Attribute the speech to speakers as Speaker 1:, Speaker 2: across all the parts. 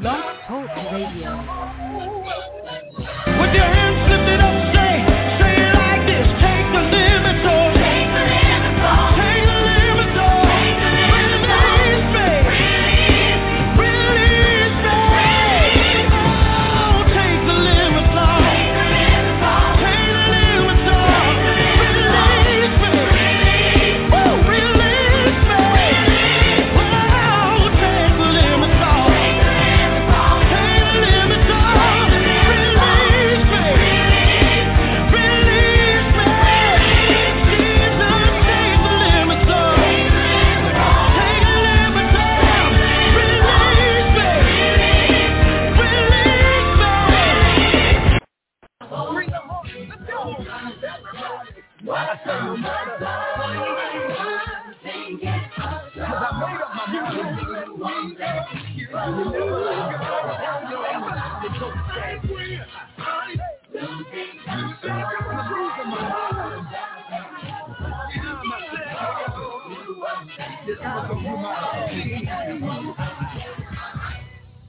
Speaker 1: Blog Talk Radio.
Speaker 2: With your hands lifted up, say, say it like this. Take the limits off. Take the limits off. Take the limits off. Take the limits off. Release me. Release me. Release me. Oh, take the oh. limits off. Take the limits off. Take the limits off. Release me. Oh, release me. Oh, take the limits off. Take the limits off. Take the limits off. Release me. Release me. Jesus, take the limits off. Take the limits off. Release me. Release me.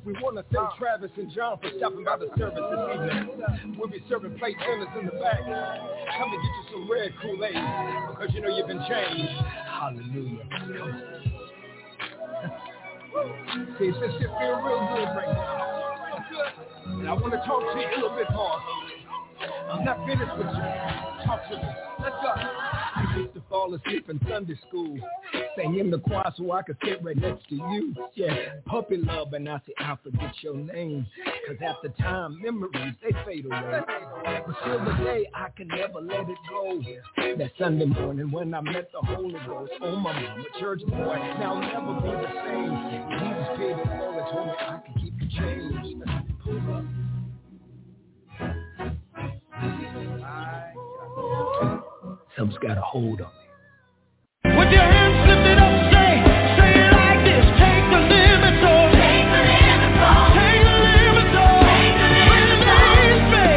Speaker 3: We want to thank Travis and John for stopping by the service this evening. We'll be serving plate dinners in the back. Come and get you some red Kool-Aid because you know you've been changed. Hallelujah. See, this shit feel real good right now. And I want to talk to you a little bit more. I'm not finished with you. Talk to me. Let's go. I used to fall asleep in Sunday school. Sang in the choir so I could sit right next to you. Yeah, puppy love, and I say I'll forget your name. Cause at the time, memories, they fade away. But still today, I can never let it go. That Sunday morning when I met the Holy Ghost. Oh, my mama, church boy, now never be the same. Jesus paid the bill and told me I could keep the change. Pull up. Something's got a hold on me.
Speaker 2: With your hands lifted up, say, say it like this. Take the limits off. Take the limits off. Take the limits off. Take the limits off. Release me.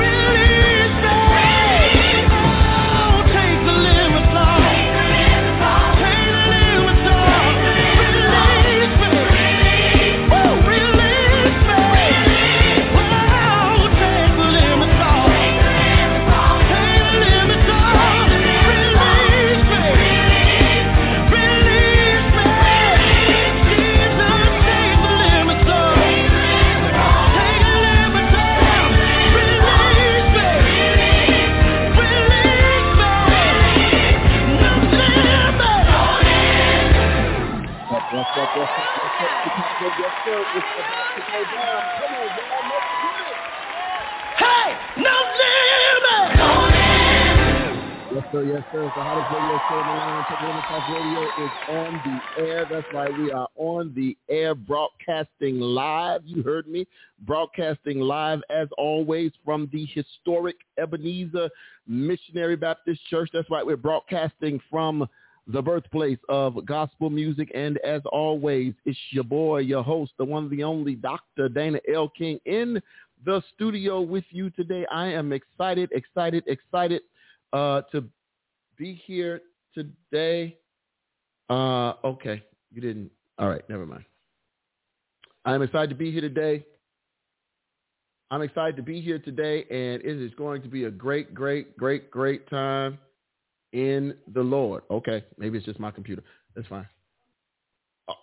Speaker 2: Release me. Release me. Oh, take the limits off. Take the limits off. Take the limits off. Release me. Release me. Oh, release me. Oh, take the limits off. Take the limits off. Take the limits off. Release me. Release me. Jesus, take the limits off. Take the limits off. Release me. Release me. Nothing but.
Speaker 4: Yes, yes, yes, yes, yes, yes, sir. It's about to go down. Come on, y'all. Let's get it.
Speaker 2: Hey, no limit.
Speaker 4: Yes, sir. Yes, sir. It's the hottest radio show in the land. Check it out. Talk Radio is on the air. That's right. We are on the air broadcasting live. You heard me. Broadcasting live, as always, from the historic Ebenezer Missionary Baptist Church. That's right. We're broadcasting from the birthplace of gospel music. And as always, it's your boy, your host, the one, the only Dr. Dana L. King in the studio with you today. I am excited, excited, excited uh, to be here today. Uh, okay, you didn't. All right, never mind. I'm excited to be here today. I'm excited to be here today, and it is going to be a great, great, great, great time in the Lord. Okay, maybe it's just my computer. That's fine. Oh,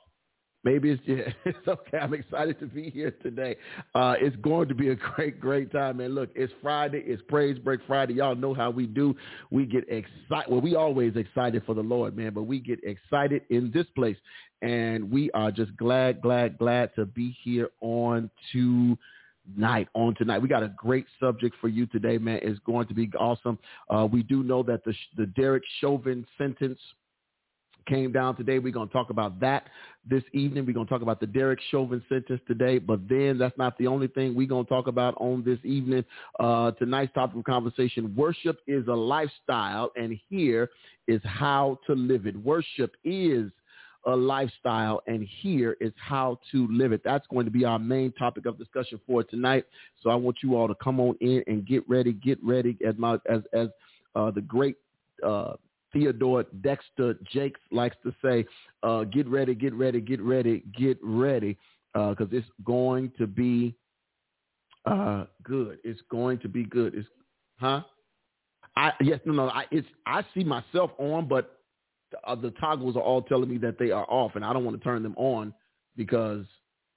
Speaker 4: Maybe it's yeah, it's okay. I'm excited to be here today. Uh, it's going to be a great, great time, man. Look, it's Friday. It's Praise Break Friday. Y'all know how we do. We get excited. Well, we always excited for the Lord, man, but we get excited in this place, and we are just glad, glad, glad to be here on tonight. On tonight, we got a great subject for you today, man. It's going to be awesome. Uh, we do know that the the Derek Chauvin sentence came down today. We're going to talk about that this evening. We're going to talk about the Derek Chauvin sentence today. But then that's not the only thing we're going to talk about on this evening. Uh, tonight's topic of conversation, worship is a lifestyle, and here is how to live it. Worship is a lifestyle, and here is how to live it. That's going to be our main topic of discussion for tonight. So I want you all to come on in and get ready, get ready as my as as uh, the great uh, Theodore Dexter Jakes likes to say, uh, get ready, get ready, get ready, get ready, because it's going to be uh, good. It's going to be good. It's, huh? I yes, no, no. I it's I see myself on, but the, uh, the toggles are all telling me that they are off, and I don't want to turn them on because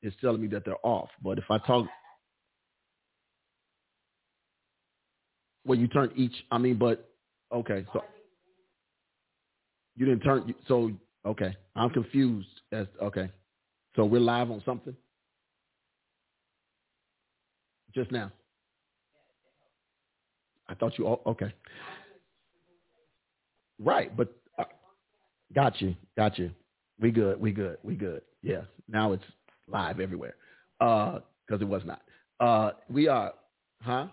Speaker 4: it's telling me that they're off. But if I talk, well, you turn each. I mean, but okay, so you didn't turn. So okay, I'm confused. As okay, so we're live on something just now. I thought you all okay. Right, but uh, got you, got you. We good, we good, we good. Yeah, now it's live everywhere because it was not. Uh, we are, huh?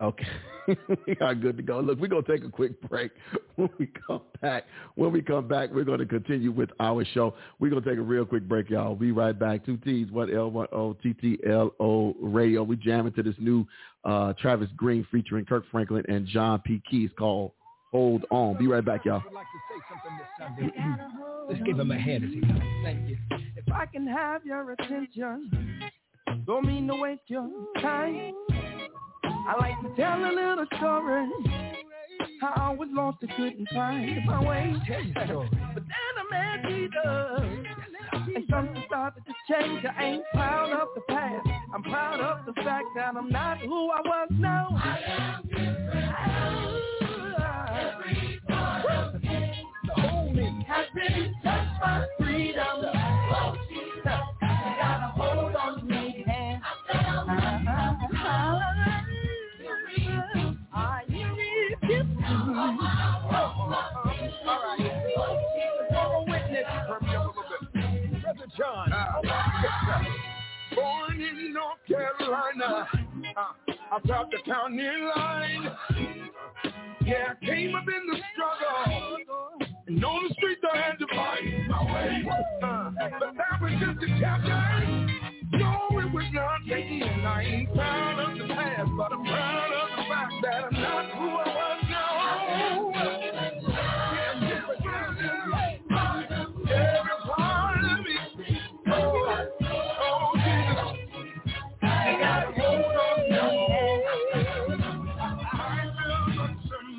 Speaker 4: Okay, we are good to go. Look, we're gonna take a quick break. When we come back, when we come back, we're gonna continue with our show. We're gonna take a real quick break, y'all. Be right back. Two T's, one L, one O, T T L O Radio. We jamming to this new uh, Travis Green featuring Kirk Franklin and John P. Keys called "Hold On." Be right back, y'all.
Speaker 3: would like to say something this Sunday. Let's give him a hand as he comes. Thank you.
Speaker 5: If I can have your attention, don't mean to waste your time. I like to tell a little story. How I was lost and couldn't find my way.
Speaker 3: Tell your story.
Speaker 5: But then a man Jesus. And something started to change. I ain't proud of the past. I'm proud of the fact that I'm not who I was now.
Speaker 3: The whole me.
Speaker 5: has been touched by freedom. Oh, Jesus, I got a hold on me. And I found I need you. Oh, Jesus, I'm a witness.
Speaker 3: Turn me up a little bit. Brother John. Uh, born in North Carolina. Uh, I dropped the county line. Yeah, I came up in the struggle. And on the streets I had to fight my way. Uh, but that was just a chapter. No, it was not taking. I ain't proud of the past, but I'm proud of the fact that I'm not who I was now. Yeah, yeah, yeah. Every part of me. Oh, oh, Jesus. I got a hold on you. I feel good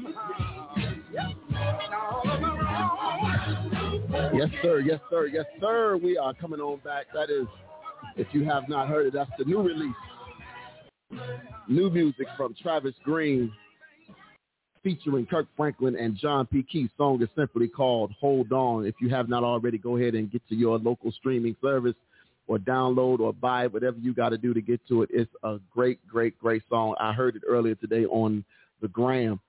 Speaker 3: somehow. Now all of my wrongs.
Speaker 4: Yes, sir. Yes, sir. Yes, sir. We are coming on back. That is, if you have not heard it, that's the new release. New music from Travis Green featuring Kirk Franklin and John P. Key. Song is simply called Hold On. If you have not already, go ahead and get to your local streaming service or download or buy it, whatever you got to do to get to it. It's a great, great, great song. I heard it earlier today on the gram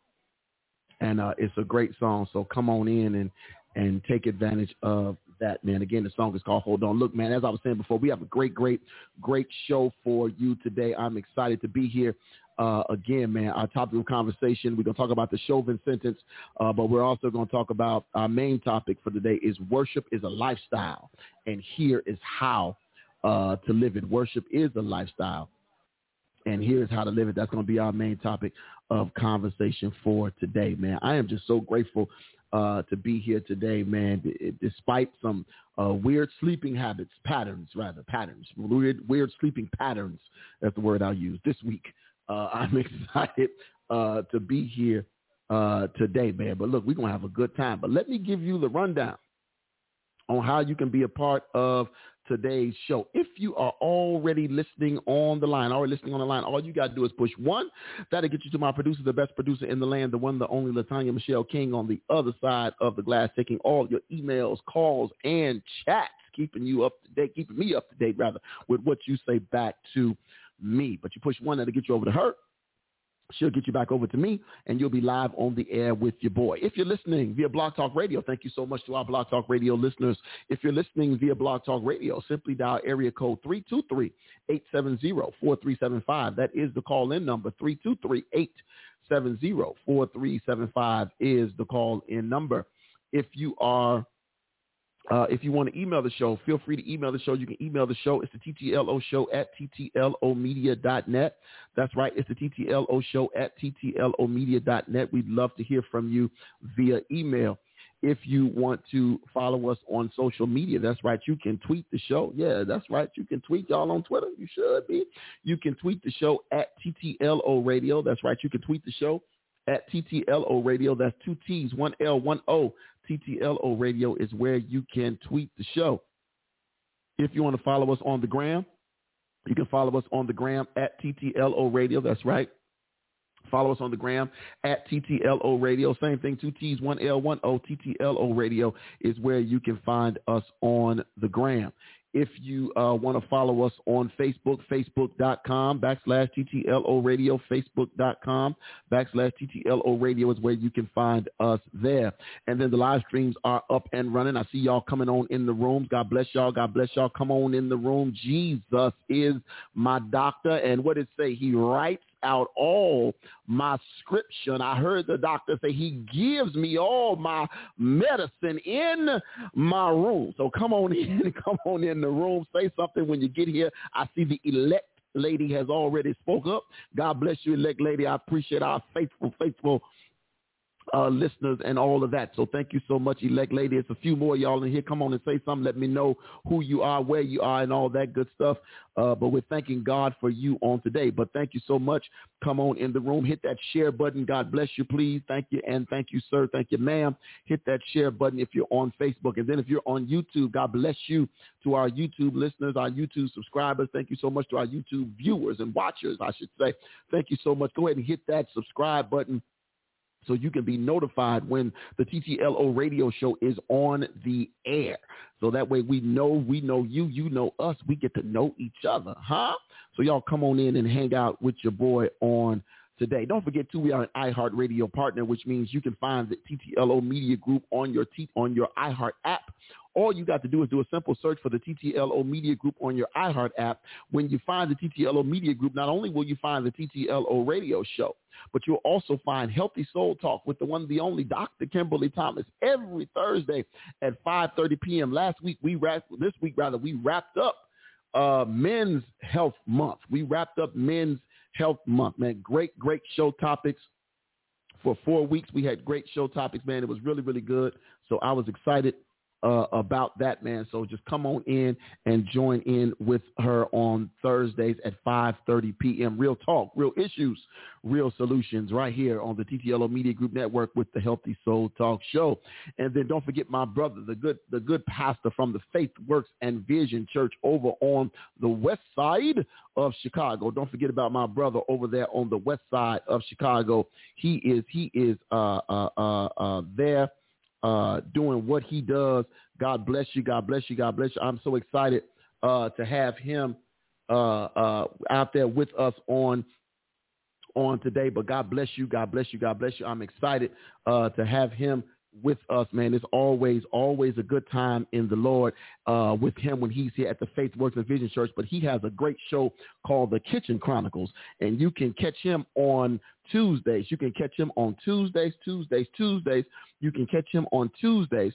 Speaker 4: and uh, it's a great song. So come on in and and take advantage of that, man. Again, the song is called "Hold On." Look, man, as I was saying before, we have a great, great, great show for you today. I'm excited to be here. Uh, again, man, our topic of conversation, we're going to talk about the Chauvin sentence, uh, but we're also going to talk about our main topic for today is worship is a lifestyle. And here is how uh, to live it. Worship is a lifestyle and here's how to live it. That's going to be our main topic of conversation for today, man. I am just so grateful uh, to be here today, man. D- eh, despite some uh, weird sleeping habits, patterns rather, patterns, weird, weird sleeping patterns. That's the word I'll use this week. Uh, I'm excited uh, to be here uh, today, man. But look, we're gonna have a good time. But let me give you the rundown on how you can be a part of today's show. If you are already listening on the line, already listening on the line, all you got to do is push one. That'll get you to my producer, the best producer in the land, the one, the only Latanya Michelle King on the other side of the glass, taking all your emails, calls, and chats, keeping you up to date, keeping me up to date, rather, with what you say back to me. But you push one, that'll get you over to her. She'll get you back over to me, and you'll be live on the air with your boy. If you're listening via Blog Talk Radio, thank you so much to our Blog Talk Radio listeners. If you're listening via Blog Talk Radio, simply dial area code 323-870-4375. That is the call-in number. 323-870-4375 is the call-in number. If you are Uh, if you want to email the show, feel free to email the show. You can email the show. It's the TTLO show at TTLOmedia.net. That's right. It's the TTLO show at TTLOmedia.net. We'd love to hear from you via email. If you want to follow us on social media, that's right. You can tweet the show. Yeah, that's right. You can tweet y'all on Twitter. You should be. You can tweet the show at TTLO Radio. That's right. You can tweet the show at TTLO Radio. That's two T's, one L, one O. TTLO Radio is where you can tweet the show. If you want to follow us on the gram, you can follow us on the gram at TTLO Radio. That's right. Follow us on the gram at TTLO Radio. Same thing, two T's, one L, one O. TTLO Radio is where you can find us on the gram. If you uh, want to follow us on Facebook, facebook.com backslash TTLO Radio, facebook.com backslash TTLO Radio is where you can find us there. And then the live streams are up and running. I see y'all coming on in the rooms. God bless y'all. God bless y'all. Come on in the room. Jesus is my doctor. And what it say? He writes out all my scription. I heard the doctor say he gives me all my medicine in my room. So come on in, come on in the room. Say something when you get here. I see the elect lady has already spoke up. God bless you, elect lady. I appreciate our faithful, faithful uh, listeners and all of that. So thank you so much, elect lady. It's a few more of y'all in here. Come on and say something. Let me know who you are, where you are, and all that good stuff. Uh, but we're thanking God for you on today. But thank you so much. Come on in the room. Hit that share button. God bless you, please. Thank you. And thank you, sir. Thank you, ma'am. Hit that share button if you're on Facebook. And then if you're on YouTube, God bless you to our YouTube listeners, our YouTube subscribers. Thank you so much to our YouTube viewers and watchers, I should say. Thank you so much. Go ahead and hit that subscribe button so you can be notified when the TTLO radio show is on the air. So that way we know we know you, you know us, we get to know each other, huh? So y'all come on in and hang out with your boy on today. Don't forget too, we are an iHeartRadio partner, which means you can find the TTLO Media Group on your T- on your iHeart app. All you got to do is do a simple search for the TTLO Media Group on your iHeart app. When you find the TTLO Media Group, not only will you find the TTLO Radio Show, but you'll also find Healthy Soul Talk with the one, the only Dr. Kimberly Thomas every Thursday at 5:30 p.m. Last week we wrapped, this week rather, we wrapped up uh, Men's Health Month. We wrapped up Men's Health Month, man. Great, great show topics for four weeks. We had great show topics, man. It was really, really good. So I was excited uh, about that, man. So just come on in and join in with her on Thursdays at 5.30 p.m. Real talk, real issues, real solutions right here on the TTLO Media Group Network with the Healthy Soul Talk Show. And then don't forget my brother, the good, the good pastor from the Faith Works and Vision Church over on the west side of Chicago. Don't forget about my brother over there on the west side of Chicago. He is, he is uh, uh, uh, there uh, doing what he does. God bless you. God bless you. God bless you. I'm so excited uh, to have him uh, uh, out there with us on on today. But God bless you. God bless you. God bless you. I'm excited uh, to have him with us, man. It's always, always a good time in the Lord uh, with him when he's here at the Faith Works and Vision Church. But he has a great show called The Kitchen Chronicles, and you can catch him on Tuesdays. You can catch him on Tuesdays, Tuesdays, Tuesdays. You can catch him on Tuesdays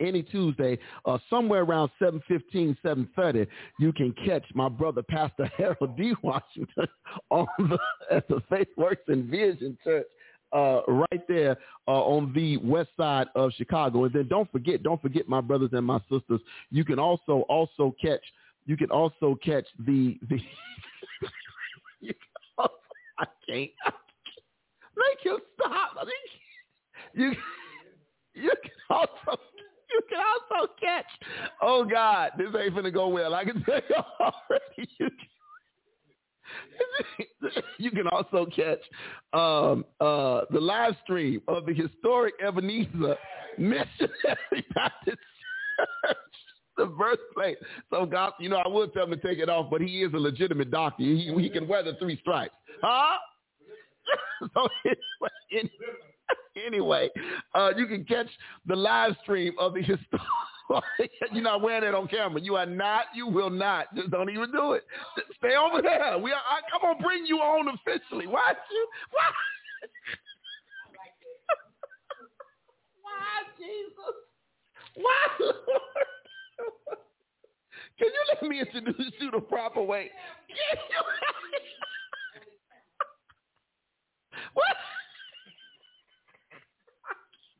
Speaker 4: any Tuesday, uh, somewhere around 7.15, 7.30, you can catch my brother, Pastor Harold D. Washington, on the, at the Faith Works and Vision Church. Uh, right there uh, on the west side of Chicago, and then don't forget, don't forget, my brothers and my sisters. You can also also catch, you can also catch the the. you can also, I can't, I can't make him stop. I mean, you you can also you can also catch. Oh God, this ain't finna go well. I can tell you already. You can, you can also catch um, uh, the live stream of the historic Ebenezer Missionary Baptist Church, the birthplace. So God, you know, I would tell him to take it off, but he is a legitimate doctor. He, he can weather three stripes, huh? so anyway, anyway, uh, you can catch the live stream of the historic. You're not wearing it on camera. You are not. You will not. Just don't even do it. Just stay over there. We are. I, I'm gonna bring you on officially. Why you? Why? Why Jesus? Why, Lord? Can you let me introduce you the proper way? Can you- what?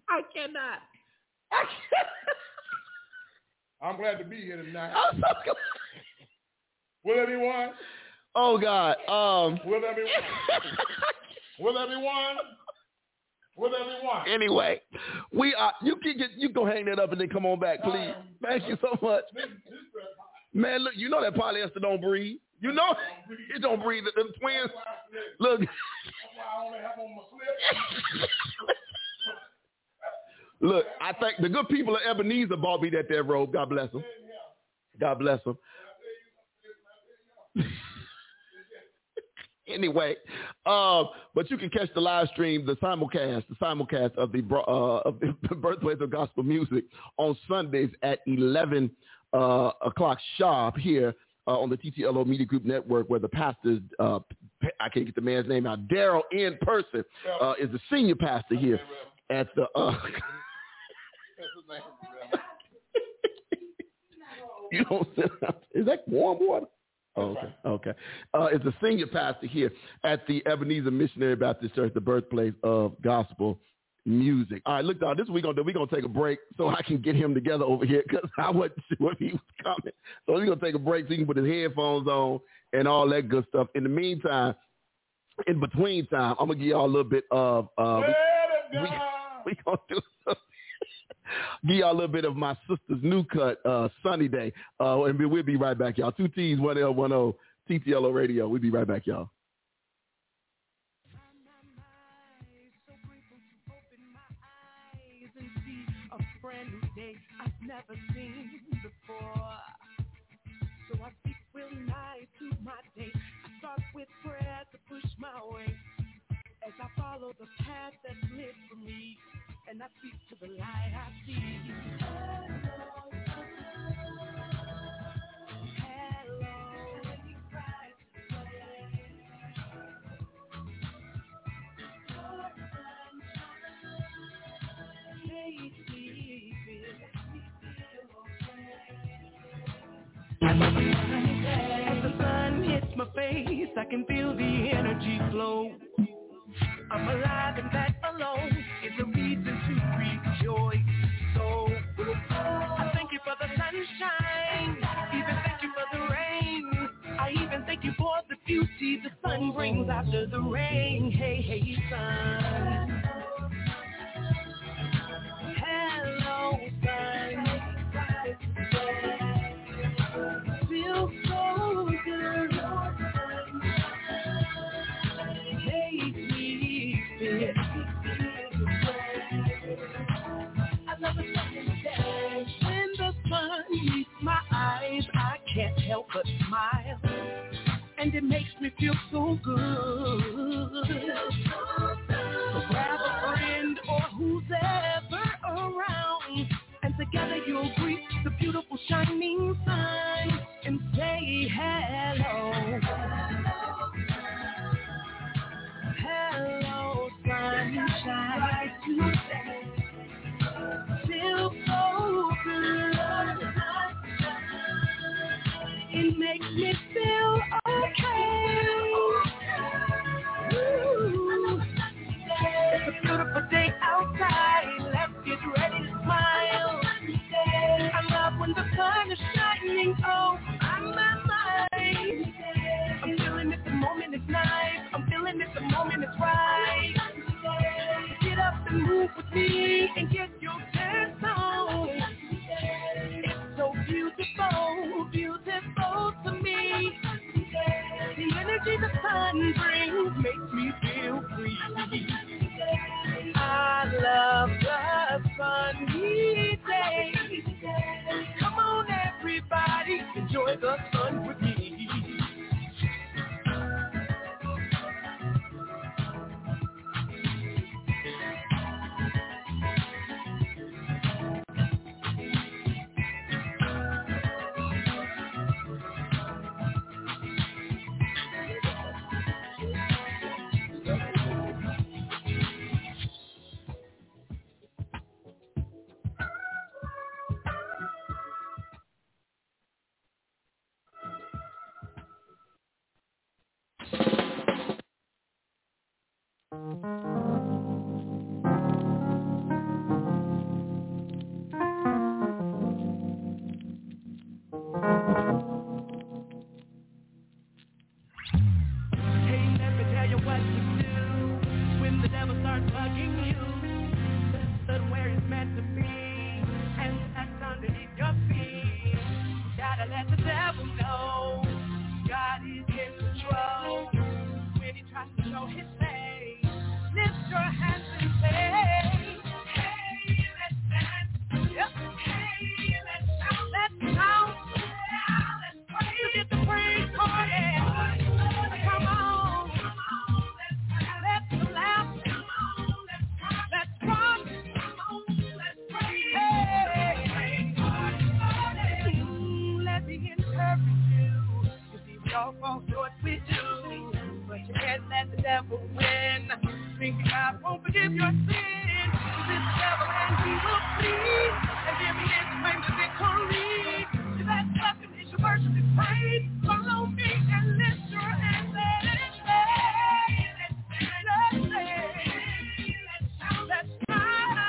Speaker 4: I cannot. I
Speaker 6: I'm glad to be here tonight.
Speaker 4: am so glad.
Speaker 6: Will there be one?
Speaker 4: Oh God. Um.
Speaker 6: Will there be one? Will there be one? Will there be one?
Speaker 4: anyway, we are. You can get. You go hang that up and then come on back, please. Thank you so much.
Speaker 6: This, this breath hot.
Speaker 4: Man, look, you know that polyester don't breathe. You know it don't breathe. The twins,
Speaker 6: That's why I
Speaker 4: look,
Speaker 6: slip. That's why I only have on my slip.
Speaker 4: look. I think the good people at Ebenezer bought me that there robe. God bless them. God bless them. anyway, um, but you can catch the live stream, the simulcast, the simulcast of the bro- uh, of the birthplace of gospel music on Sundays at eleven uh, o'clock sharp here uh, on the TTLO Media Group Network, where the pastor, uh, p- I can't get the man's name out, Daryl in person uh, is the senior pastor here at the. Uh, you don't sit out. Is that warm water? Oh, okay. Okay. Uh, it's a senior pastor here at the Ebenezer Missionary Baptist Church, the birthplace of gospel music. All right, look, dog, this is what we're going to do. We're going to take a break so I can get him together over here because I wasn't sure if he was coming. So we're going to take a break so he can put his headphones on and all that good stuff. In the meantime, in between time, I'm going to give y'all a little bit of... Uh, we- we, we gonna do some, give y'all a little bit of my sister's new cut, uh, Sunny Day, uh, and we, we'll be right back, y'all. Two T's, one L, one O, TTLO Radio. We'll be right back, y'all.
Speaker 1: So grateful to open my eyes and see a brand new day I've never seen before. So I speak real nice to my day. I start with prayer to push my way as I follow the path that's lit for me. And I speak to the light I see. Hello. As the sun hits my face, I can feel the energy flow. I'm alive and that alone is a reason to rejoice. So I thank you for the sunshine, even thank you for the rain. I even thank you for the beauty the sun brings after the rain. Hey, hey, sun. Hello, sun. Feel so good. Make me feel I love a sunny day. When the sun meets my eyes, I can't help but smile. And it makes me feel so good. So grab a friend or who's ever around. And together you'll greet the beautiful shining sun and say hello. Hello, sunshine. Feel so good. It makes me feel okay. Ooh. It's a beautiful day outside. Let's get ready to smile. I love when the sun is shining. Oh, I'm my mind. I'm feeling it the moment it's nice. I'm feeling it the moment it's right. Get up and move with me and get your dance on. It's so beautiful, beautiful to me. The energy the sun brings makes me feel free. I love the sunny day. Come on, everybody, enjoy the sun with me. Hey, let me tell you what to do when the devil starts bugging you. Listen where it's meant to be, and that's underneath your feet. Gotta let the devil know God is in control when he tries to show his face. Lift your hands and say, Hey, let's dance. Yep. Hey, let's shout. Let's shout. Let's praise. Get the praise party. Come on. Let's laugh. Let's rock. Hey. Mm, Let me encourage you. You see, we all fall short with you. But you can't let the devil win. Think God won't forgive your sin. Resist the devil and he will flee. And give me his claim to victory. If that's nothing, it's your worship and praise. Follow me and lift your hands and let's say, let's say, let's shout, let's smile.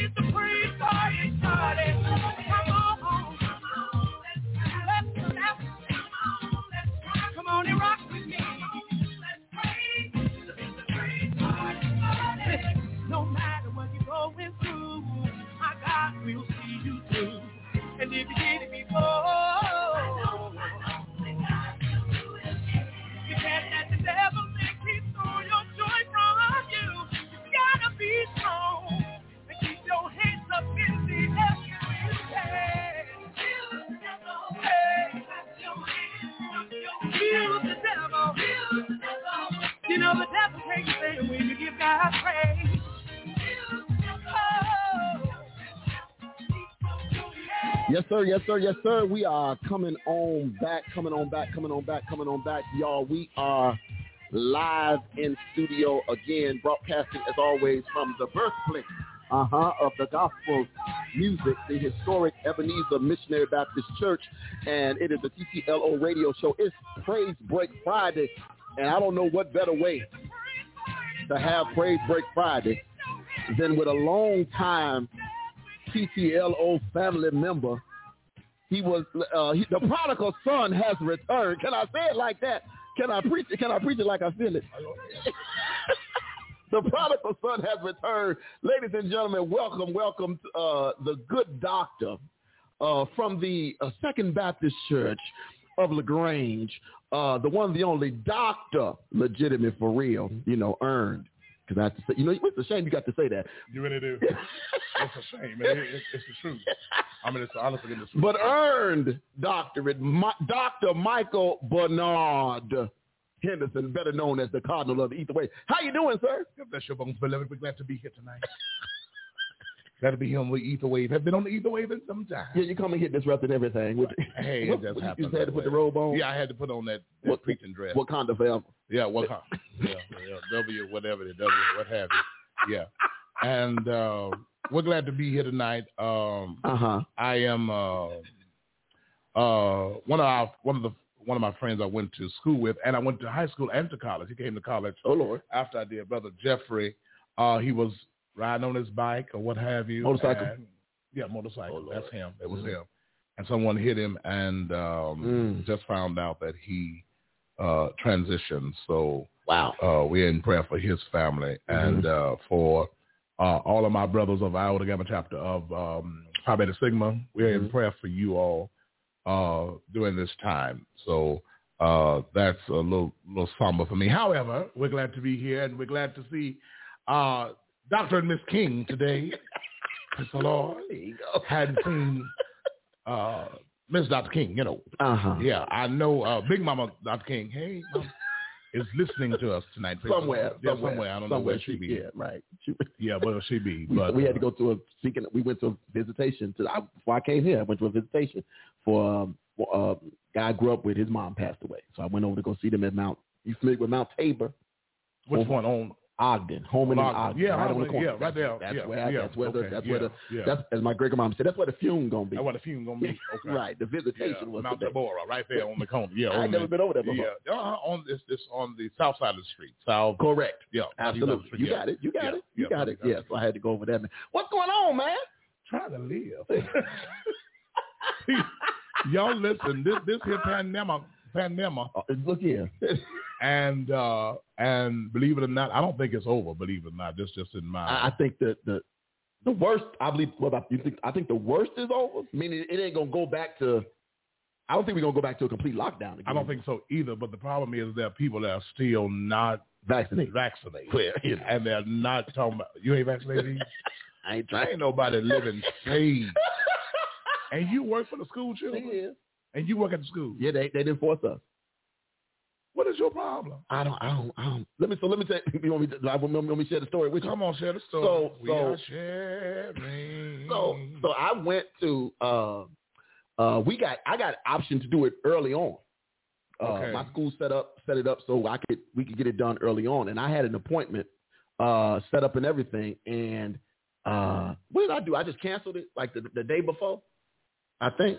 Speaker 1: Get the praise party started. Come on, let's laugh. Come on and rock with me. Listen, No matter what you're going through, my God will see you through. And if you did it before, you can't let the devil make me throw your joy from you. You gotta be strong and keep your heads up in the air. Hey, hey. Feel the devil. You know the devil takes away when you give God praise. Oh.
Speaker 4: Yes, sir. Yes, sir. Yes, sir. We are coming on back, coming on back, coming on back, coming on back, y'all. We are live in studio again, broadcasting as always from the birthplace, uh-huh, of the gospel music, the historic Ebenezer Missionary Baptist Church, and it is the TTLO radio show. It's Praise Break Friday, and I don't know what better way to have Praise Break Friday than with a long time TTLO family member. He was uh, he, the prodigal son has returned. Can I say it like that? Can I preach it? Can I preach it like I feel it? the prodigal son has returned, ladies and gentlemen. Welcome, welcome, to, uh, the good doctor uh, from the uh, Second Baptist Church of Lagrange, uh, the one, the only doctor, legitimate for real, you know, earned. Because I have to say, you know, it's a shame you got to say that.
Speaker 6: You really do. it's a shame, man. It, it, it's the truth. I mean, it's honestly the truth. uh,
Speaker 4: but earned doctorate, Mi- Dr. Michael Bernard Henderson, better known as the Cardinal of the Ether Way. How you doing, sir?
Speaker 6: God bless your bones, beloved. We're glad to be here tonight. glad to be here on the Ether Wave. Have been on the Ether Wave in some time.
Speaker 4: Yeah, you come and hit disrupted everything. What,
Speaker 6: Hey,
Speaker 4: what-
Speaker 6: it does
Speaker 4: what,
Speaker 6: happen.
Speaker 4: You just had to
Speaker 6: that
Speaker 4: put the
Speaker 6: way.
Speaker 4: robe on.
Speaker 6: Yeah, I had to put on that, that
Speaker 4: What-
Speaker 6: preaching dress.
Speaker 4: What kind of forever?
Speaker 6: Yeah, what? Huh? yeah, yeah, W, whatever the W, what have you. Yeah, and uh, we're glad to be here tonight. Um,
Speaker 4: Uh huh.
Speaker 6: I am uh, uh, one of our, one of the one of my friends I went to school with, and I went to high school and to college. He came to college
Speaker 4: Oh Lord.
Speaker 6: after I did. Brother Jeffrey, uh, he was riding on his bike or what have you.
Speaker 4: Motorcycle.
Speaker 6: and- yeah, motorcycle.
Speaker 4: Oh,
Speaker 6: That's
Speaker 4: Lord.
Speaker 6: him. It was
Speaker 4: Mm.
Speaker 6: him. And someone hit him and um,
Speaker 4: Mm.
Speaker 6: just found out that he uh, transitioned. So
Speaker 4: Wow.
Speaker 6: uh, we're in prayer for his family and uh, for uh, all of my brothers of Iota Gamma chapter of um, Pi Beta Sigma. We're in
Speaker 4: Mhm.
Speaker 6: prayer for you all uh, during this time. So uh, that's a little little somber for me. However, we're glad to be here and we're glad to see uh, Doctor and Miss King today. Praise the Lord.
Speaker 4: There you go.
Speaker 6: Hadn't seen uh, Miss Doctor King, you know,
Speaker 4: Uh huh.
Speaker 6: yeah, I know. Uh, Big Mama, Dr. King, hey, Mama, is listening to us tonight.
Speaker 4: Somewhere,
Speaker 6: yeah,
Speaker 4: somewhere,
Speaker 6: I don't know where she be.
Speaker 4: Yeah, right. She,
Speaker 6: Yeah, where she be?
Speaker 4: we,
Speaker 6: But
Speaker 4: we had
Speaker 6: uh,
Speaker 4: to go to a speaking. We went to a visitation. To, I, before I came here, I went to a visitation for um, for, um, guy I grew up with. His mom passed away, so I went over to go see them at Mount. You familiar with Mount Tabor?
Speaker 6: Which one on?
Speaker 4: Ogden, Holman and
Speaker 6: Ogden.
Speaker 4: Ogden,
Speaker 6: Yeah,
Speaker 4: right on the
Speaker 6: Holman,
Speaker 4: corner.
Speaker 6: yeah, right there.
Speaker 4: That's
Speaker 6: Yeah,
Speaker 4: where
Speaker 6: yeah,
Speaker 4: that's where the
Speaker 6: okay,
Speaker 4: that's where
Speaker 6: yeah,
Speaker 4: the
Speaker 6: yeah.
Speaker 4: that's as my great mom said, that's where the fume gonna be.
Speaker 6: That's what the fume gonna be. Okay.
Speaker 4: right. The visitation
Speaker 6: Yeah,
Speaker 4: was
Speaker 6: Mount
Speaker 4: today.
Speaker 6: Deborah, right there on the corner. Yeah,
Speaker 4: I've
Speaker 6: on
Speaker 4: never
Speaker 6: the,
Speaker 4: been over there before.
Speaker 6: yeah, uh, on this, this on the south side of the street. South,
Speaker 4: Correct.
Speaker 6: yeah,
Speaker 4: Absolutely. You got it. You got
Speaker 6: Yeah,
Speaker 4: it. You
Speaker 6: yeah,
Speaker 4: got it.
Speaker 6: okay.
Speaker 4: Yes. I had to go over that. What's going on, man?
Speaker 6: Try to live. Y'all listen, this this here pandemic, pandemic,
Speaker 4: Uh, look here.
Speaker 6: and uh, and believe it or not, I don't think it's over. Believe it or not, this just in my
Speaker 4: I, I think the the the worst. I believe. What about you? Think I think the worst is over. Meaning it ain't gonna go back to. I don't think we're gonna go back to a complete lockdown. Again.
Speaker 6: I don't think so either. But the problem is there are people that are still not
Speaker 4: vaccinated.
Speaker 6: vaccinated,
Speaker 4: Well, you know,
Speaker 6: and they're not talking about you ain't vaccinated.
Speaker 4: I ain't
Speaker 6: There
Speaker 4: trying.
Speaker 6: ain't nobody living safe. and you work for the school children,
Speaker 4: Yeah,
Speaker 6: and you work at the school.
Speaker 4: yeah, they they didn't force us.
Speaker 6: What is your problem?
Speaker 4: I don't, I don't, I don't. Let me. So let me tell you. Want me, to, I want me, want me to share the story with you?
Speaker 6: Come on, share the story.
Speaker 4: So-
Speaker 6: we
Speaker 4: so-
Speaker 6: are sharing.
Speaker 4: So so I went to uh uh we got I got an option to do it early on. Uh,
Speaker 6: Okay.
Speaker 4: my school set up set it up so I could we could get it done early on and I had an appointment uh set up and everything and uh what did I do? I just canceled it like the the day before. I think.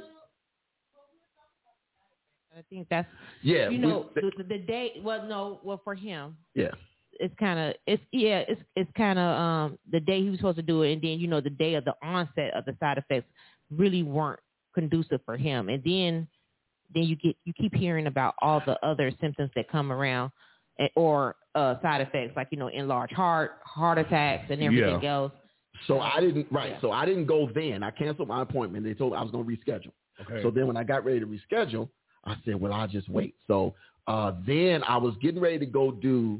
Speaker 7: I think that's
Speaker 4: Yeah.
Speaker 7: you
Speaker 4: we-
Speaker 7: know the, the, the day. Well, no, well for him,
Speaker 4: yeah.
Speaker 7: it's kind of it's yeah, it's it's kind of um the day he was supposed to do it, and then you know the day of the onset of the side effects really weren't conducive for him, and then then you get you keep hearing about all the other symptoms that come around eh, or uh side effects like you know enlarged heart, heart attacks, and everything else.
Speaker 4: So I didn't right.
Speaker 7: Yeah.
Speaker 4: So I didn't go then. I canceled my appointment. They told me I was going to reschedule.
Speaker 6: okay.
Speaker 4: So then when I got ready to reschedule, I said, well, I'll just wait. So uh, then I was getting ready to go do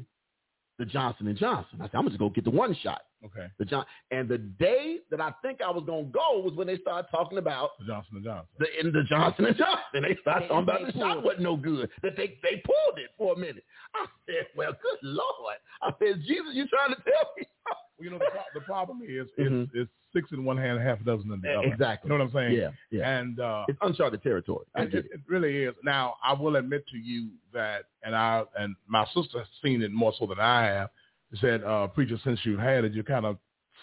Speaker 4: the Johnson and Johnson. I said, I'm gonna just go get the one shot.
Speaker 6: okay.
Speaker 4: The John and the day that I think I was gonna go was when they started talking about
Speaker 6: Johnson and Johnson.
Speaker 4: the in the Johnson and Johnson. They started
Speaker 7: They-
Speaker 4: talking about
Speaker 7: they
Speaker 4: the shot
Speaker 7: pulled.
Speaker 4: wasn't no good. That they they pulled it for a minute. I said, well, good lord. I said, Jesus, you trying to tell me?
Speaker 6: Well, you know, the, pro- the problem is it's,
Speaker 4: Mhm.
Speaker 6: it's six in one hand, half a dozen in the other.
Speaker 4: E, Exactly.
Speaker 6: You know what I'm saying?
Speaker 4: Yeah, yeah.
Speaker 6: And uh,
Speaker 4: It's uncharted territory. I
Speaker 6: it,
Speaker 4: get
Speaker 6: it,
Speaker 4: it.
Speaker 6: it really is. Now, I will admit to you that, and I and my sister has seen it more so than I have. She said, uh, preacher, since you had it, you kind of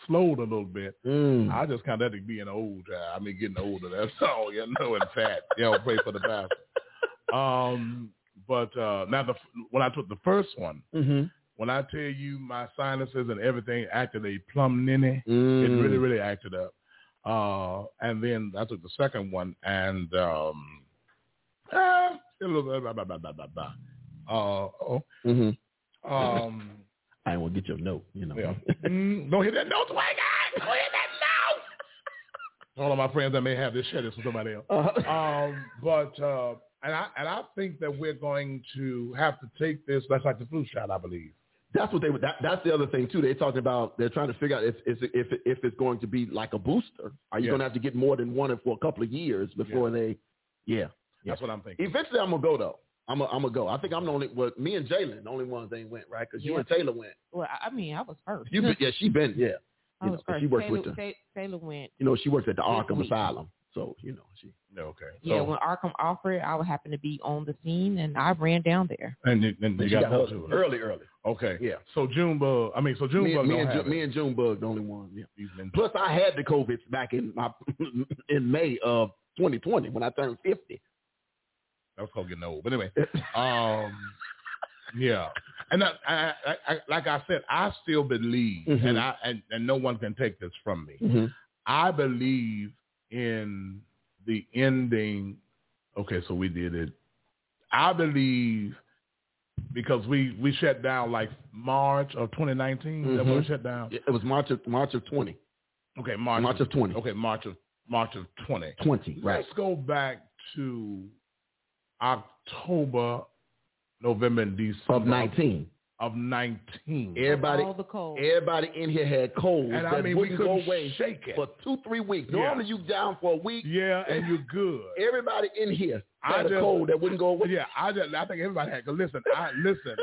Speaker 6: slowed a little bit.
Speaker 4: Mm.
Speaker 6: I just kind of had to be an old guy. I mean, getting older. That's all, you know, and fat. You know, pray for the pastor. Um, but uh, now, the, when I took the first one,
Speaker 4: Mm-hmm.
Speaker 6: when I tell you my sinuses and everything acted a plum ninny,
Speaker 4: Mm.
Speaker 6: it really, really acted up. Uh, and then I took the second one, and um, uh, it was blah, blah, blah, blah, blah, blah, blah. Uh, oh,
Speaker 4: hmm
Speaker 6: um,
Speaker 4: I will get your note. You know.
Speaker 6: yeah. Mm, don't hit that note, my guy. Don't hit that note. All of my friends that may have this share this with somebody else.
Speaker 4: Uh-huh.
Speaker 6: Um, but uh, and I and I think that we're going to have to take this. That's like the flu shot, I believe.
Speaker 4: That's what they would. That, that's the other thing too. They talked about they're trying to figure out if if if, if it's going to be like a booster. Are you
Speaker 6: Yeah.
Speaker 4: going to have to get more than one for a couple of years before they? Yeah. Yeah.
Speaker 6: That's what I'm thinking.
Speaker 4: Eventually, I'm gonna go though. I'm gonna I'm gonna go. I think I'm the only. Well, me and Jalen, the only ones they went right because you
Speaker 7: Yeah.
Speaker 4: and Taylor went.
Speaker 7: Well, I I mean, I was first.
Speaker 4: You been, yeah, she been yeah.
Speaker 7: I
Speaker 4: you know,
Speaker 7: was
Speaker 4: 'cause
Speaker 7: first.
Speaker 4: she works
Speaker 7: Oh, Taylor,
Speaker 4: with the-
Speaker 7: Ta- Taylor went.
Speaker 4: You know, she works at the Arkham
Speaker 7: week.
Speaker 4: Asylum, so you know she.
Speaker 6: Yeah, okay.
Speaker 4: Oh.
Speaker 7: Yeah,
Speaker 6: So-
Speaker 7: when Arkham offered, I would happen to be on the scene, and I ran down there.
Speaker 6: And you, and
Speaker 4: But
Speaker 6: you
Speaker 4: she
Speaker 6: got,
Speaker 4: got
Speaker 6: got
Speaker 4: her
Speaker 6: to it.
Speaker 4: early, early.
Speaker 6: Okay.
Speaker 4: Yeah.
Speaker 6: So Junebug, I mean, so
Speaker 4: me,
Speaker 6: Junebug
Speaker 4: and-
Speaker 6: don't
Speaker 4: me and
Speaker 6: have
Speaker 4: Ju- me
Speaker 6: it.
Speaker 4: and Junebug, the only ones. Yeah.
Speaker 6: He's been-
Speaker 4: Plus, I had the COVID back in my in May of 2020 when I turned 50.
Speaker 6: I was called getting old. But anyway, um, yeah. And I, I, I, I, like I said, I still believe,
Speaker 4: Mhm.
Speaker 6: and I and, and no one can take this from me.
Speaker 4: Mm-hmm.
Speaker 6: I believe in the ending. Okay, so we did it. I believe because we we shut down like March of 2019. That when we
Speaker 4: Mhm.
Speaker 6: shut down.
Speaker 4: It was March of March of twenty.
Speaker 6: Okay, March.
Speaker 4: March of 20.
Speaker 6: Okay, March of March of 20.
Speaker 4: Twenty. Right.
Speaker 6: Let's go back to October, November, and December
Speaker 4: Of nineteen.
Speaker 6: Of 19.
Speaker 4: Everybody
Speaker 7: all the cold.
Speaker 4: everybody in here had colds
Speaker 6: and
Speaker 4: that
Speaker 6: I mean, we
Speaker 4: wouldn't go
Speaker 6: couldn't
Speaker 4: away
Speaker 6: shake it.
Speaker 4: for two, three weeks.
Speaker 6: Yeah.
Speaker 4: Normally you down for a week.
Speaker 6: yeah, and you're good.
Speaker 4: Everybody in here
Speaker 6: I
Speaker 4: had a
Speaker 6: just-
Speaker 4: cold that wouldn't go away.
Speaker 6: Yeah, I just, I think everybody had. Cause listen, I listen.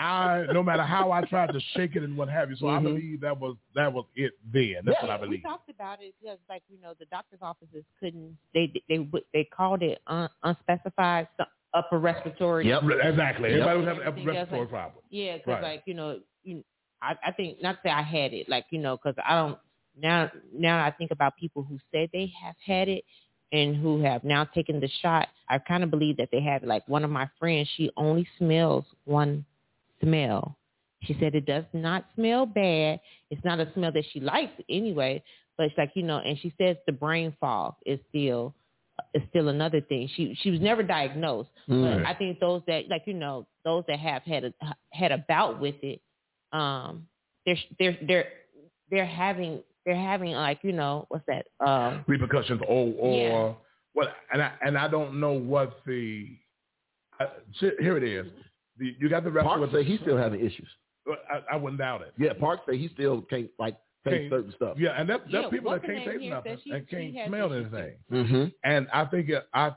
Speaker 6: I no matter how I tried to shake it and what have you, so
Speaker 4: Mhm.
Speaker 6: I believe that was that was it then. That's what I
Speaker 7: Yeah, We
Speaker 6: believe.
Speaker 7: talked about it because, like you know, the doctor's offices couldn't. They they would- they called it un, unspecified su- upper respiratory.
Speaker 6: Exactly.
Speaker 4: Yep.
Speaker 6: Everybody was having a
Speaker 7: Everything else,
Speaker 6: respiratory
Speaker 7: like-
Speaker 6: problem.
Speaker 7: Yeah, because
Speaker 6: Right.
Speaker 7: like you know, you know, I, I think not that I had it, like you know, because I don't now. Now I think about people who said they have had it and who have now taken the shot. I kind of believe that they have it. Like one of my friends, she only smells one smell. She said it does not smell bad. It's not a smell that she likes anyway. But it's like you know, and she says the brain fog is still is still another thing. She she was never diagnosed,
Speaker 4: Mm.
Speaker 7: but I think those that like you know those that have had a had a bout with it, um, they're they're they're they're having they're having like you know what's that um
Speaker 6: repercussions or or
Speaker 7: Yeah.
Speaker 6: well and I and I don't know what the uh, shit, here it is. The, you got the wrestle
Speaker 4: Park
Speaker 6: with
Speaker 4: say he's still having issues.
Speaker 6: I, I wouldn't doubt it.
Speaker 4: Yeah, Park say he still can't like taste
Speaker 6: Can't-
Speaker 4: certain stuff.
Speaker 6: Yeah, and that, that's
Speaker 7: Yeah,
Speaker 6: people
Speaker 7: what's
Speaker 6: that
Speaker 7: her
Speaker 6: can't
Speaker 7: name
Speaker 6: taste
Speaker 7: here
Speaker 6: nothing
Speaker 7: said she-
Speaker 6: and can't
Speaker 7: she has
Speaker 6: smell
Speaker 7: issues.
Speaker 6: anything.
Speaker 4: Mm-hmm.
Speaker 6: And I think it- I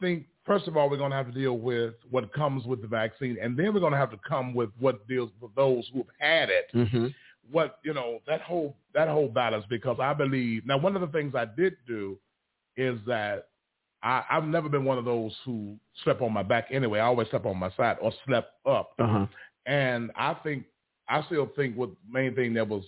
Speaker 6: think first of all we're going to have to deal with what comes with the vaccine, and then we're going to have to come with what deals with those who've had it.
Speaker 4: Mm-hmm.
Speaker 6: What you know that whole that whole balance because I believe now one of the things I did do is that I, I've never been one of those who slept on my back anyway. I always slept on my side or slept up.
Speaker 4: Uh-huh.
Speaker 6: And I think I still think what main thing that was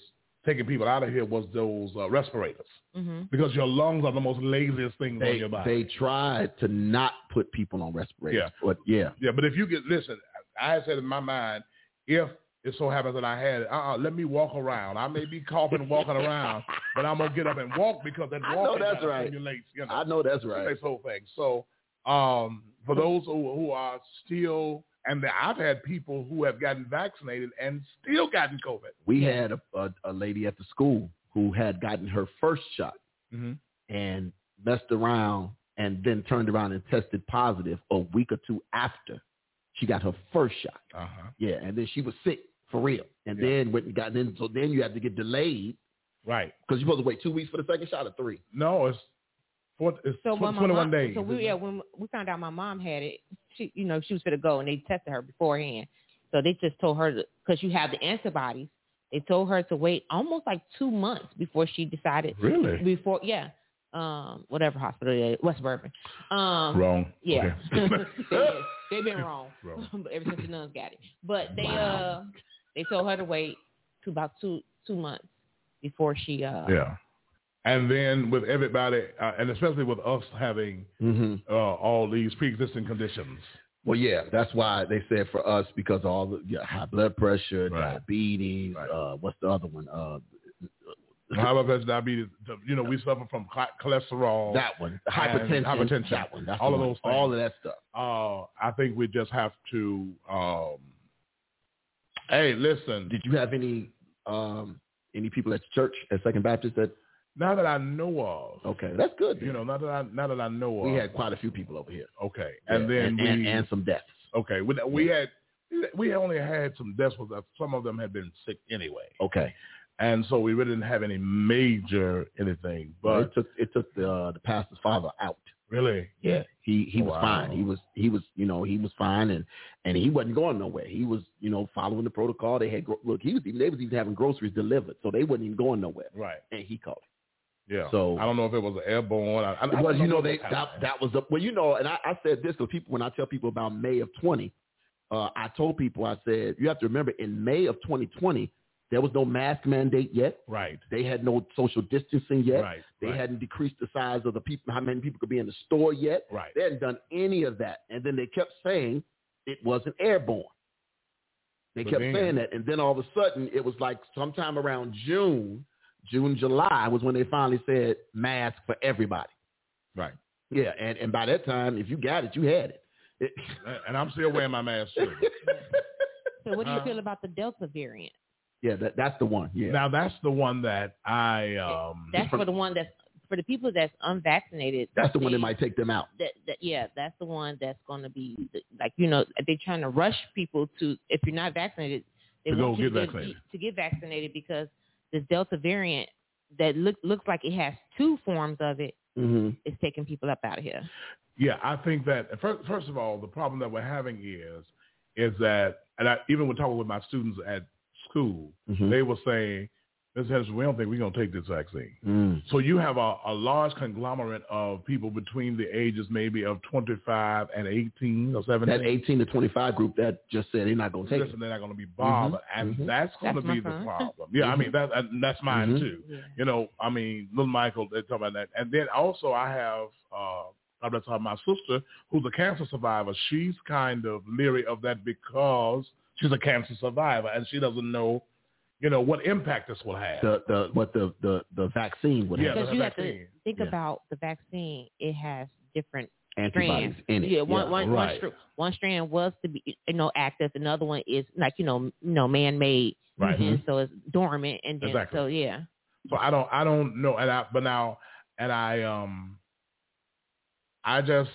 Speaker 6: taking people out of here was those uh, respirators
Speaker 7: hmm
Speaker 6: because your lungs are the most laziest thing on
Speaker 4: They
Speaker 6: your body.
Speaker 4: they tried to not put people on respirators.
Speaker 6: Yeah.
Speaker 4: But yeah.
Speaker 6: yeah, but if you get listen, I said in my mind, if it so happens that I had it, uh-uh, let me walk around. I may be coughing, walking around, but I'm gonna get up and walk because that
Speaker 4: I know
Speaker 6: walking
Speaker 4: that's
Speaker 6: kinda
Speaker 4: right.
Speaker 6: stimulates, you know.
Speaker 4: I know that's right.
Speaker 6: This whole thing. So um, for those who, who are still, and I've had people who have gotten vaccinated and still gotten COVID.
Speaker 4: We had a, a, a lady at the school who had gotten her first shot
Speaker 6: Mhm.
Speaker 4: and messed around and then turned around and tested positive a week or two after she got her first shot.
Speaker 6: Uh-huh.
Speaker 4: Yeah, and then she was sick for real, and
Speaker 6: Yeah.
Speaker 4: then went and got in. So then you have to get delayed
Speaker 6: Right.
Speaker 4: because you're supposed to wait two weeks for the second shot or three.
Speaker 6: No, it's, four, it's
Speaker 7: so
Speaker 6: tw-
Speaker 7: when my
Speaker 6: 21
Speaker 7: mom,
Speaker 6: days.
Speaker 7: so we yeah when we found out my mom had it she you know she was gonna go and they tested her beforehand so they just told her because you have the antibodies they told her to wait almost like two months before she decided
Speaker 6: Really?
Speaker 7: before yeah um whatever hospital it is, west bourbon um
Speaker 6: Wrong.
Speaker 7: Yeah.
Speaker 6: Okay.
Speaker 7: They- They've been wrong.
Speaker 6: Wrong.
Speaker 7: Ever since the nuns got it. But they
Speaker 4: Wow.
Speaker 7: uh they told her to wait to about two two months before she uh
Speaker 6: yeah. And then with everybody, uh, and especially with us having
Speaker 4: Mm-hmm.
Speaker 6: uh, all these pre-existing conditions.
Speaker 4: Well, yeah, that's why they said for us because all the yeah, high blood pressure,
Speaker 6: Right.
Speaker 4: diabetes.
Speaker 6: Right.
Speaker 4: Uh, what's the other one? Uh,
Speaker 6: High blood pressure, diabetes, you know, we suffer from cho- cholesterol.
Speaker 4: that one,
Speaker 6: And
Speaker 4: hypertension,
Speaker 6: hypertension.
Speaker 4: That one. That's
Speaker 6: All
Speaker 4: the
Speaker 6: of
Speaker 4: one.
Speaker 6: those things.
Speaker 4: All of that stuff.
Speaker 6: uh, I think we just have to. Um, hey, listen.
Speaker 4: Did you have any um, any people at church at Second Baptist that?
Speaker 6: Now that I know of,
Speaker 4: Okay, that's Oh, good.
Speaker 6: you know, now that I now that I know of,
Speaker 4: we had quite a few people over here,
Speaker 6: okay, and
Speaker 4: Yeah,
Speaker 6: then
Speaker 4: and,
Speaker 6: we
Speaker 4: and, and some deaths.
Speaker 6: okay, we, we had we only had some deaths, but some of them had been sick anyway,
Speaker 4: Okay,
Speaker 6: and so we really didn't have any major anything.
Speaker 4: but
Speaker 6: But
Speaker 4: it took it took the uh, the pastor's father out.
Speaker 6: really,
Speaker 4: Yeah, he he was
Speaker 6: Wow.
Speaker 4: fine. He was he was you know he was fine and and he wasn't going nowhere. He was you know following the protocol. They had gro- look he was even they was even having groceries delivered, so they wasn't even going nowhere.
Speaker 6: right,
Speaker 4: And he called.
Speaker 6: yeah.
Speaker 4: So-
Speaker 6: I don't know if it was airborne. I, I, I
Speaker 4: well,
Speaker 6: don't
Speaker 4: you know
Speaker 6: what
Speaker 4: they
Speaker 6: happened.
Speaker 4: that, that was the well you know, and I, I said this to people when I tell people about May of twenty. Uh, I told people I said you have to remember in May of 2020 there was no mask mandate yet.
Speaker 6: right,
Speaker 4: They had no social distancing yet.
Speaker 6: right,
Speaker 4: They
Speaker 6: right,
Speaker 4: hadn't decreased the size of the people, how many people could be in the store yet.
Speaker 6: right.
Speaker 4: They hadn't done any of that. And then they kept saying it wasn't airborne. They
Speaker 6: But
Speaker 4: kept
Speaker 6: then-
Speaker 4: saying that. And then all of a sudden, it was like sometime around June, June, July was when they finally said mask for everybody.
Speaker 6: Right.
Speaker 4: Yeah. And, and by that time, if you got it, you had it. It-
Speaker 6: And I'm still wearing my mask too.
Speaker 7: So what do you
Speaker 6: Uh-huh.
Speaker 7: feel about the Delta variant?
Speaker 4: yeah, that, that's the one. Yeah.
Speaker 6: Now that's the one that I um
Speaker 7: That's for the one that's for the people that's unvaccinated.
Speaker 4: that's the one that
Speaker 7: they-
Speaker 4: might take them out.
Speaker 7: that, that yeah, that's the one that's going to be like you know they're trying to rush people to if you're not vaccinated they
Speaker 6: To go
Speaker 7: want you
Speaker 6: get
Speaker 7: to,
Speaker 6: vaccinated.
Speaker 7: to get vaccinated because this Delta variant that look, looks like it has two forms of it
Speaker 4: Mm-hmm.
Speaker 7: is taking people up out of here.
Speaker 6: yeah, I think that first first of all, the problem that we're having is is that and I even when talking with my students at school,
Speaker 4: Mhm.
Speaker 6: they were saying This says we don't think we're going to take this vaccine.
Speaker 4: Mm.
Speaker 6: So you have a, a large conglomerate of people between the ages maybe of 25 and 18 or 17.
Speaker 4: That 18 to 25 group that just said they're not going to take it.
Speaker 6: Listen, they're not going to be bothered, and
Speaker 4: mhm.
Speaker 6: that's going to
Speaker 7: That's my
Speaker 6: be the
Speaker 7: problem.
Speaker 6: problem. Yeah, I mean
Speaker 4: Mm-hmm.
Speaker 6: that, that that's mine
Speaker 4: Mhm.
Speaker 6: too.
Speaker 7: Yeah.
Speaker 6: You know, I mean, little Michael, they talk about that, and then also I have uh, I'm gonna talk about my sister who's a cancer survivor. She's kind of leery of that because she's a cancer survivor, and she doesn't know, you know, what impact this will have.
Speaker 4: The, the, what the, the, the vaccine would
Speaker 6: Yeah,
Speaker 4: have
Speaker 7: Because
Speaker 6: the
Speaker 7: you have to
Speaker 6: vaccine.
Speaker 7: think
Speaker 4: Yeah.
Speaker 7: about the vaccine. It has different
Speaker 4: antibodies
Speaker 7: strands.
Speaker 4: in it.
Speaker 7: Yeah, one one- one
Speaker 4: right.
Speaker 7: str- one strand was to be you know active, another one is like you know you know man made,
Speaker 6: Right. Mm-hmm.
Speaker 7: and so it's dormant, and then
Speaker 6: Exactly.
Speaker 7: so yeah,
Speaker 6: So I don't I don't know and I but now and I um I just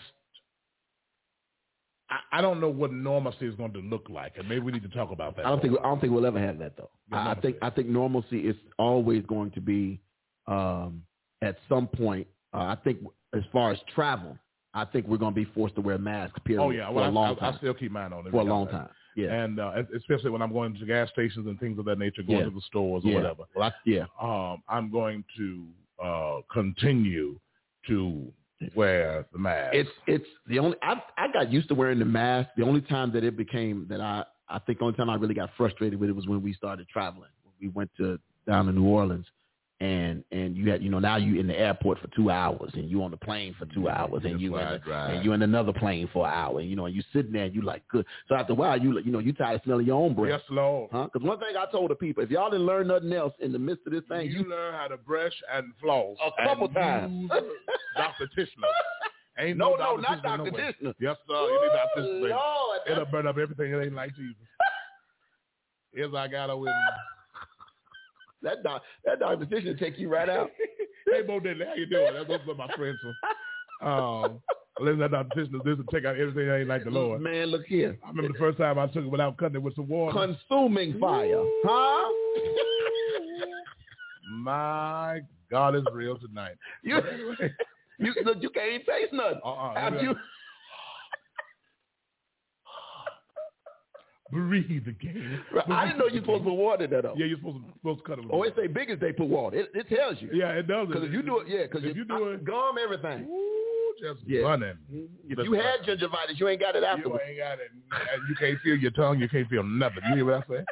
Speaker 6: I, I don't know what normalcy is going to look like and maybe we need to talk about that.
Speaker 4: I don't think I don't think we'll ever have that though.
Speaker 6: Yeah,
Speaker 4: I, I
Speaker 6: normalcy.
Speaker 4: think I think normalcy is always going to be um, at some point. Uh, I think as far as travel, I think we're going to be forced to wear masks. Period.
Speaker 6: Oh yeah,
Speaker 4: for
Speaker 6: well,
Speaker 4: a
Speaker 6: I,
Speaker 4: long
Speaker 6: I,
Speaker 4: time.
Speaker 6: I still keep mine on
Speaker 4: for a long time. Yeah.
Speaker 6: And uh, es- especially when I'm going to gas stations and things of that nature, going
Speaker 4: Yeah.
Speaker 6: to the stores
Speaker 4: yeah.
Speaker 6: or whatever.
Speaker 4: Well, I, yeah.
Speaker 6: Um I'm going to uh continue to wear the mask.
Speaker 4: It's it's the only I I got used to wearing the mask. The only time that it became that I I think the only time I really got frustrated with it was when we started traveling. We went to down to New Orleans, and and you had you know now you in the airport for two hours and you on the plane for two hours and
Speaker 6: That's
Speaker 4: you
Speaker 6: why
Speaker 4: in
Speaker 6: I
Speaker 4: the,
Speaker 6: drive.
Speaker 4: and you in another plane for an hour. You know and you sitting there and you like good. So after a while you you know you tired of smelling your own breath.
Speaker 6: yes, Lord.
Speaker 4: Huh? Because one thing I told the people, if y'all didn't learn nothing else in the midst of this thing,
Speaker 6: You, learn how to brush and floss
Speaker 4: A couple
Speaker 6: and
Speaker 4: times.
Speaker 6: use Dr. Tishner. Ain't
Speaker 4: No,
Speaker 6: no,
Speaker 4: no, not
Speaker 6: Dr. Tishner
Speaker 4: Dr.
Speaker 6: nowhere.
Speaker 4: Tishner.
Speaker 6: Yes, sir. You need Dr. Tishner.
Speaker 4: Ooh,
Speaker 6: baby.
Speaker 4: Lord,
Speaker 6: It'll burn up everything that ain't like Jesus. Yes, I got her with me.
Speaker 4: that doc, that doctor will take you right out.
Speaker 6: hey, Bo Diddley, how you doing? That's what my friends were. Um, listen, that Dr. Tishner doesn't take out everything that ain't like the Lord.
Speaker 4: Man, look here.
Speaker 6: I remember the first time I took it without cutting it with some water.
Speaker 4: Consuming fire. Huh?
Speaker 6: My God is real tonight.
Speaker 4: you, you, look, you can't even taste nothing.
Speaker 6: Uh-uh.
Speaker 4: After you,
Speaker 6: Breathe again.
Speaker 4: I didn't know you were supposed to put water in that up.
Speaker 6: Yeah, you're supposed to, supposed to cut it with
Speaker 4: Always
Speaker 6: water.
Speaker 4: say big as they put water. It, it tells you.
Speaker 6: Yeah, it does.
Speaker 4: Because if you do it, yeah, because
Speaker 6: if you do it,
Speaker 4: gum everything.
Speaker 6: ooh, just
Speaker 4: Yeah.
Speaker 6: running.
Speaker 4: If you had gingivitis, you ain't got it
Speaker 6: you
Speaker 4: afterwards.
Speaker 6: ain't got it. And You can't feel your tongue. You can't feel nothing. You hear what I say?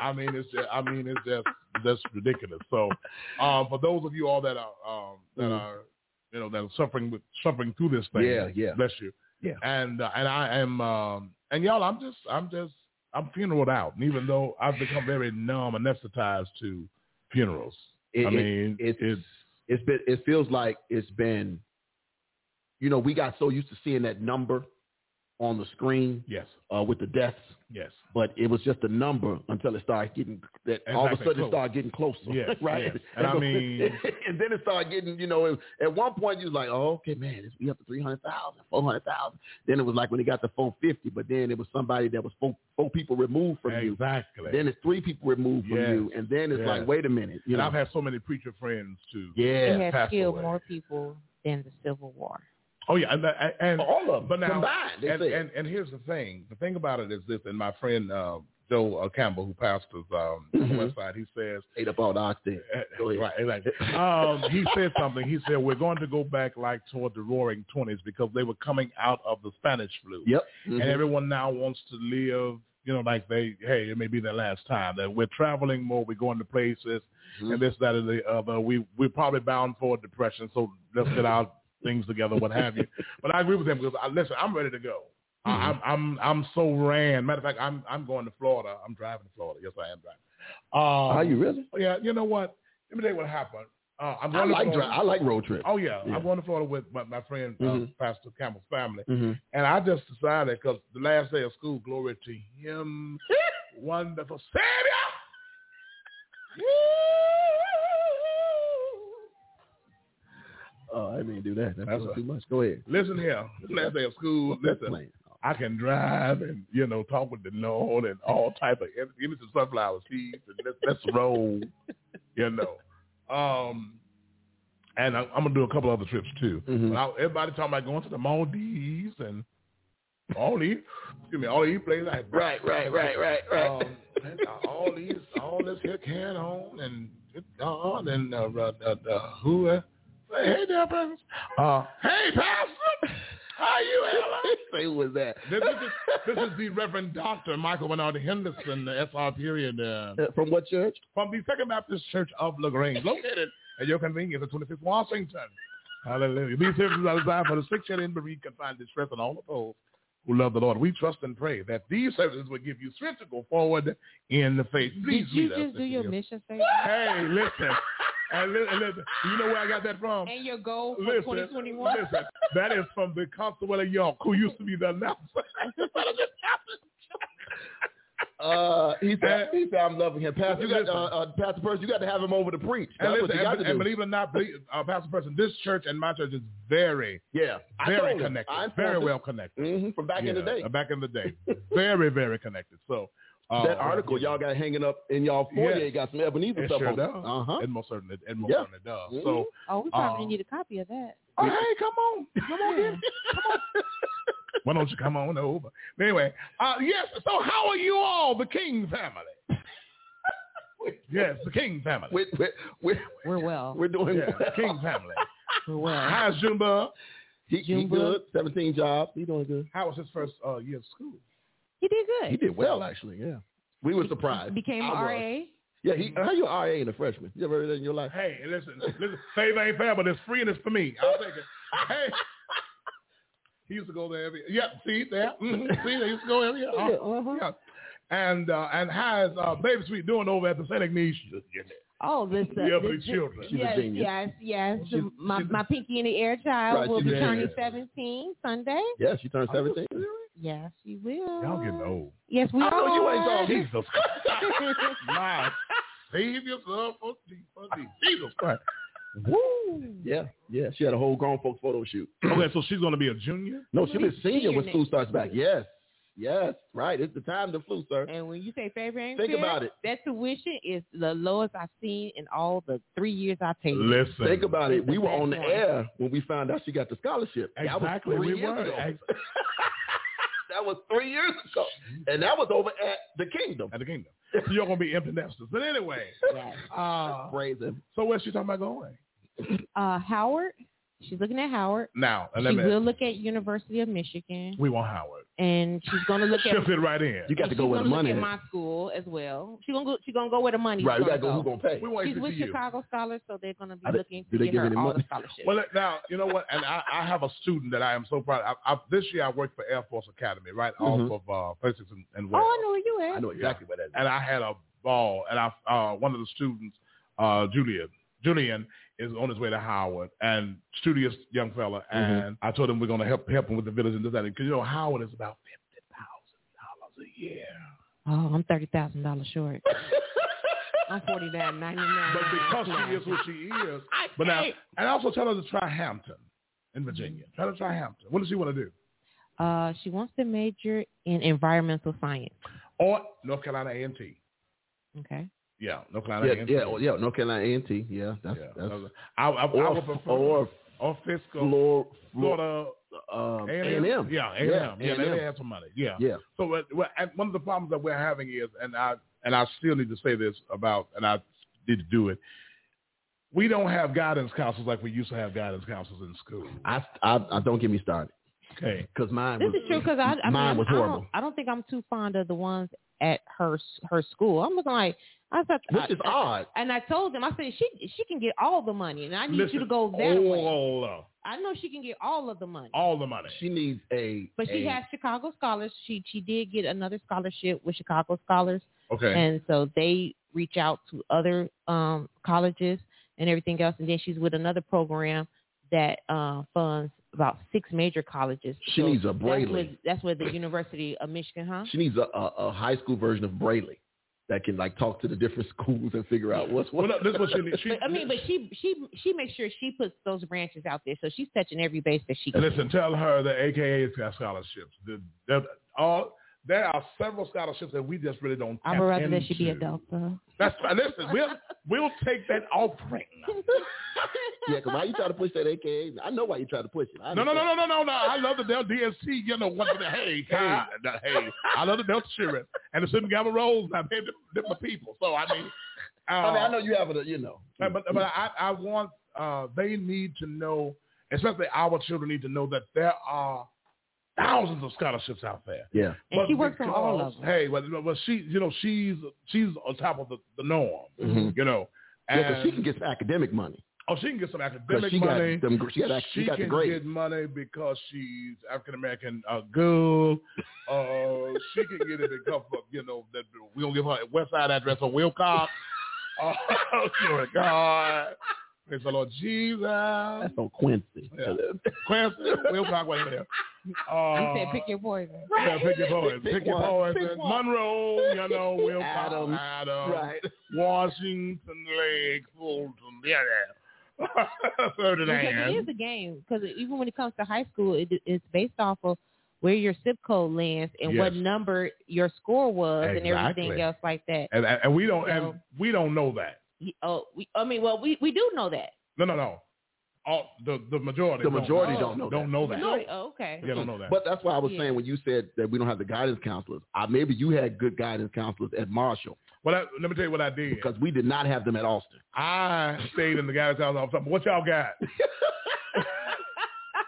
Speaker 6: I mean, it's just, I mean, it's just that's ridiculous. So, um, for those of you all that are um, that
Speaker 4: Mhm.
Speaker 6: are you know that are suffering with suffering through this thing,
Speaker 4: Yeah, yeah.
Speaker 6: bless you.
Speaker 4: Yeah.
Speaker 6: And uh, and I am um, and y'all, I'm just I'm just I'm funeraled out. And even though I've become very numb, anesthetized to funerals.
Speaker 4: It-
Speaker 6: I
Speaker 4: it-
Speaker 6: mean,
Speaker 4: it's-
Speaker 6: it's
Speaker 4: it's been it feels like it's been you know we got so used to seeing that number on the screen
Speaker 6: yes,
Speaker 4: uh, with the deaths
Speaker 6: yes.
Speaker 4: but it was just a number until it started getting that all of a
Speaker 6: Exactly,
Speaker 4: sudden it
Speaker 6: close.
Speaker 4: started getting closer
Speaker 6: Yes,
Speaker 4: right
Speaker 6: yes. And I mean-
Speaker 4: and then it started getting you know at one point you was like oh okay man it's we up to 300,000 400,000 then it was like when it got to 450 but then it was somebody that was four, four people removed from you
Speaker 6: exactly.
Speaker 4: then it's three people removed from
Speaker 6: Yes,
Speaker 4: you and then it's
Speaker 6: yes.
Speaker 4: like wait a minute you
Speaker 6: and
Speaker 4: know
Speaker 6: I've had so many preacher friends too.
Speaker 4: yeah
Speaker 7: it has
Speaker 6: passed
Speaker 7: killed
Speaker 6: away.
Speaker 7: more people than the Civil War.
Speaker 6: Oh yeah, and that- and
Speaker 4: all of them
Speaker 6: but now
Speaker 4: combined they
Speaker 6: and,
Speaker 4: said.
Speaker 6: and and here's the thing. The thing about it is this, and my friend uh, Joe uh, Campbell, who pastors um, on the
Speaker 4: Mhm.
Speaker 6: West Side, he says,
Speaker 4: ate up all the oxygen. Go ahead.
Speaker 6: right, like, um, he said something. He said we're going to go back like toward the Roaring Twenties because they were coming out of the Spanish flu,
Speaker 4: Yep.
Speaker 6: and
Speaker 4: Mhm.
Speaker 6: everyone now wants to live. You know, like they, hey, it may be their last time. That we're traveling more, we're going to places,
Speaker 4: Mhm.
Speaker 6: and this, that, and the other. We we're probably bound for depression, so let's get our things together, what have you. But I agree with him because I, listen, I'm ready to go. I
Speaker 4: Mm-hmm.
Speaker 6: I'm I'm I'm so ran. Matter of fact, I'm I'm going to Florida. I'm driving to Florida. Yes, I am driving. Um,
Speaker 4: Are you really?
Speaker 6: Yeah. You know what? Let me tell you what happened. Uh, I'm
Speaker 4: I
Speaker 6: going to
Speaker 4: like dri-
Speaker 6: Florida.
Speaker 4: I like road trips.
Speaker 6: Oh yeah.
Speaker 4: Yeah.
Speaker 6: I'm going to Florida with my, my friend uh,
Speaker 4: Mhm.
Speaker 6: Pastor Campbell's family,
Speaker 4: Mhm.
Speaker 6: and I just decided because the last day of school, glory to Him, wonderful Savior.
Speaker 4: Oh, I didn't do that. That's,
Speaker 6: That's
Speaker 4: doing
Speaker 6: right.
Speaker 4: too much. Go ahead.
Speaker 6: Listen here, last day of school.
Speaker 4: That's
Speaker 6: Listen,
Speaker 4: plain.
Speaker 6: I can drive and you know talk with the Lord and all type of give me some sunflower seeds and let's, let's roll, you know. Um, and I, I'm gonna do a couple other trips too.
Speaker 4: Mhm.
Speaker 6: But I, everybody talking about going to the Maldives and all these, excuse me, all these places. I,
Speaker 4: Right, right, right, right, right.
Speaker 6: Um, And, uh, all these, all this here can on and good God and uh, uh, uh, uh, who? Uh, say, hey there, brothers. Uh, hey, Pastor. How you, Ella?
Speaker 4: Say who was that?
Speaker 6: This, this, is, this is the Reverend Dr. Michael Bernard Henderson, the SR period, uh,
Speaker 4: Uh, From what church?
Speaker 6: from the Second Baptist Church of LaGrange, located at your convenience at 25th Washington. Hallelujah. These services are designed for the sick, shed, and bereaved, confined, distressed, and all of those who love the Lord. We trust and pray that these services will give you strength to go forward in the faith. Please
Speaker 7: Did you
Speaker 6: read us
Speaker 7: just do
Speaker 6: this
Speaker 7: your
Speaker 6: year.
Speaker 7: mission statement
Speaker 6: Hey, listen. And li- and listen. You know where I got that from?
Speaker 7: and your goal for
Speaker 6: Listen,
Speaker 7: 2021?
Speaker 6: listen. That is from the Constable of York, who used to be the announcer.
Speaker 4: Uh, he said, he said, I'm loving him. Pastor, you got,
Speaker 6: Listen.
Speaker 4: uh, uh, Pastor Percy, you got to have him over to preach. That's
Speaker 6: and,
Speaker 4: what
Speaker 6: listen,
Speaker 4: you got
Speaker 6: and,
Speaker 4: to
Speaker 6: and
Speaker 4: do.
Speaker 6: believe it or not, believe, uh, Pastor Person, this church and my church is very,
Speaker 4: yeah, I
Speaker 6: very
Speaker 4: told him.
Speaker 6: connected,
Speaker 4: I informed
Speaker 6: very
Speaker 4: him.
Speaker 6: well connected.
Speaker 4: Mhm, from back in the
Speaker 6: Yeah,
Speaker 4: day.
Speaker 6: uh, Back in the day. very, very connected. So uh,
Speaker 4: that article y'all got hanging up in y'all foyer
Speaker 6: Yes.
Speaker 4: got some Ebenezer
Speaker 6: It
Speaker 4: stuff
Speaker 6: sure
Speaker 4: on
Speaker 6: does.
Speaker 4: Uh huh.
Speaker 6: It most certainly, it most
Speaker 4: Yeah. Mm-hmm.
Speaker 6: certainly does.
Speaker 4: Mhm.
Speaker 6: So,
Speaker 7: Oh, we probably
Speaker 6: Um,
Speaker 7: need a copy of that.
Speaker 6: oh, hey, come on, come on, in. Why don't you come on over? Anyway, uh, yes. So, how are you all, the King family? yes, the King family.
Speaker 4: We're, we're, we're,
Speaker 7: We're well.
Speaker 4: we're doing
Speaker 6: yeah,
Speaker 4: well.
Speaker 6: King family.
Speaker 7: We're well.
Speaker 6: How's Jumba?
Speaker 4: He, he
Speaker 7: Jumbo.
Speaker 4: good. 17 jobs. He doing good.
Speaker 6: How was his first uh, year of school?
Speaker 7: He did good.
Speaker 4: He did well, actually. Yeah. We were surprised.
Speaker 7: Became
Speaker 4: I
Speaker 7: a
Speaker 4: was.
Speaker 7: RA.
Speaker 4: Yeah. He, how you a RA and a freshman? You ever heard that in your life?
Speaker 6: Hey, listen, listen, faith ain't fair, but it's free and it's for me. I'll take it. Hey. He used to go there every yeah, see there. mhm, see, they used to go every year.
Speaker 4: Yeah, uh-huh.
Speaker 6: yeah. And uh, and how's uh, baby sweet doing over at the Saint Needs?
Speaker 7: Oh, this. Uh,
Speaker 6: Yeah,
Speaker 7: this
Speaker 6: but children.
Speaker 4: She's a
Speaker 7: yes,
Speaker 4: genius.
Speaker 7: yes, yes.
Speaker 6: She's-
Speaker 7: my
Speaker 6: she's-
Speaker 7: my pinky in the air child
Speaker 4: Right,
Speaker 7: will
Speaker 4: she's
Speaker 7: be
Speaker 4: a
Speaker 7: turning
Speaker 6: genius.
Speaker 7: 17 Sunday.
Speaker 4: Yeah, she
Speaker 6: Oh,
Speaker 4: turned 17.
Speaker 7: Yes, she will.
Speaker 6: Y'all getting old.
Speaker 7: Yes, we
Speaker 4: I
Speaker 7: are.
Speaker 4: know you ain't talking.
Speaker 6: Jesus My Savior son, for Jesus, for Jesus Christ.
Speaker 4: Yeah, yeah. She had a whole grown folks photo shoot.
Speaker 6: Okay, so she's gonna be a junior?
Speaker 4: No, she'll be a
Speaker 7: Senior
Speaker 4: senior when
Speaker 7: next
Speaker 4: school starts back.
Speaker 7: year.
Speaker 4: Yes, yes, right. It's the time to flu, sir.
Speaker 7: And when you say favor ain't
Speaker 4: Think
Speaker 7: fair,
Speaker 4: about it.
Speaker 7: That tuition is the lowest I've seen in all the three years I paid.
Speaker 6: Listen.
Speaker 4: Think about it. We were
Speaker 7: That's
Speaker 4: on the
Speaker 7: right.
Speaker 4: air when we found out she got the scholarship. That was
Speaker 6: Exactly,
Speaker 4: three
Speaker 6: we
Speaker 4: years
Speaker 6: were.
Speaker 4: ago.
Speaker 6: Ex-
Speaker 4: that was three years ago, and that was over at the Kingdom.
Speaker 6: at the kingdom. You're gonna be empty nesters. But anyway.
Speaker 7: Yes.
Speaker 6: Uh,
Speaker 4: Praise him.
Speaker 6: so where's she talking about going?
Speaker 7: Uh, Howard. She's looking at Howard.
Speaker 6: Now, and let
Speaker 7: She
Speaker 6: me
Speaker 7: will look at University of Michigan,
Speaker 6: we want Howard.
Speaker 7: and she's gonna look at.
Speaker 6: She'll fit right in.
Speaker 4: You got to
Speaker 7: she's
Speaker 4: go where the
Speaker 7: gonna look
Speaker 4: money
Speaker 7: at
Speaker 4: is.
Speaker 7: my school as well. She's gonna go. She's gonna go where the money.
Speaker 4: Right, we got
Speaker 7: Gonna
Speaker 4: to go. Who's gonna pay?
Speaker 6: we want
Speaker 7: She's
Speaker 6: HBCU.
Speaker 7: with Chicago Scholars, so they're gonna be
Speaker 4: Are they-
Speaker 7: looking
Speaker 4: do
Speaker 7: to
Speaker 4: they
Speaker 7: get
Speaker 4: give
Speaker 7: her
Speaker 4: any
Speaker 7: all
Speaker 4: money?
Speaker 7: the scholarships.
Speaker 6: Well, now you know what, and I, I have a student that I am so proud. Of. I, I, this year I worked for Air Force Academy, right off of uh, Physics and, and
Speaker 7: oh,
Speaker 6: Wales.
Speaker 7: I know where you
Speaker 4: I
Speaker 7: at.
Speaker 4: know exactly what that is.
Speaker 6: and I had a ball. And I, uh, one of the students, uh, Julian, Julian is on his way to Howard, and studious young fella. And I told him we're gonna help help him with the village and this that because you know Howard is about fifty thousand dollars a year.
Speaker 7: Oh, I'm thirty thousand dollars short. I'm forty nine ninety nine.
Speaker 6: But because she is what she is, but now, and also tell her to try Hampton in Virginia. Tell her to try Hampton. What does she want to do?
Speaker 7: Uh, she wants to major in environmental science.
Speaker 6: Or North Carolina A and T.
Speaker 7: Okay.
Speaker 6: Yeah, North Carolina
Speaker 4: Yeah,
Speaker 6: A and T. uh,
Speaker 4: yeah, oh, yeah. North Carolina A&T. Yeah, that's that's.
Speaker 6: I, I, I would
Speaker 4: Or
Speaker 6: prefer
Speaker 4: or
Speaker 6: or fiscal
Speaker 4: floor,
Speaker 6: Florida
Speaker 4: um,
Speaker 6: A
Speaker 4: A&M.
Speaker 6: and M. Yeah, A and
Speaker 4: Yeah,
Speaker 6: M. Yeah, they-
Speaker 4: A&M.
Speaker 6: they have some money. Yeah.
Speaker 4: Yeah.
Speaker 6: So what, what, and one of the problems that we're having is, and I and I still need to say this about, and I need to do it. We don't have guidance counselors like we used to have guidance counselors in school.
Speaker 4: I, I, I don't get me started
Speaker 6: Okay.
Speaker 4: because mine
Speaker 7: This
Speaker 4: was
Speaker 7: is true because I, I
Speaker 4: mine
Speaker 7: mean,
Speaker 4: was
Speaker 7: I don't-
Speaker 4: horrible.
Speaker 7: I don't think I'm too fond of the ones at her s- her school. I'm just like I thought.
Speaker 4: which is odd.
Speaker 7: and I told them, I said she she can get all the money, and I need you
Speaker 6: Listen,
Speaker 7: to go that
Speaker 4: Oh.
Speaker 7: way.
Speaker 6: all uh,
Speaker 7: I know she can get all of the money,
Speaker 6: all the money.
Speaker 4: She needs a.
Speaker 7: but she
Speaker 4: a-
Speaker 7: has Chicago Scholars. She she did get another scholarship with Chicago Scholars,
Speaker 6: Okay.
Speaker 7: and so they reach out to other um colleges and everything else, and then she's with another program that uh, funds about six major colleges.
Speaker 4: She
Speaker 7: So
Speaker 4: needs a
Speaker 7: that's where,
Speaker 4: Brayley.
Speaker 7: that's where the University of Michigan, huh?
Speaker 4: She needs a, a, a high school version of Brayley that can like talk to the different schools and figure out what's
Speaker 6: well,
Speaker 4: what.
Speaker 6: no, this is what she needs. She,
Speaker 7: But I mean, but she she she makes sure she puts those branches out there, so she's touching every base that she can.
Speaker 6: Listen, tell her the AKA has got scholarships. The, the, all there are several scholarships that we just really don't.
Speaker 7: I
Speaker 6: tap
Speaker 7: would rather that she be a
Speaker 6: into.
Speaker 7: Delta.
Speaker 6: That's right. Listen, we'll we'll take that offering.
Speaker 4: Yeah, because why you try to push that AKA? I know why you try to push it. I
Speaker 6: No, no, no,
Speaker 4: understand.
Speaker 6: no, no, no, no. I love the Del DSC. You know what? the- Hey, hey, the- hey. I love the Delta Sheriff and the Sim Gamma Rolls. I mean, they're my people. So I mean, uh,
Speaker 7: Oh,
Speaker 4: I mean, I know you have a, you know.
Speaker 6: but but I, I want uh, they need to know, especially our children need to know that there are thousands of scholarships out there.
Speaker 4: Yeah.
Speaker 7: And
Speaker 6: But
Speaker 7: she works on all
Speaker 6: because-
Speaker 7: of them.
Speaker 6: Hey, well, well, she, you know, she's she's on top of the, the norm,
Speaker 4: Mhm.
Speaker 6: you know.
Speaker 4: Yeah,
Speaker 6: And,
Speaker 4: 'cause she can get some academic money.
Speaker 6: oh, she can get some academic
Speaker 4: Because she
Speaker 6: money.
Speaker 4: got, them, gr- she got, ac- she got the
Speaker 6: can
Speaker 4: grades.
Speaker 6: get money because she's African American uh, girl. Uh, she can get it because of, you know that we don't give her a West Side address on Wilcox. Oh, glory to God. Praise the Lord Jesus.
Speaker 4: That's on Quincy.
Speaker 6: Yeah. Quincy, Wilcox, whatever. the hell.
Speaker 7: You
Speaker 6: Uh,
Speaker 7: said pick your poison.
Speaker 6: yeah, pick your poison.
Speaker 4: Pick
Speaker 6: Pick, your
Speaker 4: one.
Speaker 6: poison.
Speaker 4: Pick one.
Speaker 6: Monroe, you know, Will
Speaker 4: Adams.
Speaker 6: Adams.
Speaker 4: Right.
Speaker 6: Washington Lake, Fulton, yeah, yeah.
Speaker 7: Because it is
Speaker 6: Ferdinand.
Speaker 7: a game. Because even when it comes to high school, it, it's based off of where your zip code lands and what
Speaker 6: Yes.
Speaker 7: number your score was and everything
Speaker 6: Exactly.
Speaker 7: else like that.
Speaker 6: And, and and we don't
Speaker 7: So-
Speaker 6: and we don't know that.
Speaker 7: Y- Oh, we, I mean, well, we, we do know that.
Speaker 6: No, no, no. All, the the majority.
Speaker 4: The
Speaker 6: don't
Speaker 4: majority
Speaker 6: know.
Speaker 4: don't know
Speaker 6: Don't
Speaker 4: that.
Speaker 6: know that.
Speaker 7: Really? Oh, okay.
Speaker 6: Yeah, don't know that.
Speaker 4: But that's why I was
Speaker 7: Yeah.
Speaker 4: saying when you said that we don't have the guidance counselors, I, maybe you had good guidance counselors at Marshall
Speaker 6: well, I, let me tell you what I did.
Speaker 4: because we did not have them at Austin.
Speaker 6: I stayed in the guy's house all the time. What y'all got?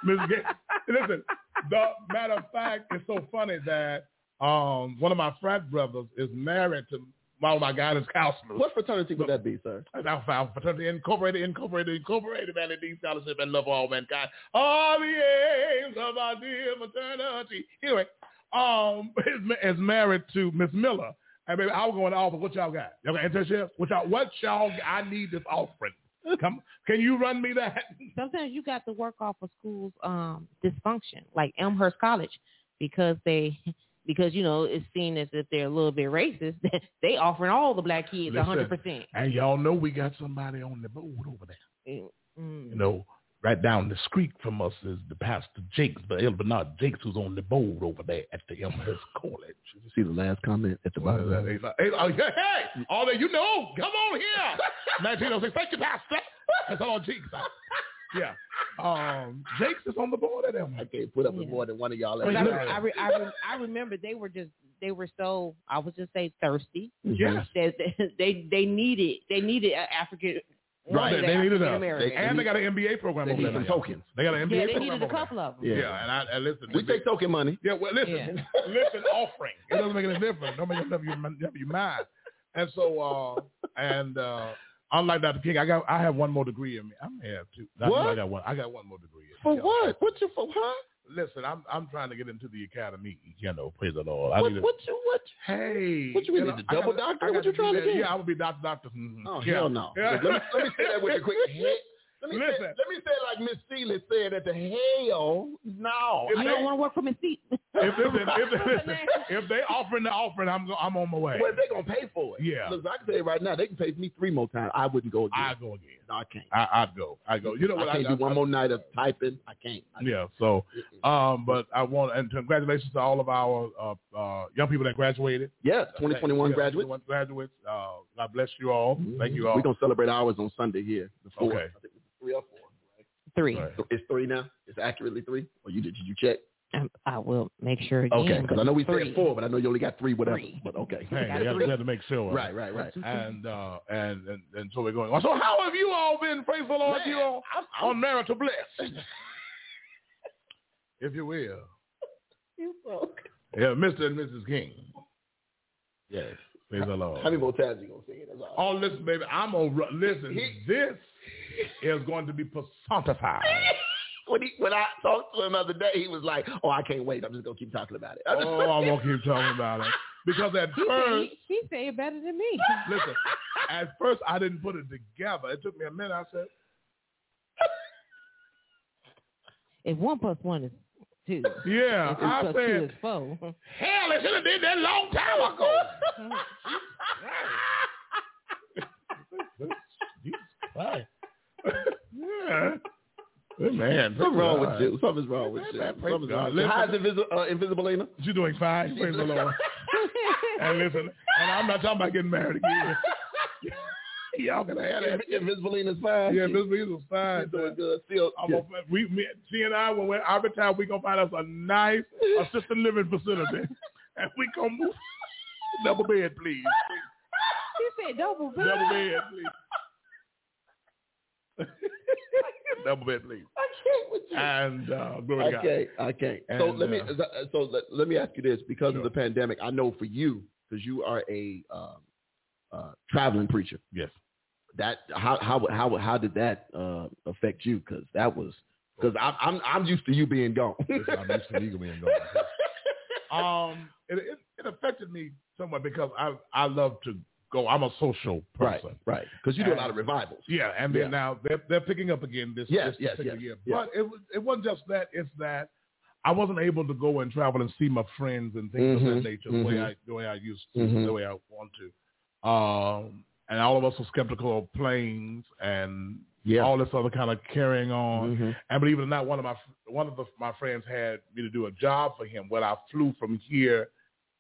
Speaker 6: Miss Gay, listen, the matter of fact, it's so funny that um, one of my frat brothers is married to one of my guidance counselors.
Speaker 4: What fraternity would that be, sir?
Speaker 6: Alpha Alpha Fraternity Incorporated, Incorporated, Incorporated, Valley Dean Scholarship and Love All Mankind. All the aims of our dear fraternity. Anyway, um, is, is married to Miss Miller. And baby, I was going to offer what y'all got. Y'all got internship? What y'all, what y'all, I need this offering. Come, can you run me that?
Speaker 7: Sometimes you got to work off of school's um, dysfunction, like Elmhurst College, because they because you know it's seen as if they're a little bit racist. they offering all the black kids
Speaker 6: Listen.
Speaker 7: a hundred percent.
Speaker 6: And y'all know we got somebody on the board over there.
Speaker 7: mm.
Speaker 6: You know, right down the street from us is the pastor Jakes, but El Bernard Jakes, who's on the board over there at the Elmhurst College.
Speaker 4: Did you see the last comment at the
Speaker 6: Well,
Speaker 4: bottom?
Speaker 6: that ain't not- ain't- oh, yeah, hey, all that you know, come on here. 1906, thank you, Pastor. That's all Jakes. Yeah. Um, Jakes is on the board at
Speaker 4: I
Speaker 6: Elmhurst.
Speaker 4: can't put up with
Speaker 7: Yeah.
Speaker 4: more than one of y'all.
Speaker 7: But
Speaker 4: at
Speaker 7: I,
Speaker 6: mean,
Speaker 7: re-
Speaker 6: look.
Speaker 7: I, re- I, re- I remember they were just they were so I would just say thirsty.
Speaker 6: Yes.
Speaker 7: That that they they needed they needed an African.
Speaker 4: Right.
Speaker 7: woman
Speaker 6: They
Speaker 7: that
Speaker 6: needed
Speaker 7: African
Speaker 6: us.
Speaker 7: American.
Speaker 4: They-
Speaker 6: And they got an MBA program
Speaker 4: They
Speaker 6: over
Speaker 4: need
Speaker 6: there.
Speaker 4: some
Speaker 6: now.
Speaker 4: tokens.
Speaker 6: They got an MBA
Speaker 7: yeah, they
Speaker 6: program
Speaker 7: needed a
Speaker 6: over there.
Speaker 7: couple of them.
Speaker 4: Yeah.
Speaker 6: Yeah, and I and listen.
Speaker 4: We
Speaker 6: they-
Speaker 4: take token money.
Speaker 6: Yeah, well, listen, listen, offering. It doesn't make any difference. Don't make it up your, up your mind. And so, uh, and uh, unlike Dr. King, I got I have one more degree in me. I may have two. I,
Speaker 4: What?
Speaker 6: I got one. I got one more degree. In
Speaker 4: For
Speaker 6: me.
Speaker 4: what? What you for? Huh?
Speaker 6: Listen, I'm I'm trying to get into the academy. You know, praise the Lord. I
Speaker 4: What?
Speaker 6: need to-
Speaker 4: What you? What?
Speaker 6: hey,
Speaker 4: what you mean, the
Speaker 6: I
Speaker 4: double
Speaker 6: gotta-
Speaker 4: doctor?
Speaker 6: I
Speaker 4: What
Speaker 6: gotta
Speaker 4: you
Speaker 6: do
Speaker 4: trying to
Speaker 6: that.
Speaker 4: get?
Speaker 6: Yeah, I would be Doctor Doctor. mhm.
Speaker 4: Oh
Speaker 6: yeah.
Speaker 4: hell no!
Speaker 6: Yeah.
Speaker 4: Let, me, let me say that with a quick. Hey, let me say,
Speaker 6: Listen.
Speaker 4: let me say it like Miss Seeley said at the hell no.
Speaker 6: If
Speaker 7: I
Speaker 6: they-
Speaker 7: don't want to work from a seat.
Speaker 6: Oh, If, if, if, if, if they offering the offering, I'm go- I'm on my way.
Speaker 4: Well, they gonna pay for it.
Speaker 6: Yeah.
Speaker 4: Look, I can tell you right now, they can pay me three more times. I wouldn't go again.
Speaker 6: I go again.
Speaker 4: no, I can't.
Speaker 6: I, I'd go. I go. You know what?
Speaker 4: I can't do one more night of typing. I can't. I
Speaker 6: Yeah. So,
Speaker 4: Mm-mm.
Speaker 6: um, but I want and congratulations to all of our uh, uh, young people that graduated.
Speaker 4: Yes, 2021
Speaker 6: Yeah,
Speaker 4: graduates.
Speaker 6: 2021 graduates. Uh, God bless you all. Thank you all.
Speaker 4: We're gonna celebrate ours on Sunday here. The fourth.
Speaker 6: Okay.
Speaker 4: I think it's three or four. right?
Speaker 7: Three.
Speaker 6: All right.
Speaker 4: So It's three now. It's accurately three. Or you did? Did you check?
Speaker 7: Um, I will make sure again.
Speaker 4: Okay, because I know we
Speaker 7: three.
Speaker 4: said four, but I know you only got three. Whatever.
Speaker 7: Three.
Speaker 4: But okay.
Speaker 6: Hey, you have, you have to make sure.
Speaker 4: Right, right, right.
Speaker 6: And, uh, and and and so we're going. on. So how have you all been? Praise the Lord,
Speaker 4: Man,
Speaker 6: you all
Speaker 4: I'm- I'm-
Speaker 6: on marital bliss, if you will.
Speaker 4: You broke.
Speaker 6: Yeah, Mr. and Mrs. King.
Speaker 4: Yes.
Speaker 6: Praise the Lord.
Speaker 4: How many more times you gonna sing it? That's all.
Speaker 6: Oh, listen, baby, I'm gonna ru- listen. This is going to be personified.
Speaker 4: When he, when I talked to him the other day, he was like, "Oh, I can't wait. I'm just gonna keep talking about it." I just-
Speaker 6: Oh, I'm gonna keep talking about it because at
Speaker 7: She said,
Speaker 6: first,
Speaker 7: it- she said it better than me.
Speaker 6: listen, at first I didn't put it together. It took me a minute. I said,
Speaker 7: if one plus one is two, if
Speaker 6: "Yeah,"
Speaker 4: Uh,
Speaker 7: two
Speaker 6: I
Speaker 7: plus two
Speaker 6: said,
Speaker 7: is four.
Speaker 6: "Hell, I should have did that long time ago." Jesus Christ. yeah. man,
Speaker 4: Something's wrong
Speaker 6: God.
Speaker 4: with you. Something's wrong with you.
Speaker 6: Praise
Speaker 4: Something's
Speaker 6: God.
Speaker 4: wrong with you.
Speaker 6: Listen.
Speaker 4: How's invisible, uh, invisible Lena?
Speaker 6: You're doing fine. Praise the Lord. and listen, and I'm not talking about getting married again. Y'all can have that.
Speaker 4: Invisible Lena's fine.
Speaker 6: Yeah, Miss Weasel's
Speaker 4: She's
Speaker 6: fine.
Speaker 4: doing good. Still,
Speaker 6: I'm gonna, we, me, she and I, when we're out of town, we gonna find us a nice assisted living facility, and we gonna move double bed, please.
Speaker 7: She said double bill.
Speaker 6: Double bed, please. double bed, please.
Speaker 4: I can't with you.
Speaker 6: And uh, glory
Speaker 4: I
Speaker 6: to God.
Speaker 4: can't. I can't. so
Speaker 6: And,
Speaker 4: let me.
Speaker 6: uh,
Speaker 4: So let, let me ask you this, because
Speaker 6: Sure.
Speaker 4: of the pandemic, I know for you, because you are a um, uh, traveling preacher.
Speaker 6: Yes.
Speaker 4: That how how how how did that uh, affect you? Because that was because I'm I'm I'm used to you being gone.
Speaker 6: Listen, I'm used to legal being gone. Um, it, it it affected me somewhat because I I love to go. I'm a social
Speaker 4: right,
Speaker 6: person.
Speaker 4: right. Because you do a
Speaker 6: And-
Speaker 4: lot of revivals.
Speaker 6: Yeah, and then
Speaker 4: Yeah.
Speaker 6: now they're they're picking up again this,
Speaker 4: Yes,
Speaker 6: this
Speaker 4: yes,
Speaker 6: particular
Speaker 4: yes,
Speaker 6: year.
Speaker 4: yes.
Speaker 6: But it was it wasn't just that. It's that I wasn't able to go and travel and see my friends and things of
Speaker 4: Mhm,
Speaker 6: that nature the way
Speaker 4: mhm.
Speaker 6: I the way I used to,
Speaker 4: Mhm.
Speaker 6: the way I want to. Um, and all of us were skeptical of planes and
Speaker 4: Yeah.
Speaker 6: all this other kind of carrying on.
Speaker 4: Mhm.
Speaker 6: And believe it or not, one of my one of the, my friends had me to do a job for him when I flew from here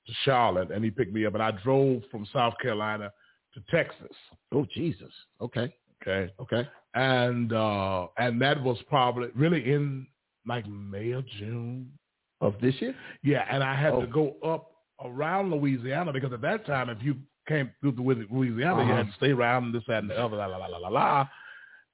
Speaker 6: to Charlotte, and he picked me up, and I drove from South Carolina to Texas.
Speaker 4: Oh Jesus. Okay.
Speaker 6: Okay,
Speaker 4: Okay.
Speaker 6: and uh, and that was probably really in like May or June.
Speaker 4: Of this year.
Speaker 6: Yeah, and I had
Speaker 4: Oh.
Speaker 6: to go up around Louisiana because at that time, if you came through the Wi- Louisiana, you
Speaker 4: Uh-huh.
Speaker 6: had to stay around this that, and the other, la la la la la la,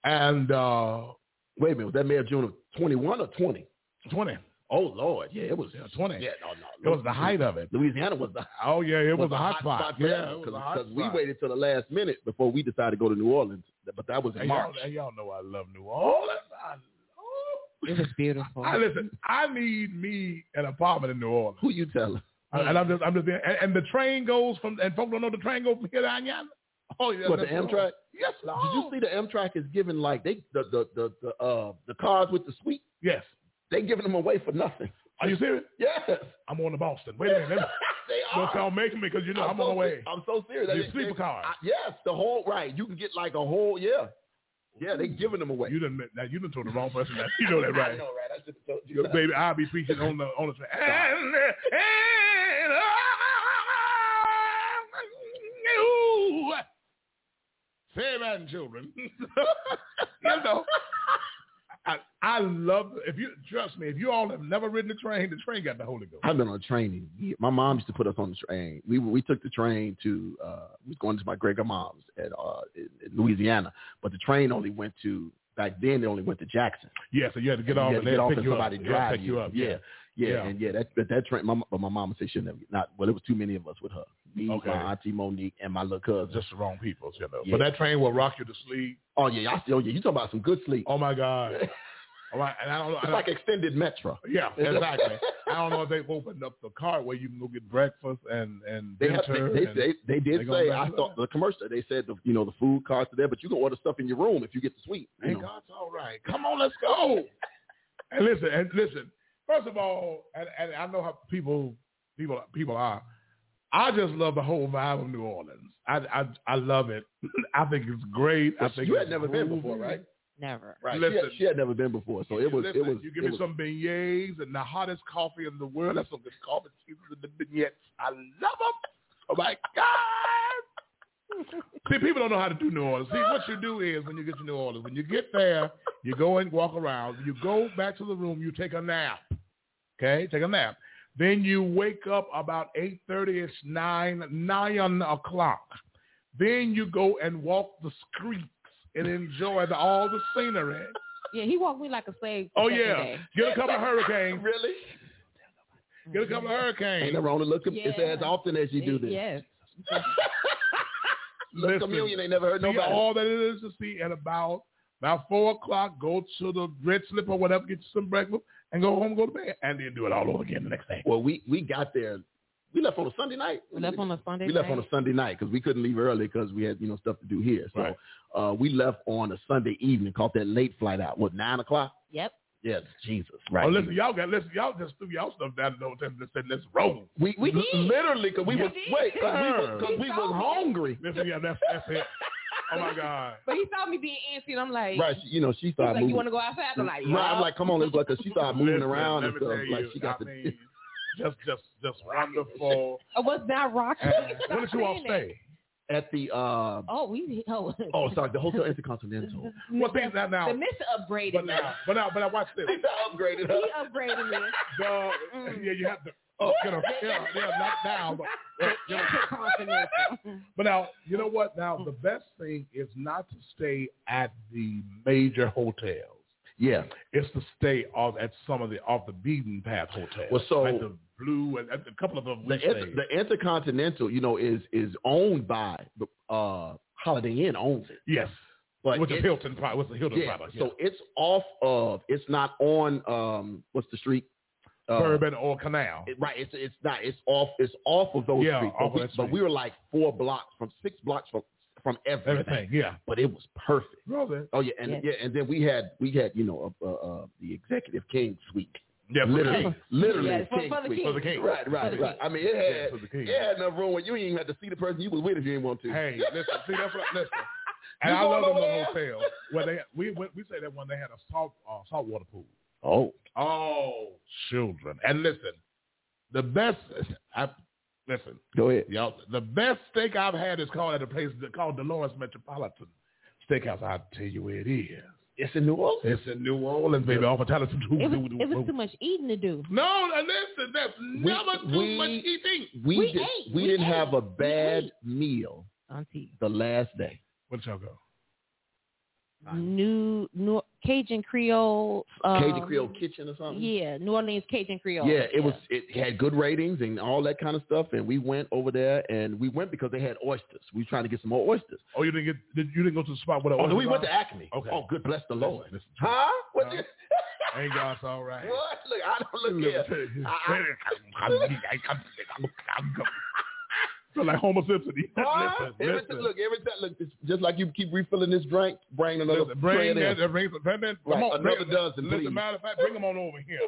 Speaker 6: and uh,
Speaker 4: Wait a minute. Was that May or June of 21 or 20?
Speaker 6: twenty.
Speaker 4: Oh Lord. Yeah, it was
Speaker 6: Yeah, 20.
Speaker 4: Yeah. No,
Speaker 6: It
Speaker 4: no.
Speaker 6: was the height of it.
Speaker 4: Louisiana was the
Speaker 6: Oh yeah, it was,
Speaker 4: a
Speaker 6: a hot spot. Yeah, it was a hot
Speaker 4: because we
Speaker 6: spot.
Speaker 4: waited till the last minute before we decided to go to New Orleans. But that was in
Speaker 6: And y'all,
Speaker 4: March.
Speaker 6: and y'all know I love New Orleans. I,
Speaker 7: It was beautiful.
Speaker 6: I listen. I need me an apartment in New Orleans.
Speaker 4: Who you telling?
Speaker 6: And- And I'm just, I'm just, and, and the train goes from, and folks don't know the train goes from here to Anyana. Oh, yeah.
Speaker 4: What the
Speaker 6: that's wrong.
Speaker 4: Amtrak?
Speaker 6: Yes, Lord.
Speaker 4: Did you see the Amtrak is giving like they the the the, the uh the cars with the suite?
Speaker 6: Yes.
Speaker 4: They giving them away for nothing.
Speaker 6: Are you serious?
Speaker 4: Yes,
Speaker 6: I'm on to Boston. Wait a minute. Let me,
Speaker 4: they
Speaker 6: don't
Speaker 4: are.
Speaker 6: y'all make me because you know I'm,
Speaker 4: so
Speaker 6: on the way.
Speaker 4: se- I'm so serious.
Speaker 6: The
Speaker 4: They-
Speaker 6: sleeper
Speaker 4: they-
Speaker 6: car.
Speaker 4: I- yes, the whole right. You can get like a whole yeah, yeah. They giving them away.
Speaker 6: You done, met- now you done told the wrong person that. You know that, right?
Speaker 4: I know, right? I should have told you.
Speaker 6: Your
Speaker 4: that.
Speaker 6: baby, I'll be preaching on the on the train. And, and, oh, say amen, children. you know, I, I love if you trust me. If you all have never ridden the train, the train got the Holy Ghost.
Speaker 4: I've been on a train in years. My mom used to put us on the train. We we took the train to uh we was going to my great grandma's at uh in, in Louisiana, but the train only went to back then. It only went to Jackson.
Speaker 6: Yeah, so you had to get
Speaker 4: You
Speaker 6: off
Speaker 4: had
Speaker 6: and
Speaker 4: to
Speaker 6: they'd
Speaker 4: get off
Speaker 6: pick
Speaker 4: and
Speaker 6: you
Speaker 4: somebody
Speaker 6: up. They'd
Speaker 4: drive
Speaker 6: pick you up.
Speaker 4: Yeah, yeah,
Speaker 6: Yeah.
Speaker 4: and yeah. That but that train. My, but my mama said she'll never get not. Well, it was too many of us with her. Me,
Speaker 6: Okay.
Speaker 4: my auntie Monique, and my little cousin.
Speaker 6: just the wrong peoples, you know.
Speaker 4: Yeah.
Speaker 6: But that train will rock you to sleep.
Speaker 4: oh yeah, I still. Oh, yeah, you talking about some good sleep?
Speaker 6: Oh my God. All right, and I don't know.
Speaker 4: it's like extended metro.
Speaker 6: Yeah, exactly. I don't know if they've opened up the car where you can go get breakfast and and
Speaker 4: They, have,
Speaker 6: dinner.
Speaker 4: they, they,
Speaker 6: and-
Speaker 4: they, they did
Speaker 6: they gonna
Speaker 4: say
Speaker 6: back
Speaker 4: I
Speaker 6: it
Speaker 4: saw
Speaker 6: up.
Speaker 4: the commercial. They said the you know the food costs are there, but you can order stuff in your room if you get the suite. you
Speaker 6: Hey,
Speaker 4: know.
Speaker 6: God's all right. Come on, let's go. and listen, and listen. First of all, and, and I know how people people people are. I just love the whole vibe of New Orleans. I I, I love it. I think it's great. I think
Speaker 4: you had
Speaker 6: it's
Speaker 4: never been before,
Speaker 6: groovy.
Speaker 4: right?
Speaker 7: Never.
Speaker 4: Right. She
Speaker 6: Listen.
Speaker 4: had, she had never been before, so it was
Speaker 6: Listen,
Speaker 4: it was.
Speaker 6: you give
Speaker 4: it
Speaker 6: me
Speaker 4: was-
Speaker 6: some beignets and the hottest coffee in the world. That's some good coffee. The beignets, I love them. Oh my God! See, people don't know how to do New Orleans. See, what you do is when you get to New Orleans, when you get there, you go and walk around. You go back to the room. You take a nap. Okay, take a nap. Then you wake up about eight thirty. It's nine nine o'clock. Then you go and walk the streets and enjoy the, all the scenery.
Speaker 7: Yeah, he walked me like a slave.
Speaker 6: Oh
Speaker 7: the second
Speaker 6: yeah,
Speaker 7: day.
Speaker 6: get a couple of hurricanes.
Speaker 4: really? Mm-hmm.
Speaker 6: Get a couple of
Speaker 4: Ain't
Speaker 6: hurricanes.
Speaker 4: never on to look
Speaker 7: Yeah.
Speaker 4: as often as you do this.
Speaker 7: Yes.
Speaker 4: Look,
Speaker 6: Listen.
Speaker 4: communion ain't never heard
Speaker 6: See
Speaker 4: nobody.
Speaker 6: all that it is to see. At about about four o'clock, go to the red slip or whatever, get you some breakfast, and go home, go to bed, and then do it all over again the next day.
Speaker 4: well, we we got there. We left on a Sunday night.
Speaker 7: We left on a Sunday.
Speaker 4: We left on
Speaker 7: night.
Speaker 4: a Sunday night because we couldn't leave early because we had you know stuff to do here. So
Speaker 6: Right.
Speaker 4: uh, we left on a Sunday evening, caught that late flight out. What nine o'clock?
Speaker 7: Yep.
Speaker 4: Yes, Jesus, right?
Speaker 6: Oh, listen, y'all got listen, y'all just threw y'all stuff down the and said, "Let's roll."
Speaker 4: we
Speaker 7: We
Speaker 4: li-
Speaker 7: did.
Speaker 4: literally because we
Speaker 7: We
Speaker 4: was
Speaker 7: did.
Speaker 4: wait because we was, 'cause
Speaker 6: Sure.
Speaker 4: we was hungry.
Speaker 6: Listen, yeah, that's that's it. Oh my God.
Speaker 7: But he saw me being antsy, and I'm like,
Speaker 4: Right, she, you know, she
Speaker 7: he's
Speaker 4: started
Speaker 7: like, you
Speaker 4: moving.
Speaker 7: want to go outside? I'm like,
Speaker 4: right, I'm
Speaker 7: "Yup."
Speaker 4: like, come on, let's go, 'cause she started moving
Speaker 6: Listen,
Speaker 4: around
Speaker 6: let
Speaker 4: and
Speaker 6: me
Speaker 4: stuff.
Speaker 6: tell
Speaker 4: Like
Speaker 6: you,
Speaker 4: she got
Speaker 6: I
Speaker 4: the
Speaker 6: mean, just, just, just wonderful.
Speaker 7: I was "Oh, not rocky.
Speaker 6: Uh-huh. what did you all say?
Speaker 4: at the uh,
Speaker 7: Oh, we. Oh,
Speaker 4: oh, sorry, the Hotel Intercontinental.
Speaker 6: Well, see, now, now,
Speaker 7: The Mister upgraded
Speaker 6: but
Speaker 7: me.
Speaker 6: now, but now, but now, watch this.
Speaker 4: upgraded
Speaker 7: He upgraded me.
Speaker 6: The, yeah, you have to, oh, you know, yeah, yeah, not now, but, you know,
Speaker 7: Confidential.
Speaker 6: But now, you know what? Now, the best thing is not to stay at the major hotels.
Speaker 4: Yeah,
Speaker 6: It's to stay off at some of the off the beaten path hotels.
Speaker 4: Well, so-
Speaker 6: like the Blue and and a couple of them.
Speaker 4: the,
Speaker 6: We
Speaker 4: Inter-
Speaker 6: stayed.
Speaker 4: the Intercontinental, you know, is is owned by the uh, Holiday Inn owns it,
Speaker 6: yes,
Speaker 4: but
Speaker 6: with the
Speaker 4: it-
Speaker 6: Hilton product. With the Hilton
Speaker 4: yeah,
Speaker 6: product.
Speaker 4: so it's off of, it's not on um, what's the street?
Speaker 6: yeah.
Speaker 4: Uh,
Speaker 6: Bourbon or Canal.
Speaker 4: it- right, it's it's not, it's off, it's off of those
Speaker 6: Yeah,
Speaker 4: streets.
Speaker 6: off
Speaker 4: but,
Speaker 6: of
Speaker 4: we,
Speaker 6: that
Speaker 4: but
Speaker 6: street.
Speaker 4: we were like four blocks from six blocks from from everything.
Speaker 6: everything. Yeah.
Speaker 4: But it was perfect.
Speaker 6: Brother.
Speaker 4: Oh yeah, and
Speaker 7: Yes.
Speaker 4: yeah, and then we had we had you know uh, uh, uh, the executive king suite,
Speaker 6: Yeah. for
Speaker 4: literally,
Speaker 6: the
Speaker 4: literally
Speaker 7: Yes, for-
Speaker 4: king
Speaker 7: for the
Speaker 4: suite.
Speaker 6: king. For the king.
Speaker 4: Right,
Speaker 6: For
Speaker 4: right,
Speaker 6: the
Speaker 4: right.
Speaker 6: king.
Speaker 4: I mean, it
Speaker 6: Yeah,
Speaker 4: had
Speaker 6: for the king.
Speaker 4: it had enough room where you ain't even had to see the person you was with if you didn't want to.
Speaker 6: Hey, listen, see that's what listen. And
Speaker 4: You
Speaker 6: I
Speaker 4: going
Speaker 6: love them
Speaker 4: over
Speaker 6: little
Speaker 4: there?
Speaker 6: hotels where they we went, we say that when they had a salt uh, saltwater pool.
Speaker 4: Oh,
Speaker 6: Oh, children. And listen, the best, I, listen,
Speaker 4: go ahead.
Speaker 6: y'all, the best steak I've had is called at a place that- called Dolores Metropolitan Steakhouse. I tell you where it is.
Speaker 4: It's in New Orleans.
Speaker 6: It's in New Orleans, baby. Off of Taliesin.
Speaker 7: It was, it was too much eating to do.
Speaker 6: No, no, listen, that's never too
Speaker 4: we-
Speaker 6: much eating.
Speaker 4: We
Speaker 7: We
Speaker 4: did,
Speaker 7: ate,
Speaker 4: we,
Speaker 7: we
Speaker 4: didn't
Speaker 7: ate,
Speaker 4: have a
Speaker 7: we
Speaker 4: bad
Speaker 7: ate.
Speaker 4: meal
Speaker 7: Auntie,
Speaker 4: the last day.
Speaker 6: Where'd y'all go?
Speaker 7: new new Cajun Creole. Um,
Speaker 4: Cajun Creole Kitchen or something.
Speaker 7: Yeah, New Orleans Cajun Creole.
Speaker 4: Um, Yeah, it was. It had good ratings and all that kind of stuff, and we went over there, and we went because they had oysters. We were trying to get some more oysters.
Speaker 6: Oh, you didn't get, did, you didn't go to the spot where the
Speaker 4: Oh, no,
Speaker 6: oysters
Speaker 4: we went
Speaker 6: are?
Speaker 4: to Acme.
Speaker 6: Okay.
Speaker 4: Oh, good, bless the Lord.
Speaker 6: Listen, listen.
Speaker 4: Huh? What?
Speaker 6: Huh?
Speaker 4: you-
Speaker 6: Ain't y'all, it's all right.
Speaker 4: what? Look, I don't look here. I-
Speaker 6: So like Homer Simpson.
Speaker 4: Huh?
Speaker 6: Listen,
Speaker 4: Every,
Speaker 6: listen.
Speaker 4: look, every time, look, just, just like you keep refilling this drink, bring another
Speaker 6: Listen,
Speaker 4: tray
Speaker 6: bring
Speaker 4: of them.
Speaker 6: that, that bring some peppermint. Come
Speaker 4: Right,
Speaker 6: on,
Speaker 4: another
Speaker 6: bring,
Speaker 4: dozen,
Speaker 6: Listen,
Speaker 4: please.
Speaker 6: matter of fact, bring them on over here.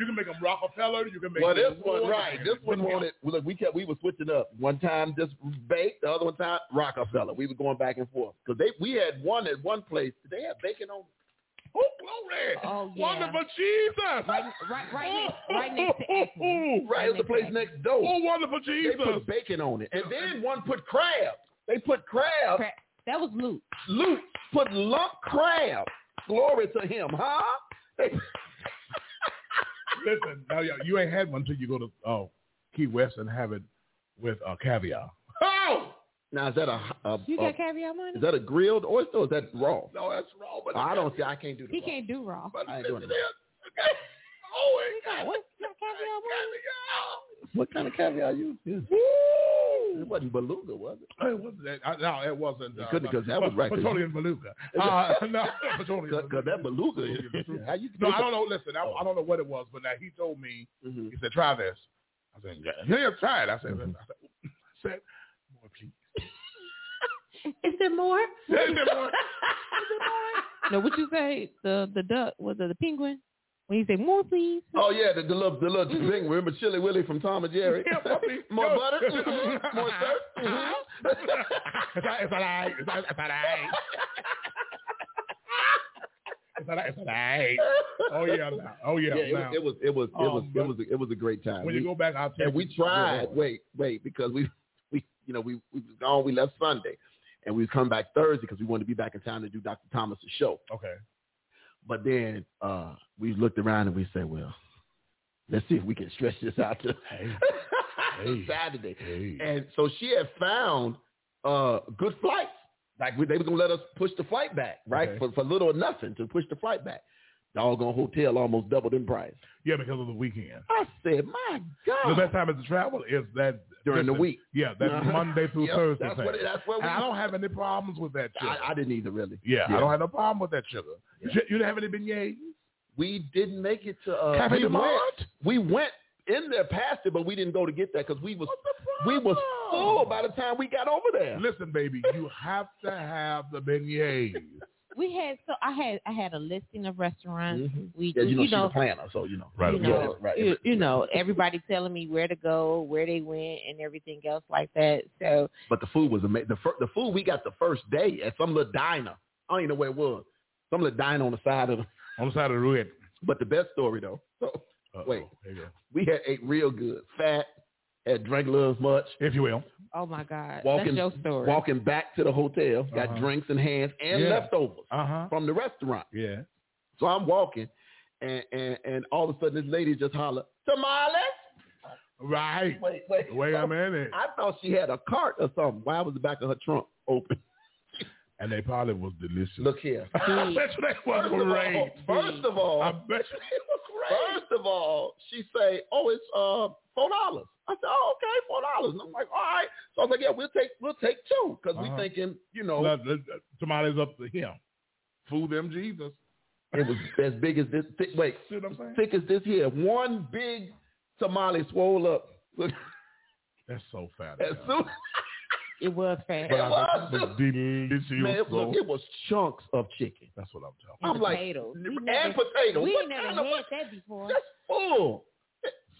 Speaker 6: You can make them Rockefeller. You can make
Speaker 4: Well, this
Speaker 6: them
Speaker 4: one,
Speaker 6: Warner,
Speaker 4: right?
Speaker 6: man.
Speaker 4: This one
Speaker 6: Bring them.
Speaker 4: wanted. Look, we kept we were switching up. One time just baked, the other one time Rockefeller. We were going back and forth because they we had one at one place. They had bacon on.
Speaker 6: Oh, glory!
Speaker 7: Oh, yeah.
Speaker 6: Wonderful Jesus!
Speaker 7: Right, right, right, next, right next to Acme.
Speaker 4: Right, it was the place next door.
Speaker 6: Oh, wonderful
Speaker 4: They
Speaker 6: Jesus!
Speaker 4: put bacon on it, and then one put crab. They put crab.
Speaker 7: Crap. That was Luke.
Speaker 4: Luke put lump crab. Glory to him, huh?
Speaker 6: Listen, now y'all, you ain't had one till you go to oh, Key West and have it with uh, caviar.
Speaker 4: Oh! Now is that a, a,
Speaker 7: You
Speaker 4: a
Speaker 7: got caviar money?
Speaker 4: Oh. is that a grilled oyster or is that raw?
Speaker 6: No, that's wrong. But
Speaker 4: I don't see. I can't do the
Speaker 7: He
Speaker 4: raw.
Speaker 7: can't do raw.
Speaker 6: But
Speaker 4: I ain't doing
Speaker 6: listen,
Speaker 4: it.
Speaker 6: okay. Oh, it got
Speaker 7: What? You got caviar money?
Speaker 6: caviar.
Speaker 4: What kind of caviar you? Yeah. It wasn't beluga, was it?
Speaker 6: It wasn't that. I, no, it wasn't.
Speaker 4: It couldn't, 'cause that was right there.
Speaker 6: Petroleum Beluga. Uh, no, petroleum.
Speaker 4: Because that beluga is. How you?
Speaker 6: No, I don't know. Listen, I, I don't know what it was, but now he told me.
Speaker 4: Mhm.
Speaker 6: He said, "Try this." I said, "Yeah, yeah, try it." I said,
Speaker 4: Mm-hmm.
Speaker 6: "I said, I said boy, please."
Speaker 7: Is there more?
Speaker 6: He said, "Boy."
Speaker 7: No, what you say? The the duck was it the penguin? When you say more, please.
Speaker 4: Oh yeah, the, the little the little thing. Remember Chili Willy from Tom and Jerry?
Speaker 6: Yeah, puppy.
Speaker 4: More
Speaker 6: Yo.
Speaker 4: butter, Mhm. more syrup. Mhm.
Speaker 6: It's all- it's all right. It's all- it's all right. It's all right. It's all right. Oh yeah, now. oh yeah,
Speaker 4: Yeah, it
Speaker 6: now.
Speaker 4: was it was it was it
Speaker 6: Oh,
Speaker 4: was, it
Speaker 6: but-
Speaker 4: was a, it was a great time.
Speaker 6: when
Speaker 4: We-
Speaker 6: you go back, I'll tell
Speaker 4: and we
Speaker 6: you.
Speaker 4: tried. Wait, wait, because we we you know we we was gone. We left Sunday, and we was coming back Thursday because we wanted to be back in town to do Dr. Thomas's show.
Speaker 6: Okay.
Speaker 4: But then uh, we looked around and we said, well, let's see if we can stretch this out to
Speaker 6: Hey.
Speaker 4: Saturday.
Speaker 6: Hey.
Speaker 4: And so she had found uh, good flights. Like we, they were gonna let us push the flight back, right?
Speaker 6: Okay.
Speaker 4: For for little or nothing to push the flight back. Doggone hotel almost doubled in price.
Speaker 6: Yeah, because of the weekend.
Speaker 4: I said, my
Speaker 6: The
Speaker 4: God.
Speaker 6: best time is to travel is that
Speaker 4: During the week.
Speaker 6: Yeah, that
Speaker 4: Uh-huh.
Speaker 6: Monday through
Speaker 4: Yep,
Speaker 6: Thursday.
Speaker 4: That's
Speaker 6: thing.
Speaker 4: what, that's what we.
Speaker 6: and I don't have any problems with that sugar.
Speaker 4: I, I didn't either really.
Speaker 6: yeah,
Speaker 4: yeah.
Speaker 6: I don't have no problem with that sugar.
Speaker 4: Yeah.
Speaker 6: You, you didn't have any beignets?
Speaker 4: We didn't make it to. Uh,
Speaker 6: Cafe
Speaker 4: we, went,
Speaker 6: Mart?
Speaker 4: we went in there past it, but we didn't go to get that because we was we was full by the time we got over there.
Speaker 6: Listen, baby, you have to have the beignets.
Speaker 7: we had so I had I had a listing of restaurants.
Speaker 4: Mhm.
Speaker 7: We
Speaker 4: Yeah, you know,
Speaker 7: you
Speaker 4: she's a
Speaker 7: know
Speaker 4: planner, so you know.
Speaker 6: Right.
Speaker 7: you
Speaker 4: Yeah,
Speaker 7: know,
Speaker 4: right.
Speaker 7: you, you know, everybody telling me where to go, where they went, and everything else like that. So
Speaker 4: But the food was amazing. The, fir- the food we got the first day at some little diner. I don't even know where it was. Some little diner on the side of the.
Speaker 6: On the side of the road.
Speaker 4: But the best story though. So
Speaker 6: Uh-oh,
Speaker 4: Wait.
Speaker 6: there you go.
Speaker 4: we had ate real good, fat, had drank a little much.
Speaker 6: If you will.
Speaker 7: oh my God,
Speaker 4: Walking-
Speaker 7: that's your story.
Speaker 4: Walking back to the hotel, got
Speaker 6: Uh-huh.
Speaker 4: drinks in hands and
Speaker 6: Yeah.
Speaker 4: leftovers
Speaker 6: Uh huh.
Speaker 4: from the restaurant.
Speaker 6: Yeah.
Speaker 4: So I'm walking, and and, and all of a sudden this lady just holler, "Tamales!"
Speaker 6: Right.
Speaker 4: Wait, wait,
Speaker 6: Wait a minute.
Speaker 4: I thought she had a cart or something. Why was the back of her trunk open?
Speaker 6: And they probably was delicious.
Speaker 4: Look here.
Speaker 6: I bet you they was
Speaker 4: First of all, first
Speaker 6: great.
Speaker 4: of all,
Speaker 6: I bet you they was great.
Speaker 4: First of all, she say, "Oh, it's uh four dollars." I said, "Oh, okay, four dollars." And I'm like, "All right." So I was like, "Yeah, we'll take we'll take two because
Speaker 6: Uh-huh.
Speaker 4: we thinking, you know,
Speaker 6: Let- let- let- Tamales up to him. Fool them Jesus.
Speaker 4: it was as big as this. Thick, wait,
Speaker 6: See what I'm saying?
Speaker 4: thick as this here. One big tamale swole up. Look,
Speaker 6: That's so fat.
Speaker 4: as
Speaker 6: man.
Speaker 4: soon
Speaker 7: it was fast.
Speaker 6: But I
Speaker 4: was.
Speaker 6: but delicious.
Speaker 4: man, it, look, it was chunks of chicken
Speaker 6: That's what I'm talking.
Speaker 4: I'm like,
Speaker 7: potatoes.
Speaker 4: and
Speaker 7: we never,
Speaker 4: potatoes.
Speaker 7: we
Speaker 4: What
Speaker 7: ain't never
Speaker 4: kind of-
Speaker 7: had that before.
Speaker 4: That's full.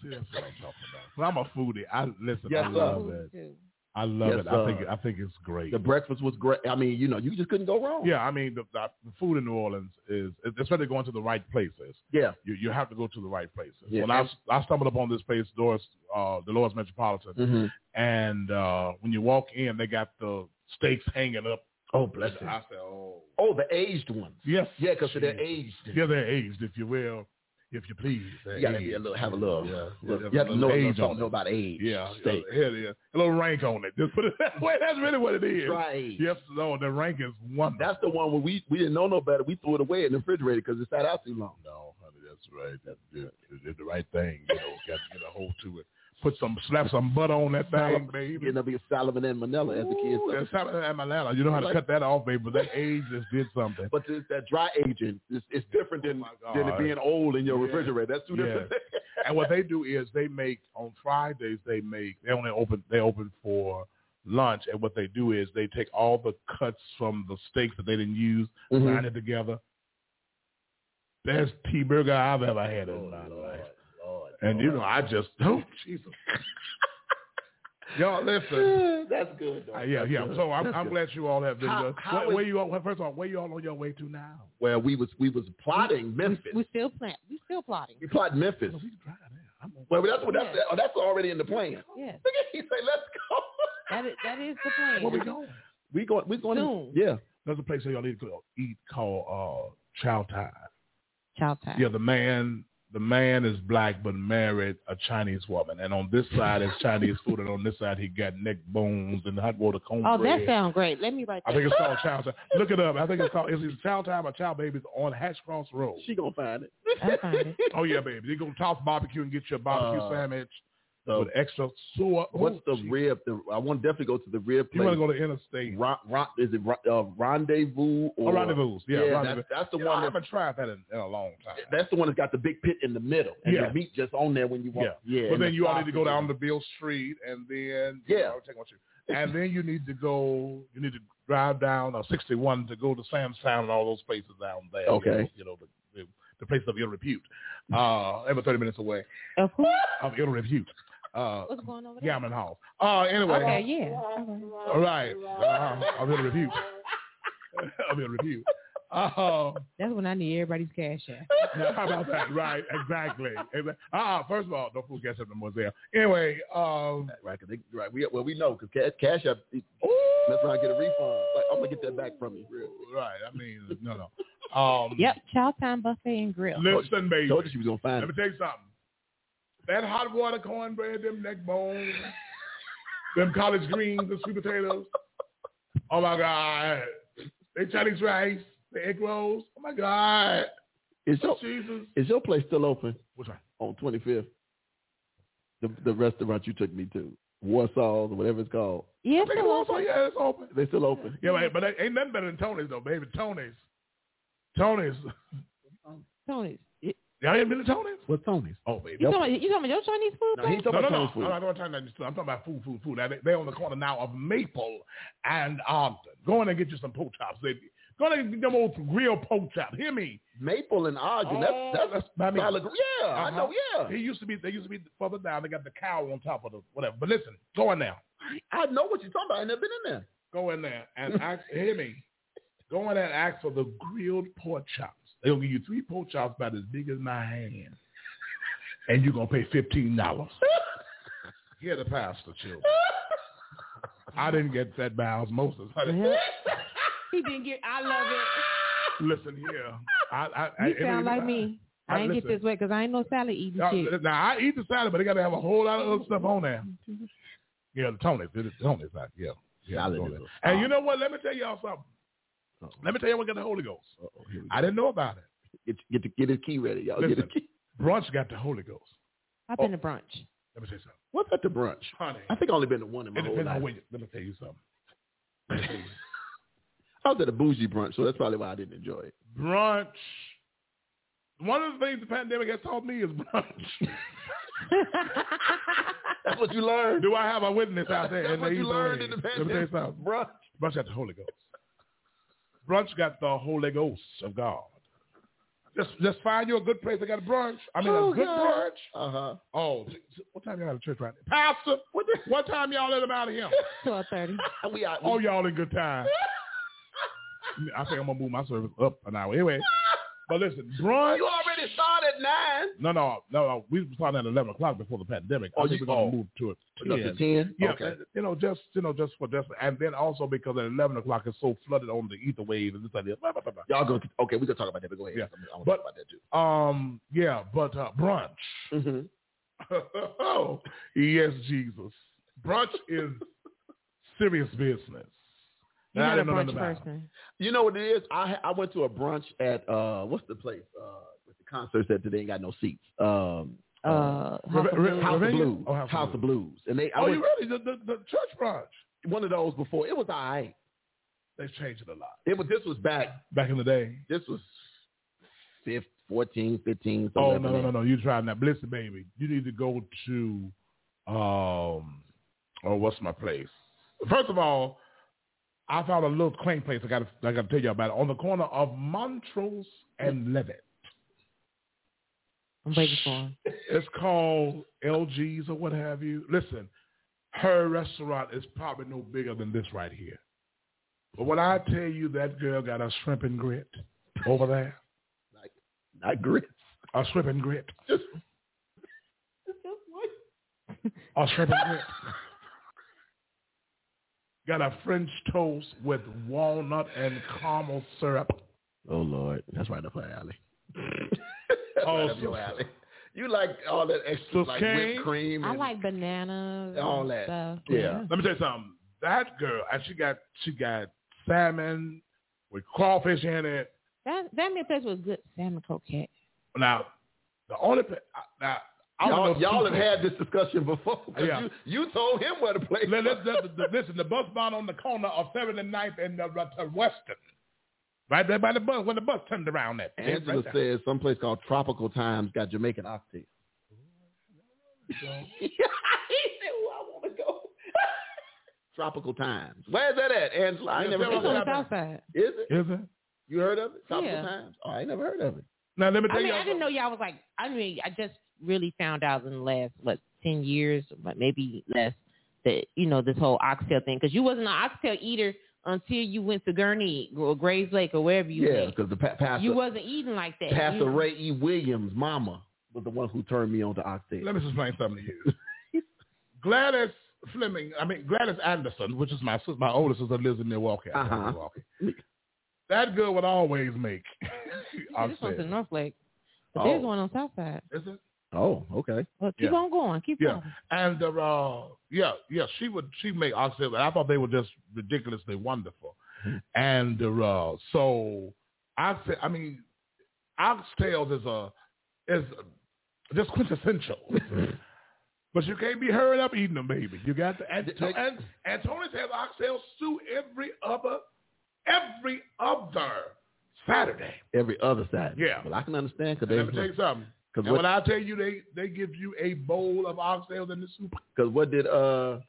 Speaker 6: See, that's what I'm talking about. 'Cause I'm a foodie. I listen.
Speaker 4: Yes,
Speaker 6: I
Speaker 4: sir.
Speaker 6: love
Speaker 7: Food
Speaker 6: it.
Speaker 7: too.
Speaker 6: I love
Speaker 4: Yes,
Speaker 6: it. I think.
Speaker 4: sir.
Speaker 6: I think it's great.
Speaker 4: The breakfast was great. I mean, you know, you just couldn't go wrong.
Speaker 6: Yeah, I mean the, the the food in New Orleans is especially going to the right places.
Speaker 4: yeah.
Speaker 6: You you have to go to the right places.
Speaker 4: Yeah.
Speaker 6: When I I stumbled upon this place, Doris, uh, Dolores Metropolitan,
Speaker 4: Mhm.
Speaker 6: and uh, when you walk in, they got the steaks hanging up.
Speaker 4: Oh, bless
Speaker 6: And
Speaker 4: him.
Speaker 6: I said, oh,
Speaker 4: Oh, the aged ones.
Speaker 6: yes,
Speaker 4: Yeah, because they're
Speaker 6: Jesus.
Speaker 4: aged.
Speaker 6: Yeah, they're aged, if you will, if you please. They're
Speaker 4: You gotta be
Speaker 6: aged.
Speaker 4: a little, have a little.
Speaker 6: Yeah,
Speaker 4: look,
Speaker 6: yeah,
Speaker 4: you have
Speaker 6: a
Speaker 4: to know
Speaker 6: little
Speaker 4: age
Speaker 6: age on
Speaker 4: something
Speaker 6: it.
Speaker 4: about age.
Speaker 6: Yeah,
Speaker 4: steak.
Speaker 6: yeah, here it is. A little rank on it. Just put it that way. That's really what it is.
Speaker 4: Try age.
Speaker 6: Yes, no, the rank is wonderful.
Speaker 4: That's the one where we we didn't know no better. We threw it away in the refrigerator because it sat out too long.
Speaker 6: No, honey, that's right. That's good. You did the right thing. You know, got to get a hold to it. Put some, slap some butter on that thing, baby.
Speaker 4: Ended up being Solomon and Manila as the kids.
Speaker 6: Ooh,
Speaker 4: say.
Speaker 6: that's how- that's my lala. You know how to
Speaker 4: Like-
Speaker 6: cut that off, baby. But that age just did something.
Speaker 4: But it's that dry aging. It's, it's different
Speaker 6: Oh,
Speaker 4: than
Speaker 6: my
Speaker 4: than it
Speaker 6: God.
Speaker 4: being old in your
Speaker 6: Yeah.
Speaker 4: refrigerator. That's two
Speaker 6: Yeah.
Speaker 4: different things.
Speaker 6: and what they do is they make on Fridays they make they only open they open for lunch and what they do is they take all the cuts from the steaks that they didn't use,
Speaker 4: Mm-hmm.
Speaker 6: grind it together. Best T burger I've ever had
Speaker 4: Oh,
Speaker 6: in my life. And you know, I just oh Jesus. Y'all listen.
Speaker 4: That's good. Though.
Speaker 6: Uh, yeah,
Speaker 4: That's
Speaker 6: yeah.
Speaker 4: good.
Speaker 6: So I'm,
Speaker 4: That's
Speaker 6: I'm
Speaker 4: good.
Speaker 6: glad you all have been.
Speaker 4: How-
Speaker 6: with us.
Speaker 4: how
Speaker 6: where,
Speaker 4: is-
Speaker 6: where you all? well, First of all, where you all on your way to now?
Speaker 4: Well, we was we was plotting Memphis.
Speaker 7: We still plan. We still plotting.
Speaker 4: We plotted Memphis.
Speaker 6: No, we can drive there. I'm on-
Speaker 4: Well, that's what that's that's already in the plan.
Speaker 7: Yes,
Speaker 4: Look at he say, let's go.
Speaker 7: that is that is the plan.
Speaker 6: Where we going?
Speaker 4: We going. We going.
Speaker 7: Soon.
Speaker 4: Yeah.
Speaker 6: There's a place that y'all need to go eat called uh, Chow Time.
Speaker 7: Chow time.
Speaker 6: Yeah, the man the man is black but married a Chinese woman, and on this side is Chinese food, and on this side he got neck bones and hot water cornbread.
Speaker 7: Oh, that sounds great. Let me write
Speaker 6: I
Speaker 7: that.
Speaker 6: think it's called Chow Time. Look it up. I think it's called it's either Chow Time or Chow Babies on Hatch Cross Road.
Speaker 4: She gonna find it.
Speaker 7: I found it.
Speaker 6: Oh yeah, baby. They gonna toss barbecue and get your barbecue
Speaker 4: Uh,
Speaker 6: sandwich
Speaker 4: So
Speaker 6: with extra soy.
Speaker 4: what's
Speaker 6: Ooh,
Speaker 4: the
Speaker 6: Jesus.
Speaker 4: rib? The, I want to definitely go to the rib
Speaker 6: Oh, You
Speaker 4: place.
Speaker 6: want to go to interstate?
Speaker 4: Ro- ro- is it ro- uh, rendezvous or
Speaker 6: Oh, rendezvous. Yeah,
Speaker 4: Yeah,
Speaker 6: rendezvous.
Speaker 4: That's, that's the
Speaker 6: You know, I
Speaker 4: one. that,
Speaker 6: haven't tried that in, in a long time.
Speaker 4: that's the one that's got the big pit in the middle, and
Speaker 6: Yeah.
Speaker 4: the meat just on there when you walk. Yeah.
Speaker 6: But
Speaker 4: and
Speaker 6: then
Speaker 4: the
Speaker 6: you all need to go
Speaker 4: sausage.
Speaker 6: down to Bill Street, and then you
Speaker 4: Yeah.
Speaker 6: know, take what you- and then you need to go. You need to drive down uh, 61 to go to Sam's Town and all those places down there.
Speaker 4: Okay.
Speaker 6: You know, you know the, the, the place of ill repute. Uh, every 30 minutes away
Speaker 7: Of who?
Speaker 6: of ill repute. Uh,
Speaker 7: What's going on?
Speaker 6: Gammon Hall. Uh, anyway.
Speaker 7: Okay. Yeah.
Speaker 6: All right. Uh, of ill repute. of ill repute. Uh,
Speaker 7: That's when I need everybody's cash app.
Speaker 6: now, how about that? Right, exactly. Ah, first of all, don't fool catch up no more there. Anyway, um,
Speaker 4: Right, 'cause they, right. We, well, we know because cash, cash app. That's where I get a refund. Like, I'm gonna get that back from you. Real.
Speaker 6: right. I mean, uh, no, no. Um,
Speaker 7: Yep. Chow time buffet and grill.
Speaker 6: Listen, baby.
Speaker 4: Told you she was gonna find
Speaker 6: Let
Speaker 4: it.
Speaker 6: me tell you something. That hot water cornbread, them neck bones, them collard greens, the sweet potatoes. Oh my God. They Chinese rice, the egg rolls. Oh my God.
Speaker 4: Is your
Speaker 6: Jesus.
Speaker 4: is your place still open
Speaker 6: Which one?
Speaker 4: on 25th? The the restaurant you took me to, Warsaw's or whatever it's called.
Speaker 7: Yeah.
Speaker 6: I think it's also, yeah, it's open.
Speaker 4: They still open.
Speaker 6: Yeah, but, but that ain't nothing better than Tony's though, baby. Tony's. Tony's.
Speaker 7: Tony's. You
Speaker 6: Y'all ain't been to Tony's?
Speaker 4: What's Tony's?
Speaker 6: Oh, baby.
Speaker 7: talking? about- You talking about your Chinese food
Speaker 4: No, he
Speaker 7: place?
Speaker 4: ain't talking
Speaker 6: No, no,
Speaker 4: about
Speaker 6: no.
Speaker 4: Tony's food.
Speaker 6: I'm not talking about Chinese food. I'm talking about food, food, food. Now, they- They're on the corner now of Maple and Ogden. Go in and get you some pork chops. They Go to get them old grill pork chop. Hear me.
Speaker 4: Maple and Ogden.
Speaker 6: Oh,
Speaker 4: that's that's,
Speaker 6: that's- I mean-
Speaker 4: solid- Yeah, I
Speaker 6: Uh-huh.
Speaker 4: know. Yeah,
Speaker 6: He used to be. They used to be further down. They got the cow on top of the whatever. But listen, go in there.
Speaker 4: I know what you're talking about. I never been in there.
Speaker 6: Go in there and ask. hear me. Go in there and ask for the grilled pork chops. They'll give you three pork chops about as big as my hand, and you're gonna pay fifteen dollars. Hear the pastor, children. I didn't get that by osmosis. I didn't-
Speaker 7: He didn't get. I love it.
Speaker 6: Listen here. I, I,
Speaker 7: You
Speaker 6: I,
Speaker 7: sound like me. I
Speaker 6: I-
Speaker 7: ain't get
Speaker 6: listen.
Speaker 7: this way because I ain't no salad eating
Speaker 6: Now,
Speaker 7: shit.
Speaker 6: now, I eat the salad, but they got to have a whole lot of other stuff on there. Yeah, the Tony, the Tony's not. Yeah, yeah,
Speaker 4: Salad
Speaker 6: Tony.
Speaker 4: is a
Speaker 6: And you know what? Let me tell y'all something. Let me tell you what got the Holy Ghost. I didn't know about it.
Speaker 4: Get get the, get his key ready, y'all. Get
Speaker 6: Listen,
Speaker 4: his key.
Speaker 6: brunch got the Holy Ghost.
Speaker 7: I've been to brunch.
Speaker 6: Let me tell you something,
Speaker 4: What's at the brunch?
Speaker 6: honey.
Speaker 4: I think I only been to one in my
Speaker 6: It
Speaker 4: whole
Speaker 6: depends on
Speaker 4: life.
Speaker 6: where you, let me tell you something. Let me tell you.
Speaker 4: I was at a bougie brunch, so that's probably why I didn't enjoy it.
Speaker 6: brunch. One of the things the pandemic has taught me is brunch.
Speaker 4: That's what you learned.
Speaker 6: Do I have a witness out there?
Speaker 4: That's
Speaker 6: in
Speaker 4: what
Speaker 6: the
Speaker 4: you learned in
Speaker 6: evening?
Speaker 4: the
Speaker 6: Let me tell you
Speaker 4: pandemic.
Speaker 6: something.
Speaker 4: Brunch.
Speaker 6: Brunch got the Holy Ghost. Brunch got the Holy Ghost of God. Just just find you a good place that got a brunch. I mean,
Speaker 4: Oh,
Speaker 6: a good
Speaker 4: God.
Speaker 6: brunch.
Speaker 4: Uh huh.
Speaker 6: Oh, what time y'all at church right now? Pastor, what, the- what time y'all let him out of here?
Speaker 7: Twelve thirty.
Speaker 4: We out.
Speaker 6: Oh, y'all in good time. I think I'm going to move my service up an hour. Anyway, but listen, brunch.
Speaker 4: you already started at nine.
Speaker 6: No, no, no, no. We was starting at 11 o'clock before the pandemic.
Speaker 4: Oh,
Speaker 6: I think
Speaker 4: you-
Speaker 6: we're going
Speaker 4: oh.
Speaker 6: to move to it.
Speaker 4: Up to ten.
Speaker 6: Yeah,
Speaker 4: Okay.
Speaker 6: you know, just you know, just for just, and then also because at eleven o'clock it's so flooded on the ether waves and this and that. Blah, blah, blah, blah.
Speaker 4: Y'all gonna okay? We gonna talk about that. But go ahead.
Speaker 6: Yeah.
Speaker 4: I'm, I'm
Speaker 6: But-
Speaker 4: talk about that too.
Speaker 6: Um, yeah, but uh, brunch.
Speaker 4: Mm-hmm.
Speaker 6: oh, yes, Jesus. Brunch is serious business.
Speaker 7: You're
Speaker 6: Nah, I
Speaker 7: not a
Speaker 6: didn't know
Speaker 7: brunch
Speaker 6: nothing about it.
Speaker 7: person.
Speaker 4: You know what it is? I I went to a brunch at uh what's the place uh with the concerts that they ain't got no seats. Um,
Speaker 7: Uh,
Speaker 6: Rebe-
Speaker 7: House
Speaker 4: House of
Speaker 6: Re-
Speaker 7: of Blues.
Speaker 6: Ravinia?
Speaker 4: Blues.
Speaker 6: Oh, House of
Speaker 4: of Blues. And they I
Speaker 6: Oh,
Speaker 4: went
Speaker 6: you really the, the, the church brunch?
Speaker 4: one of those before. It was all right.
Speaker 6: They changed it a lot
Speaker 4: It was this was back.
Speaker 6: back in the day.
Speaker 4: This was fifth, 14, 15. something
Speaker 6: Oh
Speaker 4: like
Speaker 6: no,
Speaker 4: that.
Speaker 6: no, no, no! You trying that? Listen, baby, you need to go to, um, oh, what's my place? First of all, I found a little quaint place. I got, to I got to tell you about it on the corner of Montrose and Levitt.
Speaker 7: I'm waiting for him.
Speaker 6: It's called LG's or what have you. Listen, her restaurant is probably no bigger than this right here. But when I tell you that girl got a shrimp and grit over there,
Speaker 4: Not grits.
Speaker 6: a shrimp and grit, a shrimp and grit. Got a French toast with walnut and caramel syrup.
Speaker 4: Oh Lord, that's right up her alley. that's
Speaker 6: Oh,
Speaker 4: right up your
Speaker 6: sister.
Speaker 4: alley. You like all that extra
Speaker 6: Sister
Speaker 4: like
Speaker 6: Kane?
Speaker 4: whipped cream and
Speaker 7: I like bananas.
Speaker 4: All
Speaker 7: and
Speaker 4: that.
Speaker 7: Stuff.
Speaker 4: Yeah.
Speaker 6: Let me tell you something. That girl, and she got she got salmon with crawfish in it.
Speaker 7: That that meal place was good. Salmon croquette.
Speaker 6: Now, the only pla- now I don't know
Speaker 4: Y'all,
Speaker 6: if
Speaker 4: y'all
Speaker 6: you-
Speaker 4: have had this discussion before. 'cause
Speaker 6: Yeah.
Speaker 4: You, you told him where to play.
Speaker 6: Li- li- li- li- Listen, the bus bound on the corner of 79th and uh, uh, Western. Right there by the bus, when the bus turned around that.
Speaker 4: Angela
Speaker 6: right there.
Speaker 4: says someplace called Tropical Times got Jamaican oxtail. he said, "Oh, I want to go." Tropical Times. Where's that at, Angela? I ain't
Speaker 6: Yeah,
Speaker 4: never heard
Speaker 6: tell us
Speaker 7: It's
Speaker 4: of
Speaker 7: on
Speaker 4: it.
Speaker 7: the
Speaker 6: about
Speaker 7: south side.
Speaker 4: Is it?
Speaker 6: Is it?
Speaker 4: You heard of it? Tropical
Speaker 7: Yeah.
Speaker 4: Times. Oh, I ain't never heard of it.
Speaker 6: Now, let me tell
Speaker 7: I mean,
Speaker 6: y'all
Speaker 7: I didn't know y'all was like. I mean, I just really found out in the last what ten years, but maybe less, that you know this whole oxtail thing because you wasn't an oxtail eater until you went to Gurney or Graves Lake or wherever you
Speaker 4: yeah,
Speaker 7: went.
Speaker 4: because the pa- pastor,
Speaker 7: You wasn't eating like that.
Speaker 4: pastor
Speaker 7: You-
Speaker 4: Ray E. Williams' mama was the one who turned me on to oxtail.
Speaker 6: Let me just explain something to you. Gladys Fleming, I mean Gladys Anderson, which is my sis- my older sister, lives in Milwaukee. I live in
Speaker 4: Uh-huh.
Speaker 6: Milwaukee. That girl would always make.
Speaker 7: See, this one's in North Lake, but
Speaker 4: Oh.
Speaker 7: there's one on south side.
Speaker 6: Is it?
Speaker 4: Oh, okay.
Speaker 7: Well, keep
Speaker 6: Yeah.
Speaker 7: on going. Keep
Speaker 6: Yeah.
Speaker 7: going.
Speaker 6: And uh, uh, yeah, yeah, she would she make oxtails, and I thought they were just ridiculously wonderful.
Speaker 4: Mm-hmm.
Speaker 6: And uh, so I said, I mean, oxtails is a is just quintessential.
Speaker 4: Mm-hmm.
Speaker 6: But you can't be hurried up eating them, baby. You got to. And,
Speaker 4: They-
Speaker 6: and, and Tony's has oxtail stew every other, every other Saturday.
Speaker 4: Every other side.
Speaker 6: Yeah.
Speaker 4: Well, I can understand because
Speaker 6: Let me tell you something. And
Speaker 4: what,
Speaker 6: when I tell you they, they give you a bowl of oxtails in the soup,
Speaker 4: Because what did uh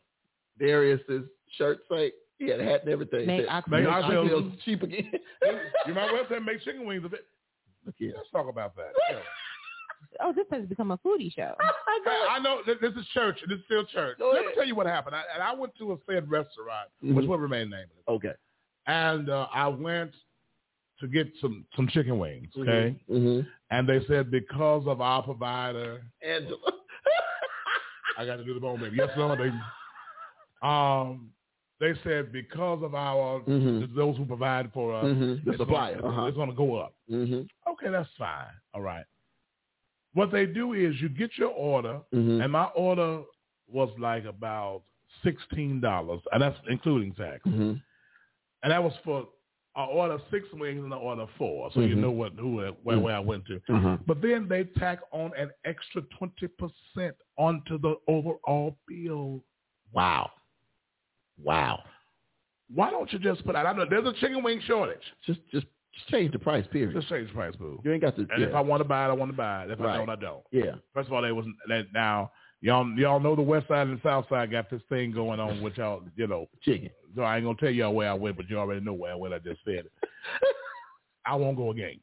Speaker 4: Darius's shirt say? He had a hat and everything.
Speaker 7: Make
Speaker 4: Said,
Speaker 7: oxtail
Speaker 4: "Make oxtail
Speaker 6: soup."
Speaker 4: cheap again.
Speaker 6: You might well say make chicken wings of it.
Speaker 4: Yeah.
Speaker 6: Let's talk about that. Yeah.
Speaker 7: Oh, this has become a foodie show.
Speaker 6: Hey, I know th- this is church. This is still church.
Speaker 4: Go
Speaker 6: Let me
Speaker 4: ahead.
Speaker 6: tell you what happened. I, and I went to a said restaurant,
Speaker 4: Mhm.
Speaker 6: which will remain nameless.
Speaker 4: Okay.
Speaker 6: And uh, I went to get some some chicken wings. Okay.
Speaker 4: Mm-hmm.
Speaker 6: And they said because of our provider,
Speaker 4: Angela.
Speaker 6: I got to do the bone baby. Yes, Lord. They, um, they said because of our
Speaker 4: Mhm.
Speaker 6: th- those who provide for us,
Speaker 4: Mhm. The
Speaker 6: it's
Speaker 4: supplier.
Speaker 6: gonna,
Speaker 4: Uh-huh.
Speaker 6: it's going to go up.
Speaker 4: Mm-hmm.
Speaker 6: Okay, that's fine. All right. What they do is you get your order,
Speaker 4: Mm-hmm.
Speaker 6: and my order was like about sixteen dollars, and that's including tax.
Speaker 4: Mm-hmm.
Speaker 6: And that was for I order six wings and I order four, so you
Speaker 4: Mhm.
Speaker 6: know what who where, where I went to.
Speaker 4: Uh-huh.
Speaker 6: But then they tack on an extra twenty percent onto the overall bill.
Speaker 4: Wow. Wow.
Speaker 6: Why don't you just put out? I know there's a chicken wing shortage.
Speaker 4: Just, just, just change the price. Period.
Speaker 6: Just change the price, boo.
Speaker 4: You ain't got to.
Speaker 6: And if
Speaker 4: Yeah.
Speaker 6: I want to buy it, I want to buy it. If
Speaker 4: Right.
Speaker 6: I don't, I don't.
Speaker 4: yeah.
Speaker 6: First of all, they was that now y'all y'all know the West Side and South Side got this thing going on, which y'all you know.
Speaker 4: Chicken.
Speaker 6: So I ain't gonna tell y'all where I went, but you already know where I went. I just said it. I won't go again.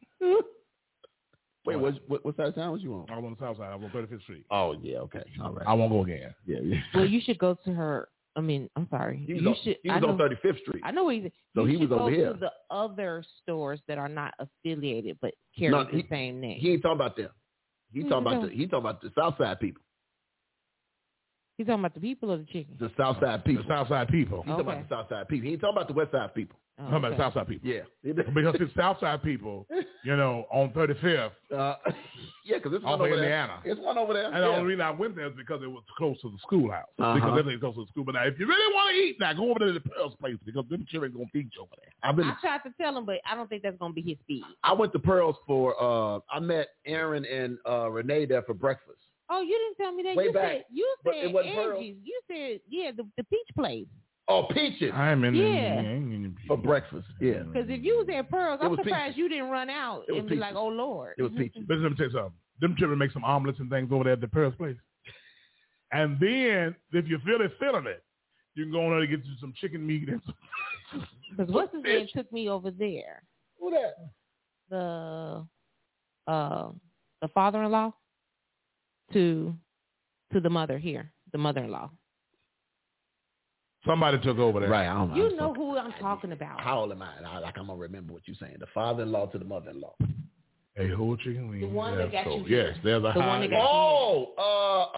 Speaker 4: Wait, what, what, what side of town was you on?
Speaker 6: I was on the South Side. I was on Thirty Fifth Street.
Speaker 4: Oh yeah. Okay. All right.
Speaker 6: I won't go again.
Speaker 4: yeah. Yeah.
Speaker 7: well, you should go to her. I mean, I'm sorry.
Speaker 4: He was
Speaker 7: you
Speaker 4: on,
Speaker 7: should.
Speaker 4: he was
Speaker 7: I know,
Speaker 4: on 35th Street.
Speaker 7: I know what he's.
Speaker 4: So
Speaker 7: you
Speaker 4: he
Speaker 7: should
Speaker 4: was over
Speaker 7: go
Speaker 4: here.
Speaker 7: To the other stores that are not affiliated but carry
Speaker 4: No,
Speaker 7: the
Speaker 4: he-
Speaker 7: same name.
Speaker 4: He ain't talking about them. He
Speaker 7: He
Speaker 4: talking
Speaker 7: was
Speaker 4: about
Speaker 7: on-
Speaker 4: the, he talking about the South Side people.
Speaker 7: He's talking about the people of the chicken.
Speaker 4: The South Side people.
Speaker 6: The South Side people.
Speaker 4: He talking
Speaker 7: Okay.
Speaker 4: about the South Side people. He ain't talking about the West Side people.
Speaker 7: Oh,
Speaker 6: I'm talking about
Speaker 7: okay.
Speaker 6: the South Side people.
Speaker 4: Yeah.
Speaker 6: Because the South Side people, you know, on Thirty Fifth,
Speaker 4: Uh, yeah, because it's
Speaker 6: off
Speaker 4: one
Speaker 6: of
Speaker 4: over there.
Speaker 6: Indiana.
Speaker 4: It's one over there.
Speaker 6: And the only reason I went there is because it was close to the schoolhouse.
Speaker 4: Uh-huh.
Speaker 6: Because everything's close to the school. But now, if you really want to eat, now go over to the Pearl's place because them children gonna feed you over there.
Speaker 4: I've been.
Speaker 7: I tried to tell him, but I don't think that's gonna be his speed.
Speaker 4: I went to Pearls for. Uh, I met Aaron and uh, Renee there for breakfast.
Speaker 7: Oh, you didn't tell me that.
Speaker 4: Way
Speaker 7: you
Speaker 4: back.
Speaker 7: said you
Speaker 4: But
Speaker 7: said
Speaker 4: it wasn't Pearl.
Speaker 7: Angie's. You said yeah, the, the peach place.
Speaker 4: Oh, peaches
Speaker 6: I'm in. Mm-hmm.
Speaker 7: Yeah.
Speaker 4: for breakfast. Yeah,
Speaker 7: Because if you was at Pearls,
Speaker 4: It
Speaker 7: I'm
Speaker 4: was
Speaker 7: surprised you didn't run out
Speaker 4: It was
Speaker 7: and be
Speaker 4: peaches.
Speaker 7: like, oh lord.
Speaker 4: it was peaches.
Speaker 6: Listen, let me tell you something. Them children make some omelets and things over there at the Pearl's place. And then, if you're feeling feeling it, you can go on there to get you some chicken meat and some.
Speaker 7: Because what's his name took me over there.
Speaker 4: Who that?
Speaker 7: The uh, the father-in-law to to the mother here, the mother-in-law.
Speaker 6: Somebody took over there.
Speaker 4: Right. I don't
Speaker 7: You
Speaker 4: I'm
Speaker 7: know
Speaker 4: so-
Speaker 7: who I'm talking about.
Speaker 4: Oh, How old am I? I? Like I'm gonna remember what you're saying. The father-in-law to the mother-in-law.
Speaker 6: A whole chicken wing.
Speaker 7: The one that
Speaker 6: Yeah,
Speaker 7: got you
Speaker 6: Yes, there's a
Speaker 7: The
Speaker 6: high.
Speaker 7: one that got-
Speaker 4: Oh,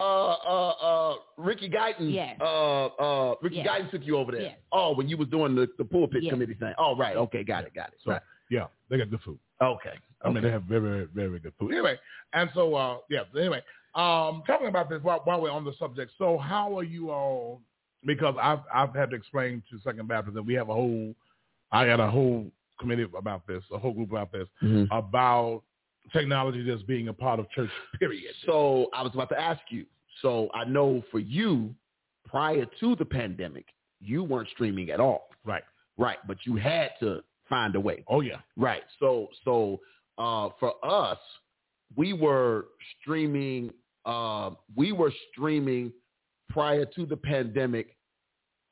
Speaker 4: uh, uh, uh, uh, Ricky Guyton.
Speaker 7: Yes.
Speaker 4: Uh, uh, Ricky
Speaker 7: Yes.
Speaker 4: Guyton took you over there.
Speaker 7: Yes.
Speaker 4: Oh, when you was doing the, the pulpit
Speaker 7: Yes.
Speaker 4: committee thing. Oh, right. Okay. Got it. Got it.
Speaker 6: So-
Speaker 4: right.
Speaker 6: yeah, they got good food.
Speaker 4: Okay.
Speaker 6: I mean, they have very, very good food. Anyway, and so, uh, yeah, so anyway, um, talking about this while, while we're on the subject, so how are you all, because I've, I've had to explain to Second Baptist that we have a whole, I had a whole committee about this, a whole group about this,
Speaker 4: Mhm.
Speaker 6: about technology just being a part of church, period.
Speaker 4: So I was about to ask you. So I know for you, prior to the pandemic, you weren't streaming at all.
Speaker 6: Right.
Speaker 4: Right. But you had to find a way.
Speaker 6: Oh, yeah.
Speaker 4: Right. So so uh, for us, we were streaming. Uh, we were streaming prior to the pandemic,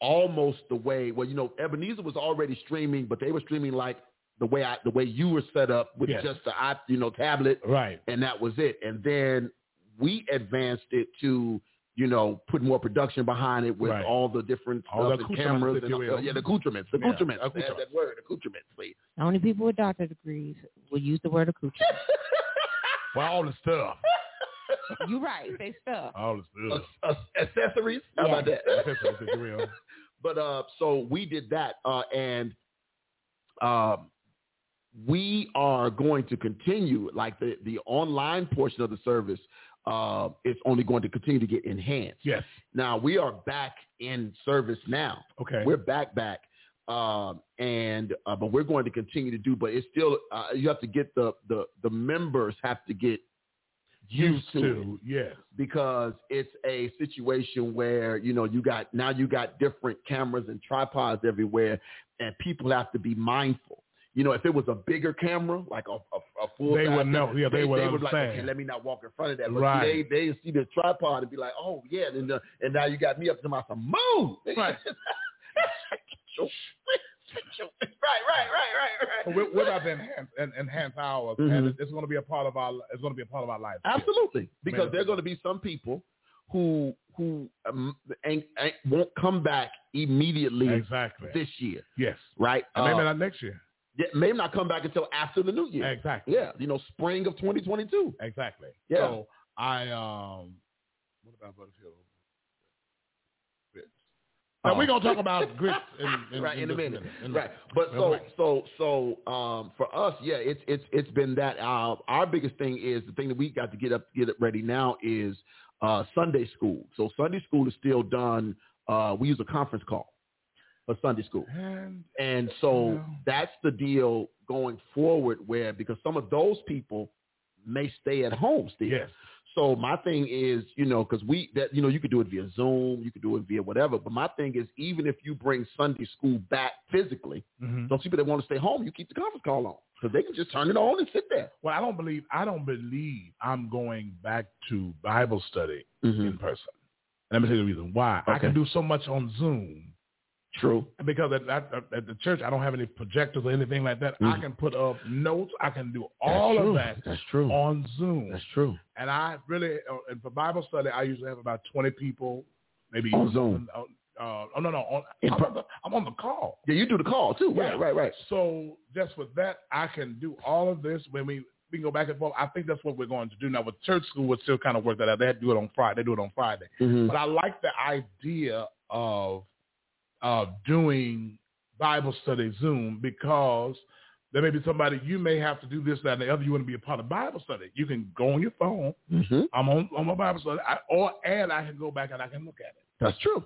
Speaker 4: almost the way. Well, you know, Ebenezer was already streaming, but they were streaming like the way I, the way you were set up with
Speaker 6: Yes.
Speaker 4: just the i- you know tablet,
Speaker 6: Right.
Speaker 4: and that was it. And then we advanced it to you know put more production behind it with
Speaker 6: Right.
Speaker 4: all the different
Speaker 6: All
Speaker 4: stuff
Speaker 6: the
Speaker 4: and
Speaker 6: accoutrements,
Speaker 4: cameras
Speaker 6: if
Speaker 4: and
Speaker 6: you will.
Speaker 4: yeah, the accoutrements, the
Speaker 6: Yeah,
Speaker 4: accoutrements, that-
Speaker 6: accoutrements.
Speaker 4: That, word, accoutrements. See.
Speaker 7: Only people with doctor degrees will use the word accoutrement.
Speaker 6: Well, all the stuff.
Speaker 7: You're right. They stuff.
Speaker 6: All the stuff.
Speaker 4: Ac- ac- accessories. How about that?
Speaker 6: That's what it is.
Speaker 4: but uh, so we did that, uh, and um, we are going to continue. Like the the online portion of the service uh, is only going to continue to get enhanced.
Speaker 6: Yes.
Speaker 4: Now we are back in service now.
Speaker 6: Okay.
Speaker 4: We're back back. Um, and uh, but we're going to continue to do, but it's still uh, you have to get the the the members have to get used to it
Speaker 6: Yes.
Speaker 4: because it's a situation where you know you got now you got different cameras and tripods everywhere, and people have to be mindful. You know, if it was a bigger camera, like a, a, a full,
Speaker 6: They would know. Yeah, they would
Speaker 4: they would like,
Speaker 6: understand.
Speaker 4: okay, let me not walk in front of that. But see,
Speaker 6: Right.
Speaker 4: they they see the tripod uh, and be like, oh yeah, and then the, and now you got me up to my some move.
Speaker 6: Right.
Speaker 4: your, sit your, right, right, right, right, right.
Speaker 6: We're, we're about to enhance and enhance ours, and
Speaker 4: Mhm.
Speaker 6: it's going to be a part of our. It's going to be a part of our life.
Speaker 4: Absolutely, because
Speaker 6: Man.
Speaker 4: there are going to be some people who who um, ain't, ain't, won't come back immediately
Speaker 6: Exactly.
Speaker 4: this year,
Speaker 6: yes.
Speaker 4: right?
Speaker 6: And maybe
Speaker 4: Uh,
Speaker 6: not next year.
Speaker 4: yeah, may not come back until after the new year.
Speaker 6: Exactly.
Speaker 4: Yeah, you know, spring of 2022.
Speaker 6: Exactly.
Speaker 4: Yeah.
Speaker 6: So I um, what about Butterfield? Grits. Now
Speaker 4: Oh.
Speaker 6: we're gonna talk about grits in, in,
Speaker 4: right in, a
Speaker 6: just
Speaker 4: minute.
Speaker 6: In a
Speaker 4: right. But
Speaker 6: Well,
Speaker 4: so
Speaker 6: right.
Speaker 4: so so um for us, yeah, it's it's it's been that uh, our biggest thing is the thing that we got to get up get it ready now is uh Sunday school. So Sunday school is still done uh we use a conference call for Sunday school.
Speaker 6: And
Speaker 4: And so
Speaker 6: Yeah.
Speaker 4: that's the deal going forward where because some of those people may stay at home still.
Speaker 6: yes,
Speaker 4: So my thing is, you know, because we that you know you could do it via Zoom, you could do it via whatever. But my thing is, even if you bring Sunday school back physically,
Speaker 6: Mhm.
Speaker 4: those people that want to stay home, you keep the conference call on because they can just turn it on and sit there.
Speaker 6: well, I don't believe I don't believe I'm going back to Bible study in person. And let me tell you the reason why. I
Speaker 4: Mm-hmm. Okay.
Speaker 6: can do so much on Zoom
Speaker 4: True.
Speaker 6: because at, at, at the church I don't have any projectors or anything like that. I
Speaker 4: Mhm.
Speaker 6: can put up notes. I can do all of that
Speaker 4: That's true.
Speaker 6: on Zoom.
Speaker 4: true.
Speaker 6: And I really, uh, and for Bible study, I usually have about 20 people, maybe.
Speaker 4: On Zoom.
Speaker 6: Uh, uh, oh, no, no. On,
Speaker 4: In
Speaker 6: I'm,
Speaker 4: per-
Speaker 6: on the, I'm on the call.
Speaker 4: Yeah, you do the call too. Right,
Speaker 6: Yeah.
Speaker 4: right, right.
Speaker 6: So just with that, I can do all of this when we, we can go back and forth. I think that's what we're going to do now. With church school, we'll still kind of work that out. They do it on Friday. They do it on Friday.
Speaker 4: Mhm.
Speaker 6: But I like the idea of of doing Bible study Zoom because there may be somebody you may have to do this, that, and the other. You want to be a part of Bible study. You can go on your phone.
Speaker 4: Mhm.
Speaker 6: I'm on on my Bible study, I, or and I can go back and I can look at it.
Speaker 4: That's true.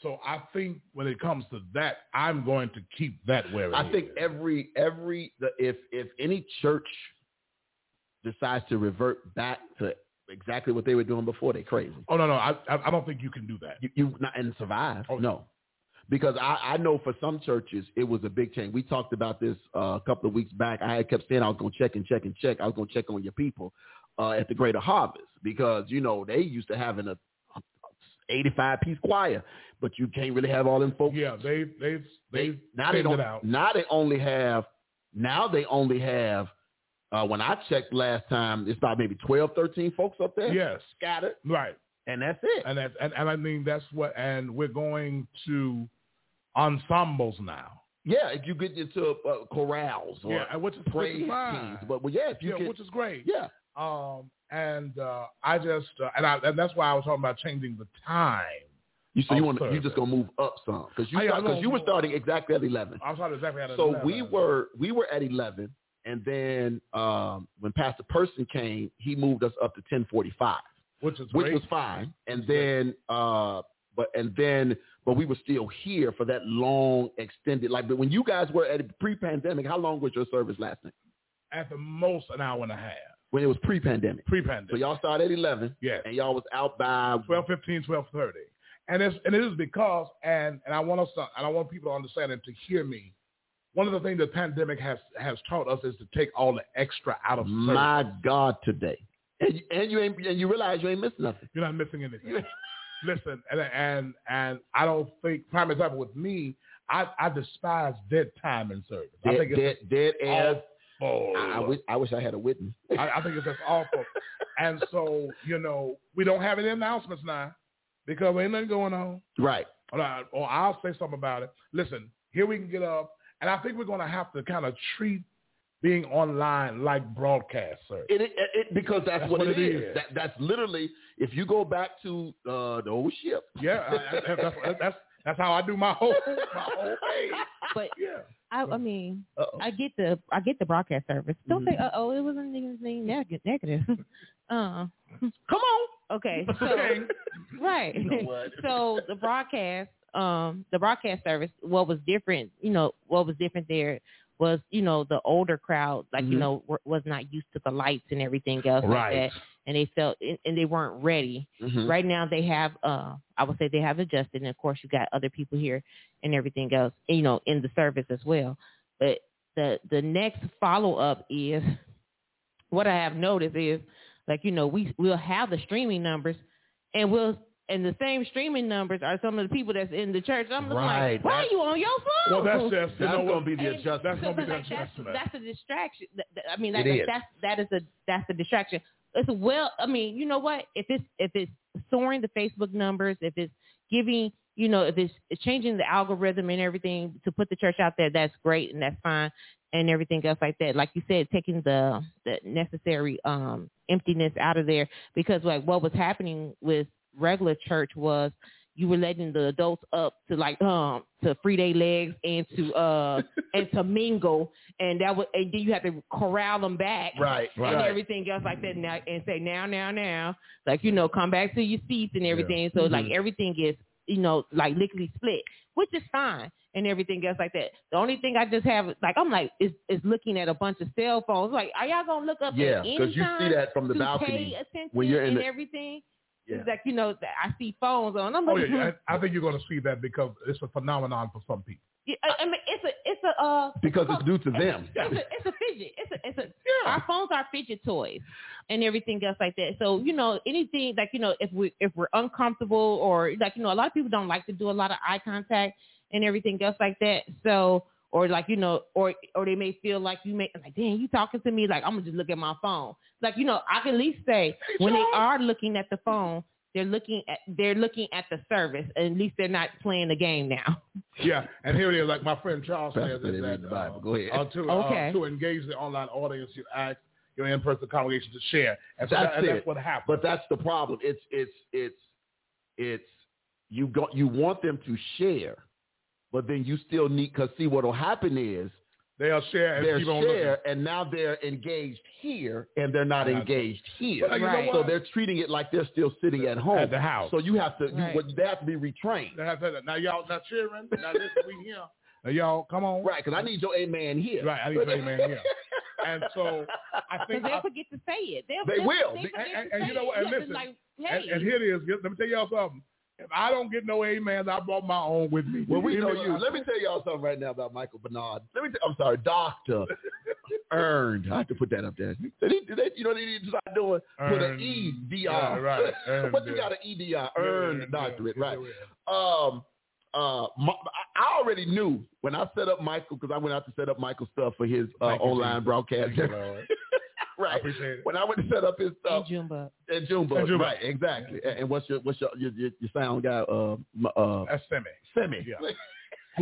Speaker 6: So I think when it comes to that, I'm going to keep that where it
Speaker 4: I think
Speaker 6: is.
Speaker 4: every every the, if if any church decides to revert back to exactly what they were doing before, they crazy.
Speaker 6: Oh no no, I I I don't think you can do that.
Speaker 4: you, you not and survive.
Speaker 6: Oh.
Speaker 4: No, because I, I know for some churches it was a big change. We talked about this uh, a couple of weeks back. I had kept saying I was going to check and check and check. I was going to check on your people uh, at the Greater Harvest because you know they used to having a 85 piece choir, but you can't really have all them folks.
Speaker 6: Yeah, they they they, they
Speaker 4: now they
Speaker 6: it
Speaker 4: don't.
Speaker 6: out.
Speaker 4: Now they only have. Now they only have. Uh, when I checked last time, it's about maybe 12, 13 folks up there
Speaker 6: Yes,
Speaker 4: scattered,
Speaker 6: right.
Speaker 4: and that's it.
Speaker 6: And that's and, and I mean that's what and we're going to ensembles now.
Speaker 4: Yeah, if you get into uh, chorales or
Speaker 6: yeah, and which is which
Speaker 4: praise
Speaker 6: is fine.
Speaker 4: teams, but well, yeah, if you
Speaker 6: yeah,
Speaker 4: can,
Speaker 6: which is great.
Speaker 4: yeah,
Speaker 6: Um, and uh, I just uh, and I and that's why I was talking about changing the time.
Speaker 4: you so
Speaker 6: Oh,
Speaker 4: you want
Speaker 6: sorry,
Speaker 4: you just
Speaker 6: man.
Speaker 4: gonna move up some because you
Speaker 6: Oh, yeah, I'm
Speaker 4: because
Speaker 6: gonna
Speaker 4: you were
Speaker 6: move.
Speaker 4: starting exactly at eleven.
Speaker 6: I was talking exactly how to
Speaker 4: So
Speaker 6: do that.
Speaker 4: we were we were at eleven, and then um, when Pastor Person came, he moved us up to ten forty five,
Speaker 6: which is
Speaker 4: which
Speaker 6: great.
Speaker 4: was fine. And then uh, but and then but we were still here for that long extended like. But when you guys were at pre pandemic, how long was your service lasting?
Speaker 6: at the most an hour and a half
Speaker 4: When it was pre pandemic,
Speaker 6: pre-pandemic.
Speaker 4: so y'all started at eleven.
Speaker 6: yes,
Speaker 4: and y'all was out by
Speaker 6: 12, 15, 12, 30. and it's and it is because and and I want us to, and I want people to understand and to hear me. One of the things the pandemic has has taught us is to take all the extra out of service.
Speaker 4: my God today. And you, and you ain't and you realize you ain't missing nothing.
Speaker 6: You're not missing anything. Listen, and and and I don't think prime example with me. I, I despise dead time in service. I
Speaker 4: Dead
Speaker 6: think
Speaker 4: dead,
Speaker 6: it's
Speaker 4: dead air.
Speaker 6: awful.
Speaker 4: I, I wish I wish I had a witness.
Speaker 6: I, I think it's just awful. And so, you know, we don't have any announcements now because ain't nothing going on.
Speaker 4: Right.
Speaker 6: Or, I, or I'll say something about it. Listen, here we can get up, and I think we're going to have to kind of treat being online like broadcast service.
Speaker 4: It, it, it because that's, what, it is.
Speaker 6: is.
Speaker 4: That that's literally if you go back to uh, the old ship.
Speaker 6: Yeah, I, I, that's, that's that's how I do my whole my whole thing.
Speaker 7: But-
Speaker 6: yeah,
Speaker 7: I, I mean,
Speaker 4: Uh-oh.
Speaker 7: I get the I get the broadcast service. Don't
Speaker 4: Mhm.
Speaker 7: say, uh oh, it wasn't anything neg- negative. Uh,
Speaker 4: Come on.
Speaker 7: okay, so right.
Speaker 4: You know what?
Speaker 7: so the broadcast, um, the broadcast service, what was different, you know, what was different there was, you know, the older crowd, like you
Speaker 4: Mhm.
Speaker 7: know, w- was not used to the lights and everything else
Speaker 6: Right.
Speaker 7: like that, and they felt and, and they weren't ready.
Speaker 4: Mhm.
Speaker 7: Right now, they have, uh, I would say they have adjusted, and of course, you got other people here and everything else, you know, in the service as well. But the the next follow up is what I have noticed is like you know we we'll have the streaming numbers and we'll and the same streaming numbers are some of the people that's in the church. I'm just
Speaker 4: Right.
Speaker 7: like, why
Speaker 4: That's-
Speaker 7: are you on your
Speaker 6: Well,
Speaker 7: phone?
Speaker 6: that's just you
Speaker 4: That's
Speaker 6: know
Speaker 4: going
Speaker 6: what.
Speaker 4: to be the
Speaker 7: And-
Speaker 4: adjustment.
Speaker 6: That's gonna be
Speaker 7: Because,
Speaker 6: the
Speaker 7: like, that's,
Speaker 6: adjustment.
Speaker 7: that's a distraction. Th- th- I mean,
Speaker 4: It
Speaker 7: that,
Speaker 4: is.
Speaker 7: that's that is a that's a distraction. It's well, I mean, you know what? If it's if it's soaring the Facebook numbers, if it's giving, you know, if it's changing the algorithm and everything to put the church out there, that's great and that's fine and everything else like that. Like you said, taking the the necessary um emptiness out of there because like what was happening with regular church was you were letting the adults up to like um to free their legs and to uh and to mingle and that was and then you had to corral them back
Speaker 4: Right,
Speaker 7: and everything else like that now and say now now now like you know come back to your seats and everything so
Speaker 4: Mm-hmm.
Speaker 7: like everything is you know like lickety split which is fine and everything else like that the only thing i just have like i'm like is is looking at a bunch of cell phones like are y'all gonna look up
Speaker 4: Yeah,
Speaker 7: at
Speaker 4: because
Speaker 7: any
Speaker 4: you see
Speaker 7: time
Speaker 4: that from the
Speaker 7: to
Speaker 4: balcony.
Speaker 7: pay attention
Speaker 4: when you're in
Speaker 7: and
Speaker 4: the-
Speaker 7: everything
Speaker 4: Yeah.
Speaker 7: it's like you know that i see phones on i'm
Speaker 6: Oh
Speaker 7: like
Speaker 6: yeah,
Speaker 7: hmm.
Speaker 6: yeah. I, I think you're going to see that because it's a phenomenon for some people.
Speaker 7: Yeah, I, I mean, it's a, it's a, uh,
Speaker 4: Because it's new to them.
Speaker 7: It's a, it's a fidget. It's a, it's a. Our phones are fidget toys, and everything else like that. So you know, anything like you know, if we if we're uncomfortable or like you know, a lot of people don't like to do a lot of eye contact and everything else like that. So or like you know, or or they may feel like you may like, dang, you talking to me? Like I'm gonna just look at my phone. Like you know, I can at least say when they are looking at the phone. They're looking at they're looking at the service, and at least they're not playing the game now.
Speaker 6: Yeah, and here it is. Like my friend Charles
Speaker 4: That's
Speaker 6: says,
Speaker 4: what they
Speaker 6: is
Speaker 4: read
Speaker 6: that
Speaker 4: in the Bible.
Speaker 6: uh,
Speaker 4: Go ahead.
Speaker 6: uh, to,
Speaker 7: Okay.
Speaker 6: uh, to engage the online audience, you ask your in-person congregation to share, and, so
Speaker 4: That's
Speaker 6: that, and
Speaker 4: it.
Speaker 6: that's what happened.
Speaker 4: But that's the problem. It's it's it's it's you got you want them to share, but then you still need because see what'll happen is
Speaker 6: They'll share and
Speaker 4: they're
Speaker 6: keep on looking.
Speaker 4: share and now they're engaged here and they're not
Speaker 6: Right.
Speaker 4: engaged here.
Speaker 6: But like, you know
Speaker 7: Right.
Speaker 4: So
Speaker 6: what?
Speaker 4: they're treating it like they're still sitting at home.
Speaker 6: At the house.
Speaker 4: So you have to you,
Speaker 7: Right.
Speaker 4: what- they have to be retrained.
Speaker 6: They have said that. Now y'all not cheering. Now this we here. Now y'all come on.
Speaker 4: Right, because I need your amen here.
Speaker 6: Right. I need to say, man. Yeah. And so I think.
Speaker 7: Because they'll
Speaker 6: I-
Speaker 7: forget to say it. They'll,
Speaker 4: They
Speaker 7: they'll-
Speaker 4: will.
Speaker 7: They
Speaker 4: And-
Speaker 7: forget
Speaker 6: and-
Speaker 7: to
Speaker 6: and
Speaker 7: say
Speaker 6: you know
Speaker 7: it.
Speaker 6: what? And
Speaker 7: Yeah, 'cause
Speaker 6: listen,
Speaker 7: like,
Speaker 6: and,
Speaker 7: hey,
Speaker 6: and here it is. Let me tell y'all something. If I don't get no amens, I brought my own with me.
Speaker 4: Well, we
Speaker 6: Here
Speaker 4: know
Speaker 6: it is.
Speaker 4: you. Let me tell y'all something right now about Michael Bernard. Let me. T- I'm sorry, Doctor Earned. I have to put that up there. Did he, did they, you know what he needs to start doing? Put an
Speaker 6: Earned.
Speaker 4: E D
Speaker 6: Yeah,
Speaker 4: R.
Speaker 6: right. Earned,
Speaker 4: but you
Speaker 6: yeah.
Speaker 4: got an E D R.
Speaker 6: Yeah,
Speaker 4: Earned
Speaker 6: yeah,
Speaker 4: doctorate,
Speaker 6: yeah,
Speaker 4: right?
Speaker 6: yeah.
Speaker 4: Um, uh, my, I- I already knew when I set up Michael because I went out to set up Michael's stuff for his uh,
Speaker 6: Thank you,
Speaker 4: online
Speaker 6: Jesus.
Speaker 4: broadcast.
Speaker 6: Thank you, Lord. I
Speaker 4: right.
Speaker 6: appreciate it.
Speaker 4: When I went to set up his stuff,
Speaker 7: and Junebug.
Speaker 4: and Junebug,
Speaker 6: And Junebug.
Speaker 4: right? Exactly. And, and what's your what's your your, your, your sound guy? Uh, m- uh,
Speaker 6: That's Semi.
Speaker 4: Semi.
Speaker 6: Yeah.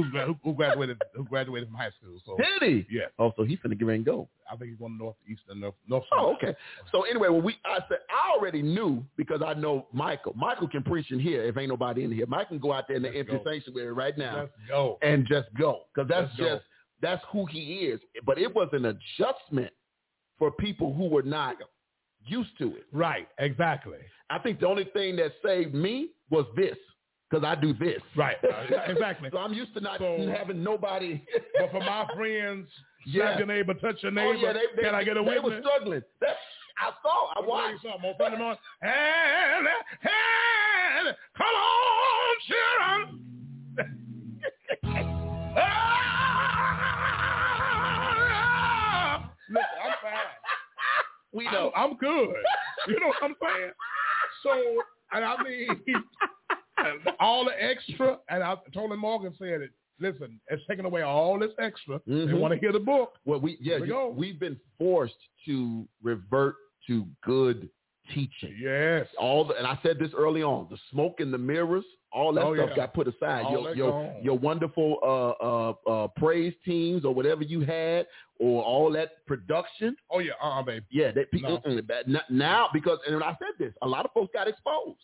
Speaker 6: Who's, gra- who, who graduated? Who graduated from high school? So
Speaker 4: Did he?
Speaker 6: yeah,
Speaker 4: Oh, so he finna get ready and go.
Speaker 6: I think he's going northeast and north. north
Speaker 4: Oh, okay. So anyway, when we I said I already knew because I know Michael. Michael can preach in here if ain't nobody in here. Michael can go out there in the
Speaker 6: Let's
Speaker 4: empty
Speaker 6: go.
Speaker 4: sanctuary right now
Speaker 6: Let's go.
Speaker 4: and just go because that's
Speaker 6: Let's go.
Speaker 4: just that's who he is. But it was an adjustment for people who were not used to it.
Speaker 6: Right. Exactly.
Speaker 4: I think the only thing that saved me was this because I do this.
Speaker 6: Right. Uh, exactly.
Speaker 4: So I'm used to not
Speaker 6: So-
Speaker 4: having nobody.
Speaker 6: But for my friends,
Speaker 4: Yeah.
Speaker 6: slap your neighbor, touch your neighbor.
Speaker 4: oh yeah, they, they,
Speaker 6: Can I get a
Speaker 4: they
Speaker 6: witness?
Speaker 4: were struggling. That, I saw. I
Speaker 6: Let me tell
Speaker 4: watched.
Speaker 6: you something. On Sunday morning, and, and, come on, children. Ah! Listen, I'm fine.
Speaker 4: We
Speaker 6: I'm,
Speaker 4: know.
Speaker 6: I'm good. You know what I'm saying? So, and I mean, all the extra, and I told him Morgan said it. Listen, it's taking away all this extra. They
Speaker 4: Mhm.
Speaker 6: want to hear the book.
Speaker 4: Well, we yeah,
Speaker 6: Here we
Speaker 4: you-
Speaker 6: go.
Speaker 4: we've been forced to revert to good teaching.
Speaker 6: Yes.
Speaker 4: All the, and I said this early on: the smoke and the mirrors, all that
Speaker 6: Oh,
Speaker 4: stuff
Speaker 6: yeah.
Speaker 4: got put aside.
Speaker 6: All
Speaker 4: your
Speaker 6: that
Speaker 4: your
Speaker 6: gone.
Speaker 4: your wonderful uh, uh, uh, praise teams or whatever you had, or all that production.
Speaker 6: Oh yeah, uh, uh babe.
Speaker 4: Yeah, that pe-
Speaker 6: No.
Speaker 4: mm-mm, that- n- now because and when I said this, a lot of folks got exposed.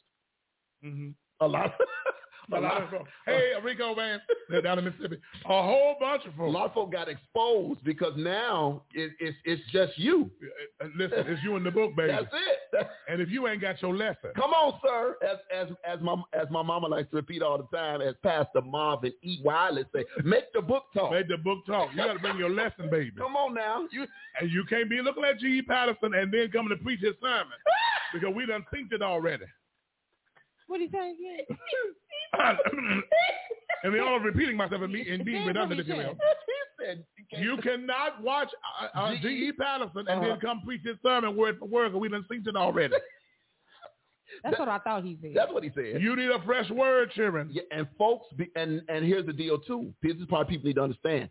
Speaker 6: Mm-hmm.
Speaker 4: A lot, a,
Speaker 6: A lot of folks. Hey, Rico man, they're down in Mississippi. A whole bunch of
Speaker 4: a
Speaker 6: folks.
Speaker 4: lot of folks got exposed because now it, it's it's just you.
Speaker 6: Uh, uh, Listen, it's you in the book, baby.
Speaker 4: That's it.
Speaker 6: And if you ain't got your lesson,
Speaker 4: Come on, sir. As as as my as my mama likes to repeat all the time, as Pastor Marvin E. Wiley say, make the book talk.
Speaker 6: make the book talk. You got to bring your lesson, baby.
Speaker 4: Come on now. You
Speaker 6: And you can't be looking at G.E. Patterson and then coming to preach his sermon because we done synced it already.
Speaker 7: What do you say again?
Speaker 6: and the all of repeating myself and be- and being redundant, if you will.
Speaker 4: he said you can't-
Speaker 6: You cannot watch uh, uh,
Speaker 4: G.E.
Speaker 6: G.E. Patterson and
Speaker 4: Uh-huh.
Speaker 6: then come preach his sermon word for word because we done synced it already.
Speaker 7: That's what I thought he said.
Speaker 4: That's what he said.
Speaker 6: You need a fresh word, Chairman.
Speaker 4: Yeah, and folks, be- and and here's the deal too. This is part people need to understand.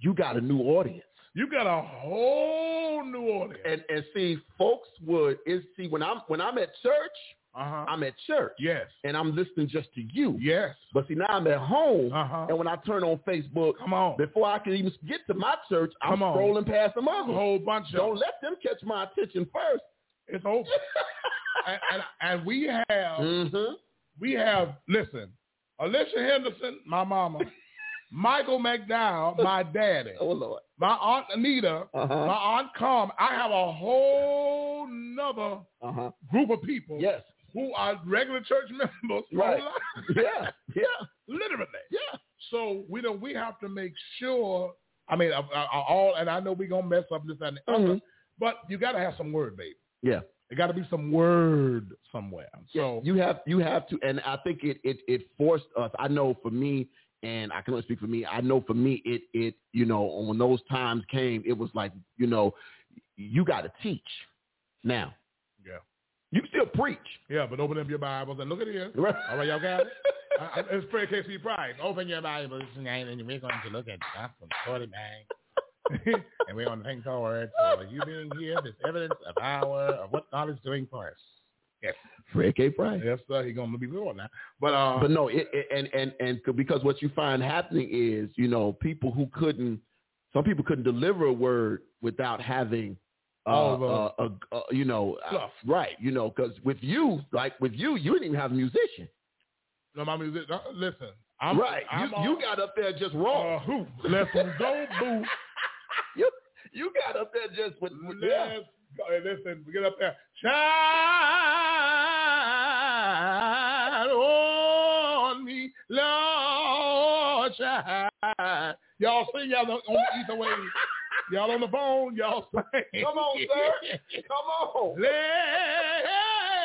Speaker 4: You got a new audience,
Speaker 6: You got a whole new audience.
Speaker 4: and and see, folks would is see when I'm when I'm at church,
Speaker 6: Uh huh.
Speaker 4: I'm at church,
Speaker 6: Yes.
Speaker 4: and I'm listening just to you.
Speaker 6: Yes.
Speaker 4: But see, now I'm at home,
Speaker 6: Uh huh.
Speaker 4: and when I turn on Facebook,
Speaker 6: Come on.
Speaker 4: before I can even get to my church, I'm
Speaker 6: Come on.
Speaker 4: scrolling past them
Speaker 6: A
Speaker 4: others.
Speaker 6: whole bunch of.
Speaker 4: Don't let them catch my attention first.
Speaker 6: It's over. and, and, and we have,
Speaker 4: Mm-hmm.
Speaker 6: we have, listen, Alicia Henderson, my mama, Michael McDowell, my daddy,
Speaker 4: Oh Lord.
Speaker 6: my aunt Anita, my
Speaker 4: Uh-huh.
Speaker 6: aunt Carm. I have a whole nother
Speaker 4: Uh-huh.
Speaker 6: group of people
Speaker 4: Yes.
Speaker 6: who are regular church members.
Speaker 4: Right.
Speaker 6: online,
Speaker 4: Yeah. Yeah.
Speaker 6: Literally.
Speaker 4: Yeah.
Speaker 6: So we don't, we have to make sure, I mean, I, I, I- all, and I know we're going to mess up this that, and the other, but you got to have some word, baby.
Speaker 4: Mm-hmm. Yeah.
Speaker 6: There got to be some word somewhere.
Speaker 4: Yeah,
Speaker 6: So
Speaker 4: you have you have to, and I think it it it forced us. I know for me, and I can only speak for me. I know for me, it it you know when those times came, it was like you know you got to teach now.
Speaker 6: Yeah.
Speaker 4: you can still preach.
Speaker 6: Yeah, but open up your Bibles and look at here.
Speaker 4: Right.
Speaker 6: All right, y'all got it? I, I, it's prayer case for pride. Open your Bibles tonight, and we're going to look at Gospel 49. and we're going to thank God for you being here. This evidence of our of what God is doing for us. Yes,
Speaker 4: Fred K. Price.
Speaker 6: yes, sir. He's going to be real now. But uh,
Speaker 4: But no, it, it and and and c- because what you find happening is you know people who couldn't, some people couldn't deliver a word without having. Uh,
Speaker 6: All
Speaker 4: uh,
Speaker 6: of
Speaker 4: uh, uh, you know, uh,
Speaker 6: Fluff.
Speaker 4: right? You know, because with you, like with you, you didn't even have a musician.
Speaker 6: no, my music. uh, listen, I'm
Speaker 4: right.
Speaker 6: I'm
Speaker 4: you,
Speaker 6: on,
Speaker 4: you got up there just
Speaker 6: uh,
Speaker 4: raw.
Speaker 6: who? Let's go, boo.
Speaker 4: you you got up there just with, with yeah.
Speaker 6: Let's go. Hey, listen, get up there. Shine on me, Lord, shine. Y'all sing y'all on the ether wave. Y'all on the phone, y'all sing.
Speaker 4: Come on, sir. Come on.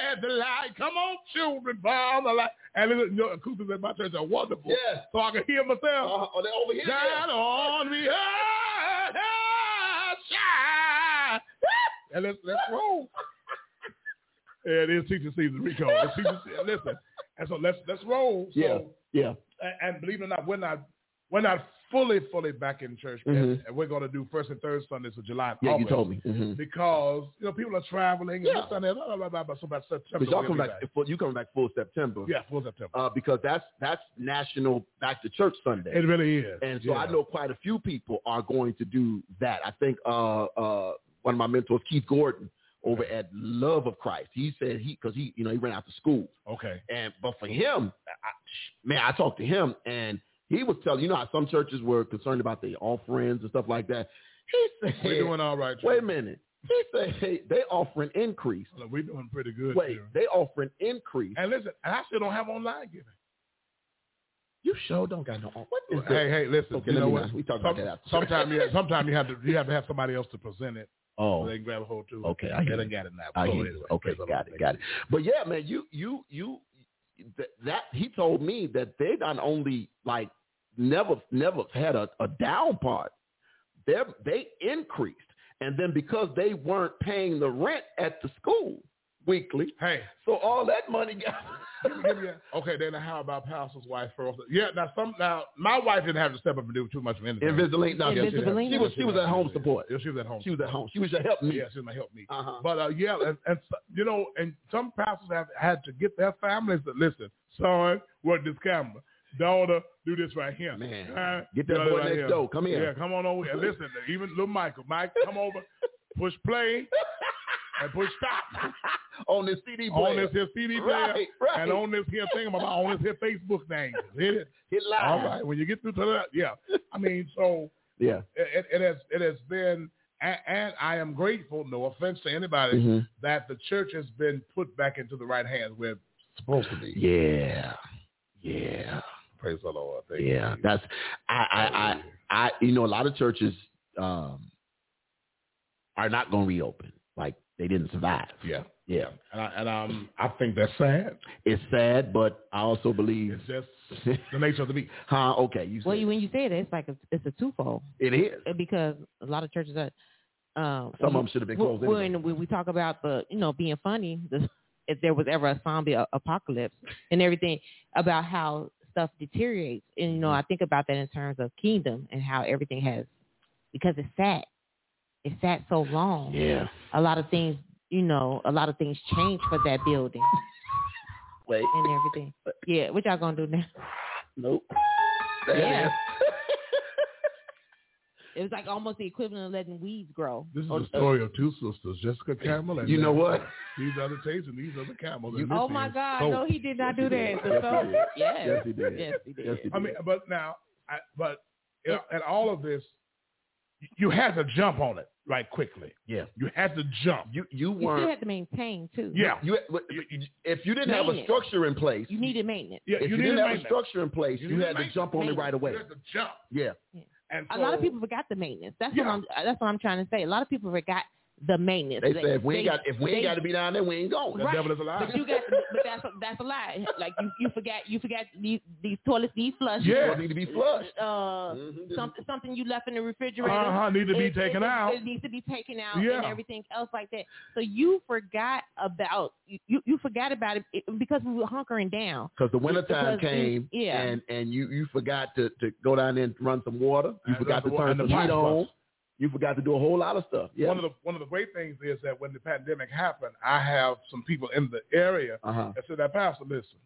Speaker 6: Let the light, come on, children, bomb the light. And listen, your acoustics at my church are wonderful.
Speaker 4: Yes.
Speaker 6: So I can hear myself.
Speaker 4: Uh, oh, they over here. yeah.
Speaker 6: Shine on me, ah, ah, shine. And let's, let's roll. Yeah, it is teacher season, Rico. It's teacher season. Listen, and so let's let's roll. So,
Speaker 4: Yeah, yeah.
Speaker 6: a- And believe it or not, we're not we're not fully fully back in church, yet.
Speaker 4: Mhm.
Speaker 6: and we're going to do first and third Sundays of July. and
Speaker 4: Yeah, you
Speaker 6: August
Speaker 4: told me. Mm-hmm.
Speaker 6: because you know people are traveling.
Speaker 4: Yeah.
Speaker 6: And this, and that, blah, blah, blah, blah, blah, so about September.
Speaker 4: But y'all
Speaker 6: we'll
Speaker 4: come
Speaker 6: be
Speaker 4: back. full You coming back full September.
Speaker 6: Yeah, full September.
Speaker 4: Uh, because that's that's National Back to Church Sunday.
Speaker 6: it really is.
Speaker 4: And so
Speaker 6: Yeah.
Speaker 4: I know quite a few people are going to do that. I think uh, uh, one of my mentors, Keith Gordon, over at Love of Christ, he said he because he you know he ran out to school,
Speaker 6: Okay.
Speaker 4: and but for him, I, man, I talked to him and he was telling you know how some churches were concerned about the offerings and stuff like that. He said,
Speaker 6: We're doing all right.
Speaker 4: wait a
Speaker 6: children.
Speaker 4: minute. He said hey, they offering increase.
Speaker 6: Look, We're doing pretty good.
Speaker 4: Wait,
Speaker 6: children.
Speaker 4: they offering increase.
Speaker 6: And listen, and I still don't have online giving.
Speaker 4: You sure don't got no. What is that?
Speaker 6: Hey, hey, listen.
Speaker 4: Okay,
Speaker 6: you
Speaker 4: let
Speaker 6: know
Speaker 4: me
Speaker 6: what?
Speaker 4: not- we talk about that after.
Speaker 6: Sometimes you, sometime you have to, you have to have somebody else to present it. So
Speaker 4: Oh,
Speaker 6: they can grab a hold too.
Speaker 4: Okay, I hear
Speaker 6: They
Speaker 4: you.
Speaker 6: done got it now.
Speaker 4: I
Speaker 6: So
Speaker 4: hear
Speaker 6: anyway,
Speaker 4: you. Oh, Okay,
Speaker 6: praise the
Speaker 4: got
Speaker 6: Lord.
Speaker 4: it, got it. But yeah, man, you you you th- that he told me that they not only like never never had a, a down part, they they increased, and then because they weren't paying the rent at the school weekly,
Speaker 6: Hey,
Speaker 4: so all that money got.
Speaker 6: give me, give me a, okay. Then how about pastor's wife first? Yeah. Now some. Now my wife didn't have to step up and do too much of anything.
Speaker 4: Invisalign. No,
Speaker 6: Yeah, she
Speaker 7: Invisalign?
Speaker 6: had-
Speaker 4: She was she was at home
Speaker 6: yeah.
Speaker 4: support.
Speaker 6: Yeah, she was at home.
Speaker 4: She was at home. She was just helping me.
Speaker 6: Yeah, she was my help me.
Speaker 4: Uh huh.
Speaker 6: But uh, yeah, and, and so- you know, and some pastors have had to get their families to listen. Son, work this camera. Daughter, do this right here.
Speaker 4: Man,
Speaker 6: Huh?
Speaker 4: get that
Speaker 6: Do
Speaker 4: boy
Speaker 6: right
Speaker 4: next
Speaker 6: here.
Speaker 4: door. Come here.
Speaker 6: Yeah, come on over here. Listen, even little Michael, Mike, come over, push play, and push stop
Speaker 4: on this CD player.
Speaker 6: on this here CD player
Speaker 4: Right, right.
Speaker 6: and on this here thing about on this here Facebook thing. Hit it.
Speaker 4: Hit live.
Speaker 6: All right, when you get through to that, yeah. I mean, so
Speaker 4: Yeah.
Speaker 6: it, it has it has been, and, and I am grateful. No offense to anybody
Speaker 4: Mhm.
Speaker 6: that the church has been put back into the right hands where it's supposed to be.
Speaker 4: Yeah. Yeah.
Speaker 6: Praise the Lord. Thank
Speaker 4: Yeah.
Speaker 6: you.
Speaker 4: That's I I I, I you know, a lot of churches um are not gonna reopen. Like they didn't survive.
Speaker 6: yeah.
Speaker 4: Yeah.
Speaker 6: And, I, and um, I think that's sad.
Speaker 4: It's sad, but I also believe
Speaker 6: It's just the nature of the beast.
Speaker 4: huh, okay, you said
Speaker 7: Well, you, when you say that, it's like a, it's a twofold
Speaker 4: it is.
Speaker 7: Uh, because a lot of churches are. Um,
Speaker 4: Some of them should have been
Speaker 7: when,
Speaker 4: closed. anyway.
Speaker 7: when we, we talk about the you know being funny, the if there was ever a zombie a- apocalypse and everything about how stuff deteriorates. And you know, I think about that in terms of kingdom and how everything has because it sat. It sat so long.
Speaker 8: Yeah.
Speaker 7: A lot of things you know, a lot of things changed for that building
Speaker 8: Wait.
Speaker 7: and everything. Yeah, what y'all gonna do now?
Speaker 8: Nope.
Speaker 7: Yeah. It was like almost the equivalent of letting weeds grow.
Speaker 6: This is the story of two sisters, Jessica Camel and
Speaker 4: Oh, You know what?
Speaker 6: These are the tapes and these are the camels. and
Speaker 7: Oh
Speaker 6: this
Speaker 7: my
Speaker 6: is
Speaker 7: God!
Speaker 6: soap.
Speaker 7: No, he did not do that.
Speaker 4: Yes,
Speaker 7: The soap.
Speaker 4: he
Speaker 7: Yes.
Speaker 4: Yes, he did.
Speaker 7: Yes, he did.
Speaker 4: Yes, he
Speaker 6: I
Speaker 4: did.
Speaker 6: mean, but now, I, but you know, at all of this, you had to jump on it right quickly.
Speaker 4: Yeah.
Speaker 6: You had to jump.
Speaker 4: you you
Speaker 7: You still
Speaker 4: weren't
Speaker 7: had to maintain too.
Speaker 6: Yeah.
Speaker 4: you if you didn't have a
Speaker 7: Maintenance.
Speaker 4: structure in place.
Speaker 7: You needed maintenance.
Speaker 6: Yeah.
Speaker 4: if you,
Speaker 6: needed
Speaker 4: didn't have a
Speaker 6: maintenance.
Speaker 4: structure in place, you,
Speaker 6: needed
Speaker 4: had to
Speaker 6: maintenance.
Speaker 4: jump on it
Speaker 7: Maintenance.
Speaker 4: right away.
Speaker 6: You had to jump.
Speaker 4: Yeah.
Speaker 6: And
Speaker 7: A
Speaker 6: so,
Speaker 7: lot of people forgot the maintenance. That's
Speaker 6: Yeah.
Speaker 7: what I'm. That's what I'm trying to say. A lot of people forgot the maintenance.
Speaker 4: They said if we ain't
Speaker 7: they-
Speaker 4: got if we ain't
Speaker 7: they-
Speaker 4: got to be down there, we ain't going.
Speaker 6: The devil is alive.
Speaker 7: But you got. But that's that's a lie. Like you, you forgot. You forgot these these toilets need flush.
Speaker 6: Yeah.
Speaker 4: Don't need to be flushed.
Speaker 7: Uh,
Speaker 6: Mm-hmm.
Speaker 4: Mhm.
Speaker 7: something something you left in the refrigerator.
Speaker 6: Uh-huh, need to be
Speaker 7: It-
Speaker 6: taken
Speaker 7: it-
Speaker 6: out.
Speaker 7: It needs to be taken out
Speaker 6: Yeah.
Speaker 7: and everything else like that. So you forgot about you you forgot about it because we were hunkering down.
Speaker 4: Cause the wintertime
Speaker 7: Because
Speaker 4: came,
Speaker 7: we- yeah.
Speaker 4: and and you you forgot to to go down there and run some water. You
Speaker 6: And
Speaker 4: forgot
Speaker 6: the
Speaker 4: to
Speaker 6: wa-
Speaker 4: turn
Speaker 6: and
Speaker 4: the
Speaker 6: the
Speaker 4: heat
Speaker 6: lights
Speaker 4: on.
Speaker 6: was-
Speaker 4: You forgot to do a whole lot of stuff. Yeah.
Speaker 6: one of the one of the great things is that when the pandemic happened, I have some people in the area
Speaker 4: uh huh.
Speaker 6: that said, "Now, Pastor, listen,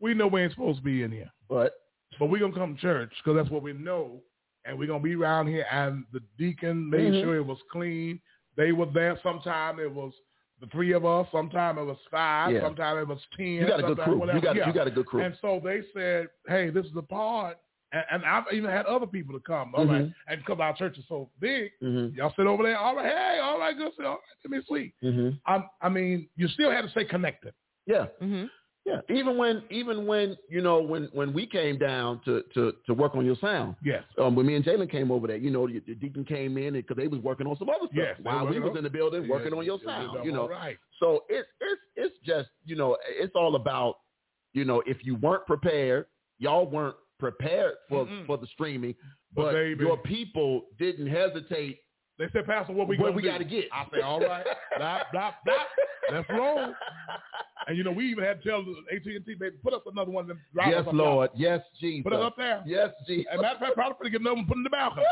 Speaker 6: we know we ain't supposed to be in here,
Speaker 4: But
Speaker 6: but we're gonna come to church because that's what we know, and we're gonna be around here." And the deacon made
Speaker 4: Mhm.
Speaker 6: sure it was clean. They were there. Sometime it was the three of us. Sometime it was five.
Speaker 4: Yeah.
Speaker 6: Sometime it was ten.
Speaker 4: you got a good
Speaker 6: sometime
Speaker 4: crew.
Speaker 6: whatever.
Speaker 4: You got
Speaker 6: Yeah.
Speaker 4: you got a good crew.
Speaker 6: And so they said, hey, this is the part. And, and I've even had other people to come. All right. And because our church is so big,
Speaker 4: Mm-hmm.
Speaker 6: y'all sit over there. All right. Hey, all right. Good. Sit. All right. Let me sleep.
Speaker 4: Mm-hmm.
Speaker 6: i I mean, you still had to stay connected.
Speaker 4: Yeah.
Speaker 7: Mm-hmm.
Speaker 4: Yeah. Even when even when you know when when we came down to to to work on your sound.
Speaker 6: Yes.
Speaker 4: Um, when me and Jalen came over there, you know, the, the deacon came in because they was working on some other stuff
Speaker 6: Yes, they
Speaker 4: while we
Speaker 6: working
Speaker 4: was
Speaker 6: on-
Speaker 4: in the building working
Speaker 6: Yes,
Speaker 4: on your
Speaker 6: it- it-
Speaker 4: sound,
Speaker 6: it's
Speaker 4: you know.
Speaker 6: all Right.
Speaker 4: So it's it's it's just you know it's all about you know if you weren't prepared, y'all weren't prepared for
Speaker 6: Mm-mm.
Speaker 4: for the streaming,
Speaker 6: But
Speaker 4: but
Speaker 6: baby-
Speaker 4: your people didn't hesitate.
Speaker 6: They said, Pastor, what we
Speaker 4: What
Speaker 6: gonna
Speaker 4: we
Speaker 6: do?
Speaker 4: gotta get?
Speaker 6: I say, all right, blah blah blah. Let's roll. And you know, we even had to tell AT and T, baby, put up another one of them. drivers
Speaker 4: yes,
Speaker 6: up there.
Speaker 4: Lord. Yes, Jesus.
Speaker 6: Put it up there.
Speaker 4: Yes, Jesus.
Speaker 6: As a matter of fact, probably get another one, put it in the balcony.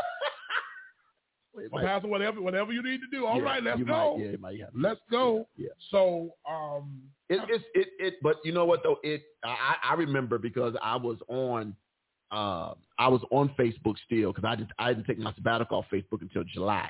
Speaker 4: It
Speaker 6: Well,
Speaker 4: might-
Speaker 6: Pastor, whatever, whatever you need to do. All
Speaker 4: yeah,
Speaker 6: right, let's
Speaker 4: you
Speaker 6: go.
Speaker 4: might- yeah, it might happen.
Speaker 6: Let's go.
Speaker 4: Yeah, yeah.
Speaker 6: So, um,
Speaker 4: It, it's it, it, but you know what though? It, I, I I remember because I was on, uh, I was on Facebook still because I just I didn't take my sabbatical off Facebook until July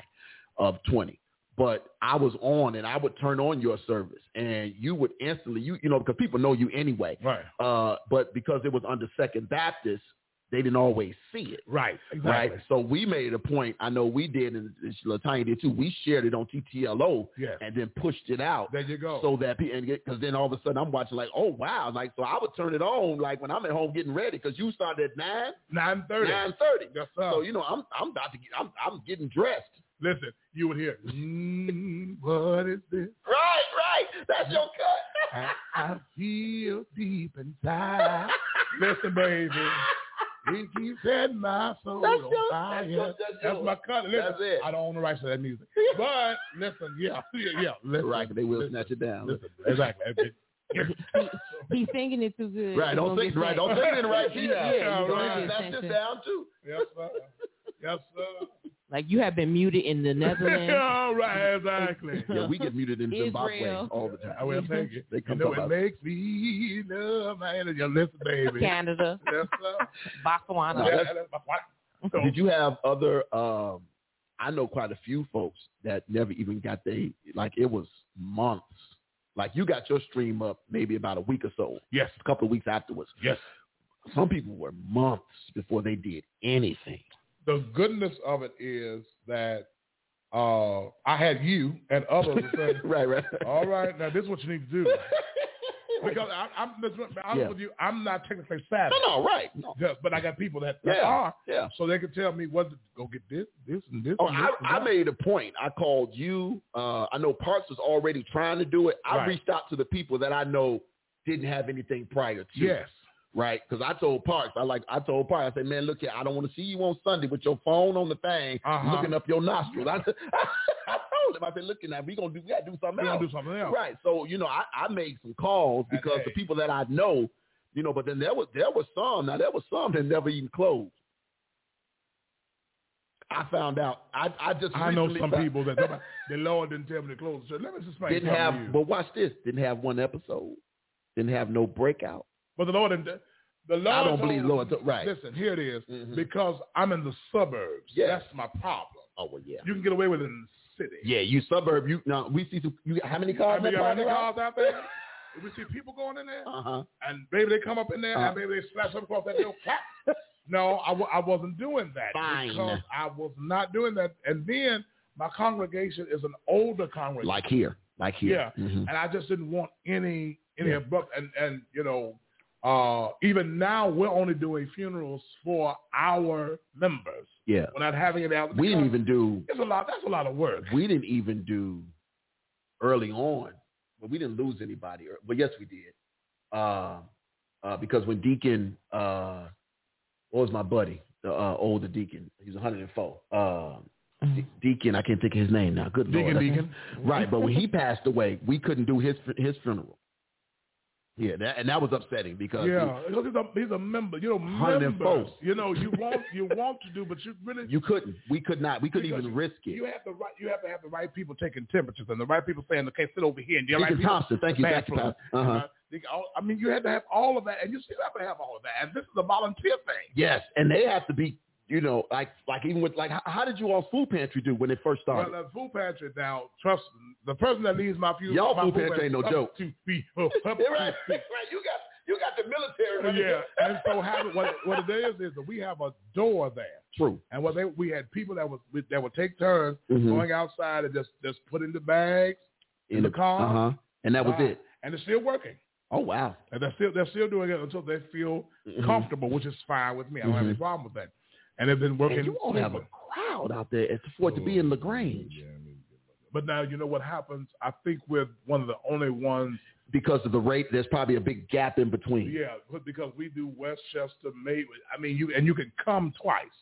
Speaker 4: of twenty. But I was on, and I would turn on your service, and you would instantly, you you know, because people know you anyway.
Speaker 6: right,
Speaker 4: Uh, but because it was under Second Baptist, they didn't always see it.
Speaker 6: right,
Speaker 4: Right.
Speaker 6: exactly.
Speaker 4: So we made it a point. I know we did, and Latanya did too. We shared it on TTLO
Speaker 6: Yes.
Speaker 4: and then pushed it out
Speaker 6: There you go.
Speaker 4: so that people, because then all of a sudden I'm watching like, oh wow, like so I would turn it on like when I'm at home getting ready because you started at nine,
Speaker 6: nine thirty. Oh.
Speaker 4: nine thirty.
Speaker 6: Yes, sir.
Speaker 4: So you know I'm I'm about to get I'm I'm getting dressed.
Speaker 6: Listen, you would hear. Mm, what is this?
Speaker 4: Right, right. That's your cut.
Speaker 6: I, I feel deep inside. Listen, baby, it keeps setting my soul
Speaker 4: That's
Speaker 6: on
Speaker 4: your-
Speaker 6: fire.
Speaker 4: that's your- that's yours.
Speaker 6: my cut. Listen,
Speaker 4: That's it.
Speaker 6: I don't own the rights to that music, but listen, yeah, yeah, yeah. Listen,
Speaker 4: right, 'cause they will
Speaker 6: listen,
Speaker 4: snatch it down.
Speaker 6: Listen, exactly.
Speaker 7: He's singing it too good.
Speaker 4: Right,
Speaker 7: He's
Speaker 4: don't
Speaker 7: gonna
Speaker 4: sing
Speaker 7: get
Speaker 4: right,
Speaker 7: sacked.
Speaker 4: don't sing it in right key.
Speaker 6: Yeah,
Speaker 4: Yeah, you're
Speaker 6: right.
Speaker 4: gonna snatch this down too.
Speaker 6: yes, sir. Yes, sir.
Speaker 7: Like you have been muted in the Netherlands.
Speaker 6: All right, exactly.
Speaker 4: Yeah, we get muted in Zimbabwe
Speaker 7: Israel.
Speaker 4: all the time.
Speaker 6: I will take it.
Speaker 4: They
Speaker 6: You
Speaker 4: come up
Speaker 6: know, it
Speaker 4: out-
Speaker 6: makes me love my energy. Listen, baby. Yes,
Speaker 7: Canada,
Speaker 6: sir.
Speaker 7: Botswana.
Speaker 4: No,
Speaker 6: Yeah,
Speaker 4: that's-
Speaker 6: that's my point. So,
Speaker 4: Did you have other? Um, I know quite a few folks that never even got they like it was months. Like you got your stream up maybe about a week or so,
Speaker 6: yes,
Speaker 4: a couple of weeks afterwards.
Speaker 6: yes.
Speaker 4: Some people were months before they did anything.
Speaker 6: The goodness of it is that uh, I had you and others say,
Speaker 4: right, right.
Speaker 6: all right, now this is what you need to do. Because I, I'm, I'm honest
Speaker 4: Yeah.
Speaker 6: with you, I'm not technically savvy,
Speaker 4: No, no, right. No.
Speaker 6: Just- but I got people that, that
Speaker 4: Yeah,
Speaker 6: are.
Speaker 4: yeah.
Speaker 6: So they can tell me what to go get this, this, and this.
Speaker 4: Oh,
Speaker 6: and this
Speaker 4: I,
Speaker 6: and
Speaker 4: I
Speaker 6: that.
Speaker 4: made a point. I called you. Uh, I know Parks was already trying to do it. I
Speaker 6: Right.
Speaker 4: reached out to the people that I know didn't have anything prior to.
Speaker 6: Yes.
Speaker 4: right? Because I told Parks, I like, I told Parks, I said, man, look here, I don't want to see you on Sunday with your phone on the thing,
Speaker 6: Uh-huh.
Speaker 4: looking up your nostrils. I, I told told him, I said, look, now we gonna do, we gotta do something
Speaker 6: We're
Speaker 4: else.
Speaker 6: gonna do something else.
Speaker 4: Right. So you know, I, I made some calls
Speaker 6: That's
Speaker 4: because the
Speaker 6: right.
Speaker 4: people that I know, you know, but then there was there was some. Now there was some that never even closed. I found out. I I just
Speaker 6: I know
Speaker 4: recently
Speaker 6: some
Speaker 4: found-
Speaker 6: people that nobody, the Lord didn't tell me to close the church. Let me just explain
Speaker 4: didn't
Speaker 6: something
Speaker 4: have.
Speaker 6: to you.
Speaker 4: But watch this. Didn't have one episode. Didn't have no breakout.
Speaker 6: But the Lord, and the the Lord.
Speaker 4: I don't
Speaker 6: told
Speaker 4: believe
Speaker 6: us-
Speaker 4: Lord told- right.
Speaker 6: Listen, here it is.
Speaker 4: Mhm.
Speaker 6: Because I'm in the suburbs.
Speaker 4: Yes.
Speaker 6: That's my problem.
Speaker 4: Oh well, yeah.
Speaker 6: You can get away with it in the city.
Speaker 4: Yeah, you suburb. You now we see some. You how many cars?
Speaker 6: I
Speaker 4: left
Speaker 6: mean, you got
Speaker 4: parked
Speaker 6: any
Speaker 4: around?
Speaker 6: cars out there? We see people going in there,
Speaker 4: Uh-huh.
Speaker 6: and baby, they come up in there,
Speaker 4: Uh-huh.
Speaker 6: and baby, they slash up across that door. Clap. No, I, w- I wasn't doing that
Speaker 4: Fine.
Speaker 6: because I was not doing that. And then my congregation is an older congregation.
Speaker 4: Like here, like here.
Speaker 6: Yeah.
Speaker 4: Mhm.
Speaker 6: and I just didn't want any any
Speaker 4: Yeah.
Speaker 6: abrupt and and you know uh even now we're only doing funerals for our members.
Speaker 4: Yeah.
Speaker 6: We're not having it out.
Speaker 4: We didn't
Speaker 6: because
Speaker 4: even do.
Speaker 6: It's a lot. That's a lot of work.
Speaker 4: We didn't even do early on, but we didn't lose anybody. ear- Well, yes, we did. Uh, uh, because when Deacon, uh, what was my buddy, the uh, older Deacon? He was 104. Uh, De- Deacon, I can't think of his name now. Good
Speaker 6: Deacon
Speaker 4: Lord.
Speaker 6: Deacon.
Speaker 4: Right, but when he passed away, we couldn't do his his funeral. Yeah, that, and that was upsetting because
Speaker 6: Yeah, because he's a, he's a member. You know,
Speaker 4: 104.
Speaker 6: members. You know, you want you want to do, but you really
Speaker 4: you couldn't. We could not. We couldn't
Speaker 6: Because
Speaker 4: even risk it.
Speaker 6: you have the right you have to have the right people taking temperatures and the right people saying, okay, sit over here and the uh,
Speaker 4: Deacon
Speaker 6: right people
Speaker 4: Thompson, thank you, thank you,
Speaker 6: bathroom.
Speaker 4: Pastor. Uh-huh.
Speaker 6: Deacon- all- "Oh, I mean, you had to have all of that, and you still have to have all of that. And this is a volunteer thing.
Speaker 4: Yes, and they have to be, you know, like like even with like how, how did you all food pantry do when it first started?
Speaker 6: Well, the food pantry now, trust me, the person that leads my food,
Speaker 4: Y'all
Speaker 6: my
Speaker 4: food pantry ain't no
Speaker 6: up
Speaker 4: joke.
Speaker 6: To people, up
Speaker 4: Yeah, right,
Speaker 6: to
Speaker 4: right. You got you got the military.
Speaker 6: people.
Speaker 4: running
Speaker 6: yeah.
Speaker 4: it.
Speaker 6: And so how, what what it is is that we have a door there.
Speaker 4: True.
Speaker 6: And what they we had people that was that would take turns
Speaker 4: Mhm.
Speaker 6: going outside and just just put in the bags in, the, car.
Speaker 4: Uh huh. And that was
Speaker 6: Wow.
Speaker 4: it.
Speaker 6: And it's still working.
Speaker 4: Oh wow.
Speaker 6: And they're still they're still doing it until they feel
Speaker 4: Mhm.
Speaker 6: comfortable, which is fine with me. I don't have any
Speaker 4: Mhm.
Speaker 6: problem with that. And they've been working.
Speaker 4: And you all have a crowd out there at for it to be in Lagrange
Speaker 6: But now you know what happens. I think we're one of the only ones.
Speaker 4: because of the rate. There's probably a big gap in between.
Speaker 6: Yeah, but because we do Westchester, May. I mean, you and you can come twice.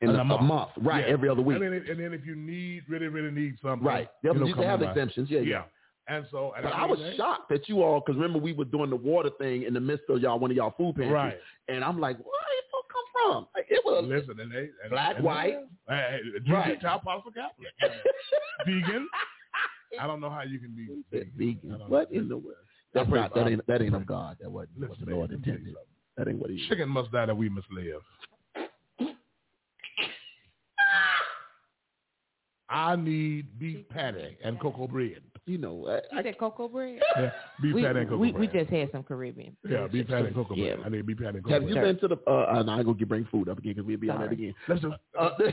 Speaker 4: In,
Speaker 6: In
Speaker 4: a,
Speaker 6: a
Speaker 4: a
Speaker 6: month.
Speaker 4: month. right?
Speaker 6: Yeah.
Speaker 4: Every other week,
Speaker 6: And then, if- and then if you need really really need something,
Speaker 4: right?
Speaker 6: You
Speaker 4: Yep,
Speaker 6: know,
Speaker 4: used
Speaker 6: come
Speaker 4: to have
Speaker 6: by.
Speaker 4: exemptions. Yeah,
Speaker 6: Yeah.
Speaker 4: yeah.
Speaker 6: And so, and
Speaker 4: But
Speaker 6: I,
Speaker 4: I was
Speaker 6: mean, they-
Speaker 4: shocked that you all, because remember we were doing the water thing in the midst of y'all one of y'all food pantries,
Speaker 6: Right.
Speaker 4: and I'm like, where did folk come from? Like, it was
Speaker 6: Listen, and they and,
Speaker 4: Black,
Speaker 6: and
Speaker 4: white.
Speaker 6: hey,
Speaker 4: Right.
Speaker 6: right. Apostle Catholic, vegan. I don't know how you can be
Speaker 4: Said
Speaker 6: vegan.
Speaker 4: vegan.
Speaker 6: I don't
Speaker 4: What
Speaker 6: know.
Speaker 4: in the world? That's
Speaker 6: praise
Speaker 4: not that
Speaker 6: God.
Speaker 4: ain't that ain't of God. That wasn't what
Speaker 6: Listen,
Speaker 4: the Lord
Speaker 6: baby, let me tell you
Speaker 4: intended. That ain't what he.
Speaker 6: Chicken must die that we must live. I need beef patty and cocoa bread.
Speaker 4: You know, what?
Speaker 7: You said cocoa bread?
Speaker 6: Yeah, beef
Speaker 7: we,
Speaker 6: patty and cocoa
Speaker 7: we,
Speaker 6: bread.
Speaker 7: we just had some Caribbean.
Speaker 6: yeah, beef patty and cocoa
Speaker 7: Yeah.
Speaker 6: bread. I need beef patty and cocoa
Speaker 4: have
Speaker 6: bread.
Speaker 4: you been to the? Uh, uh, no, I go get bring food up again because we'll be on that
Speaker 7: Sorry.
Speaker 4: again.
Speaker 6: Let's just,
Speaker 4: Uh,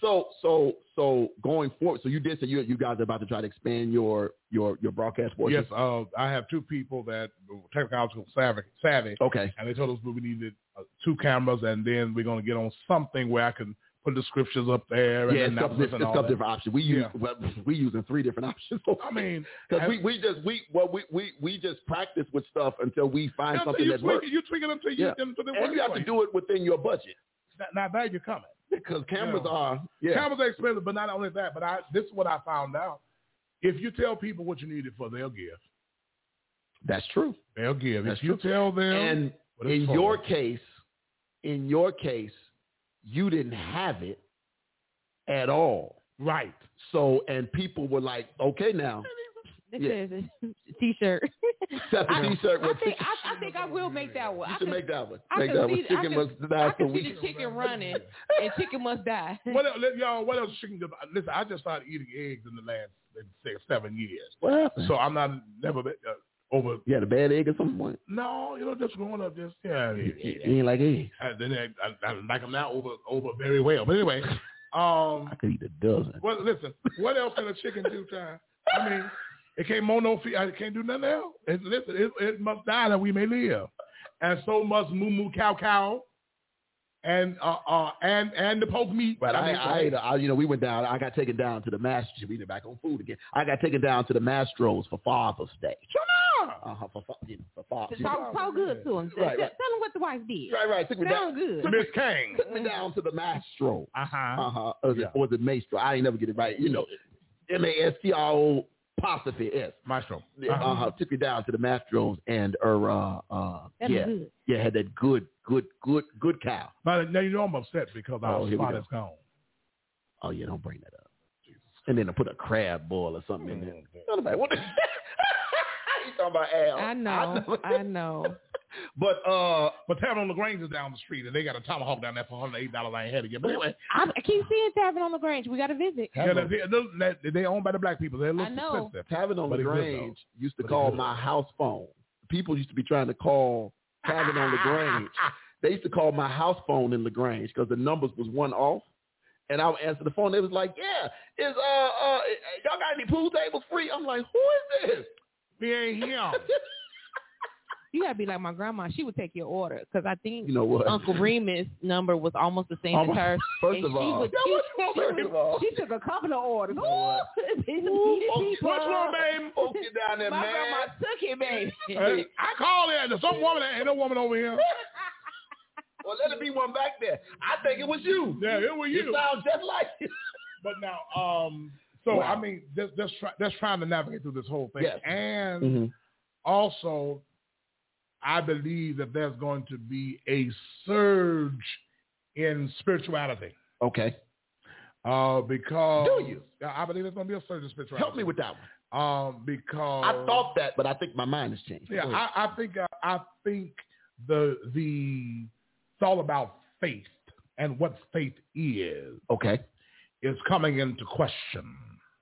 Speaker 4: so so so going forward. So you did say you you guys are about to try to expand your your your broadcast
Speaker 6: yes,
Speaker 4: portion.
Speaker 6: uh, I have two people that were technological savvy, savvy
Speaker 4: Okay.
Speaker 6: and they told us we needed uh, two cameras, and then we're gonna get on something where I can put the scriptures up there. And
Speaker 4: Yeah,
Speaker 6: then
Speaker 4: it's a couple,
Speaker 6: numbers
Speaker 4: it's
Speaker 6: and
Speaker 4: a
Speaker 6: all
Speaker 4: couple
Speaker 6: that.
Speaker 4: different options. We use
Speaker 6: Yeah.
Speaker 4: well, we using three different options.
Speaker 6: I mean,
Speaker 4: because we, we just we well we, we we just practice with stuff until we find
Speaker 6: until
Speaker 4: something
Speaker 6: you
Speaker 4: that
Speaker 6: tweak
Speaker 4: works.
Speaker 6: it, you tweak it until you
Speaker 4: Yeah.
Speaker 6: until it
Speaker 4: And
Speaker 6: works
Speaker 4: you have
Speaker 6: for
Speaker 4: to do it within your budget
Speaker 6: Now, now there you're coming.
Speaker 4: because cameras
Speaker 6: Yeah.
Speaker 4: are yeah.
Speaker 6: Cameras are expensive, but not only that, but I this is what I found out. If you tell people what you need it for, they'll give.
Speaker 4: That's true.
Speaker 6: They'll give.
Speaker 4: That's
Speaker 6: if you
Speaker 4: true.
Speaker 6: tell them
Speaker 4: And
Speaker 6: what it's
Speaker 4: in
Speaker 6: for.
Speaker 4: your case, in your case, you didn't have it at all.
Speaker 6: right.
Speaker 4: So and people were like, okay, now
Speaker 7: This
Speaker 4: Yeah.
Speaker 7: is a t-shirt.
Speaker 4: set the
Speaker 7: I-
Speaker 4: t-shirt.
Speaker 7: I
Speaker 4: with
Speaker 7: think I, I think I will make that one.
Speaker 4: you
Speaker 7: I
Speaker 4: should
Speaker 7: could-
Speaker 4: make that one.
Speaker 7: I
Speaker 4: make
Speaker 7: could
Speaker 4: that
Speaker 7: see-
Speaker 4: one.
Speaker 7: I
Speaker 4: Chicken
Speaker 7: could-
Speaker 4: must
Speaker 7: I
Speaker 4: die. so
Speaker 7: can see
Speaker 4: we
Speaker 7: the chicken running and chicken must die.
Speaker 6: What else, let- y'all? What else? Chicken? Listen, I just started eating eggs in the last like, six, seven years,
Speaker 4: What happened?
Speaker 6: so I'm not never been, uh, over.
Speaker 4: You had a bad egg at some point.
Speaker 6: No, you know, just growing up, just yeah.
Speaker 4: You
Speaker 6: yeah, yeah, yeah.
Speaker 4: you ain't like eggs.
Speaker 6: And Uh, then I, I, I like them now over over very well. But anyway, um,
Speaker 4: I could eat a dozen.
Speaker 6: Well, listen, what else can a chicken do, Ty? I mean, it can't mow no feet. It can't do nothing else. It, listen, it, it must die that we may live, and so must moo moo cow cow, and uh, uh and and the poke meat.
Speaker 4: But I,
Speaker 6: mean,
Speaker 4: I, ate a- I, you know, we went down. I got taken down to the master. We did back on food again. I got taken down to the Mastro's for Father's Day.
Speaker 6: Yeah.
Speaker 4: Uh-huh, for, fo- you know, for Fox. You know.
Speaker 7: Talk, talk good to him.
Speaker 4: Right, right.
Speaker 7: tell, him what the wife did.
Speaker 4: Right, right. Took me down.
Speaker 7: Sound good.
Speaker 6: Miss King.
Speaker 4: Took me down to the maestro.
Speaker 6: Uh-huh.
Speaker 4: Uh-huh. Or,
Speaker 6: Yeah.
Speaker 4: the, or the maestro. I ain't never get it right. You know, M-A-S-T-R-O apostrophe S.
Speaker 6: Maestro.
Speaker 4: Yeah,
Speaker 6: Uh-huh.
Speaker 4: Uh-huh. Took me down to the maestros and, er, uh, uh,
Speaker 7: That was
Speaker 4: yeah.
Speaker 7: good.
Speaker 4: Yeah, had that good, good, good, good cow.
Speaker 6: But now you know I'm upset because our
Speaker 4: Oh, here we
Speaker 6: spot
Speaker 4: go.
Speaker 6: is gone.
Speaker 4: Oh, yeah, don't bring that up. And then I put a crab boil or something in there. Nobody- what the- you talking about Al.
Speaker 7: I know. I know.
Speaker 4: But uh,
Speaker 6: But Tavern on the Grange is down the street, and they got a tomahawk down there for $108 I ain't had it yet. But anyway,
Speaker 7: I, I keep seeing Tavern on the Grange. We got to visit.
Speaker 6: yeah, they, they, they, they're owned by the black people. They're a little
Speaker 7: I know.
Speaker 6: expensive.
Speaker 4: Tavern on
Speaker 6: But
Speaker 4: the
Speaker 6: it good,
Speaker 4: Grange used to
Speaker 6: But it
Speaker 4: call
Speaker 6: good.
Speaker 4: my house phone. People used to be trying to call Tavern on the Grange. They used to call my house phone in Lagrange because the numbers was one off. And I would answer the phone. They was like, "Yeah, is uh uh y'all got any pool tables free?" I'm like, "Who is this?"
Speaker 6: We ain't here.
Speaker 7: You got to be like my grandma. She would take your order because I think
Speaker 4: You know what?
Speaker 7: Uncle Remus' number was almost the same
Speaker 4: Almost-
Speaker 7: as hers.
Speaker 4: First
Speaker 7: and
Speaker 4: of
Speaker 7: she
Speaker 4: all,
Speaker 7: would-
Speaker 4: Yeah,
Speaker 7: she-
Speaker 4: what's wrong-
Speaker 7: she
Speaker 4: first
Speaker 7: would-
Speaker 4: of all,
Speaker 7: She took a couple of orders.
Speaker 4: You know what?
Speaker 7: Ooh,
Speaker 6: What's wrong, babe?
Speaker 4: folks get down there,
Speaker 7: My
Speaker 4: man.
Speaker 7: grandma took it, baby.
Speaker 6: Hey, I called in. There's some woman. Ain't no woman over here.
Speaker 4: Well, let it be one back there. I think it was you.
Speaker 6: Yeah, it was
Speaker 4: You
Speaker 6: you.
Speaker 4: sound just like you.
Speaker 6: But now, um, so
Speaker 4: Wow.
Speaker 6: I mean, just just try, just trying to navigate through this whole thing,
Speaker 4: Yes. Mm-hmm.
Speaker 6: and also, I believe that there's going to be a surge in spirituality.
Speaker 4: Okay,
Speaker 6: Uh, because
Speaker 4: Do you?
Speaker 6: Yeah, I believe there's going to be a surge in spirituality.
Speaker 4: help me with that one.
Speaker 6: um because
Speaker 4: I thought that, but I think my mind has changed.
Speaker 6: yeah,
Speaker 4: Go ahead.
Speaker 6: I, I think uh, I think the the it's all about faith and what faith is
Speaker 4: okay.
Speaker 6: is coming into question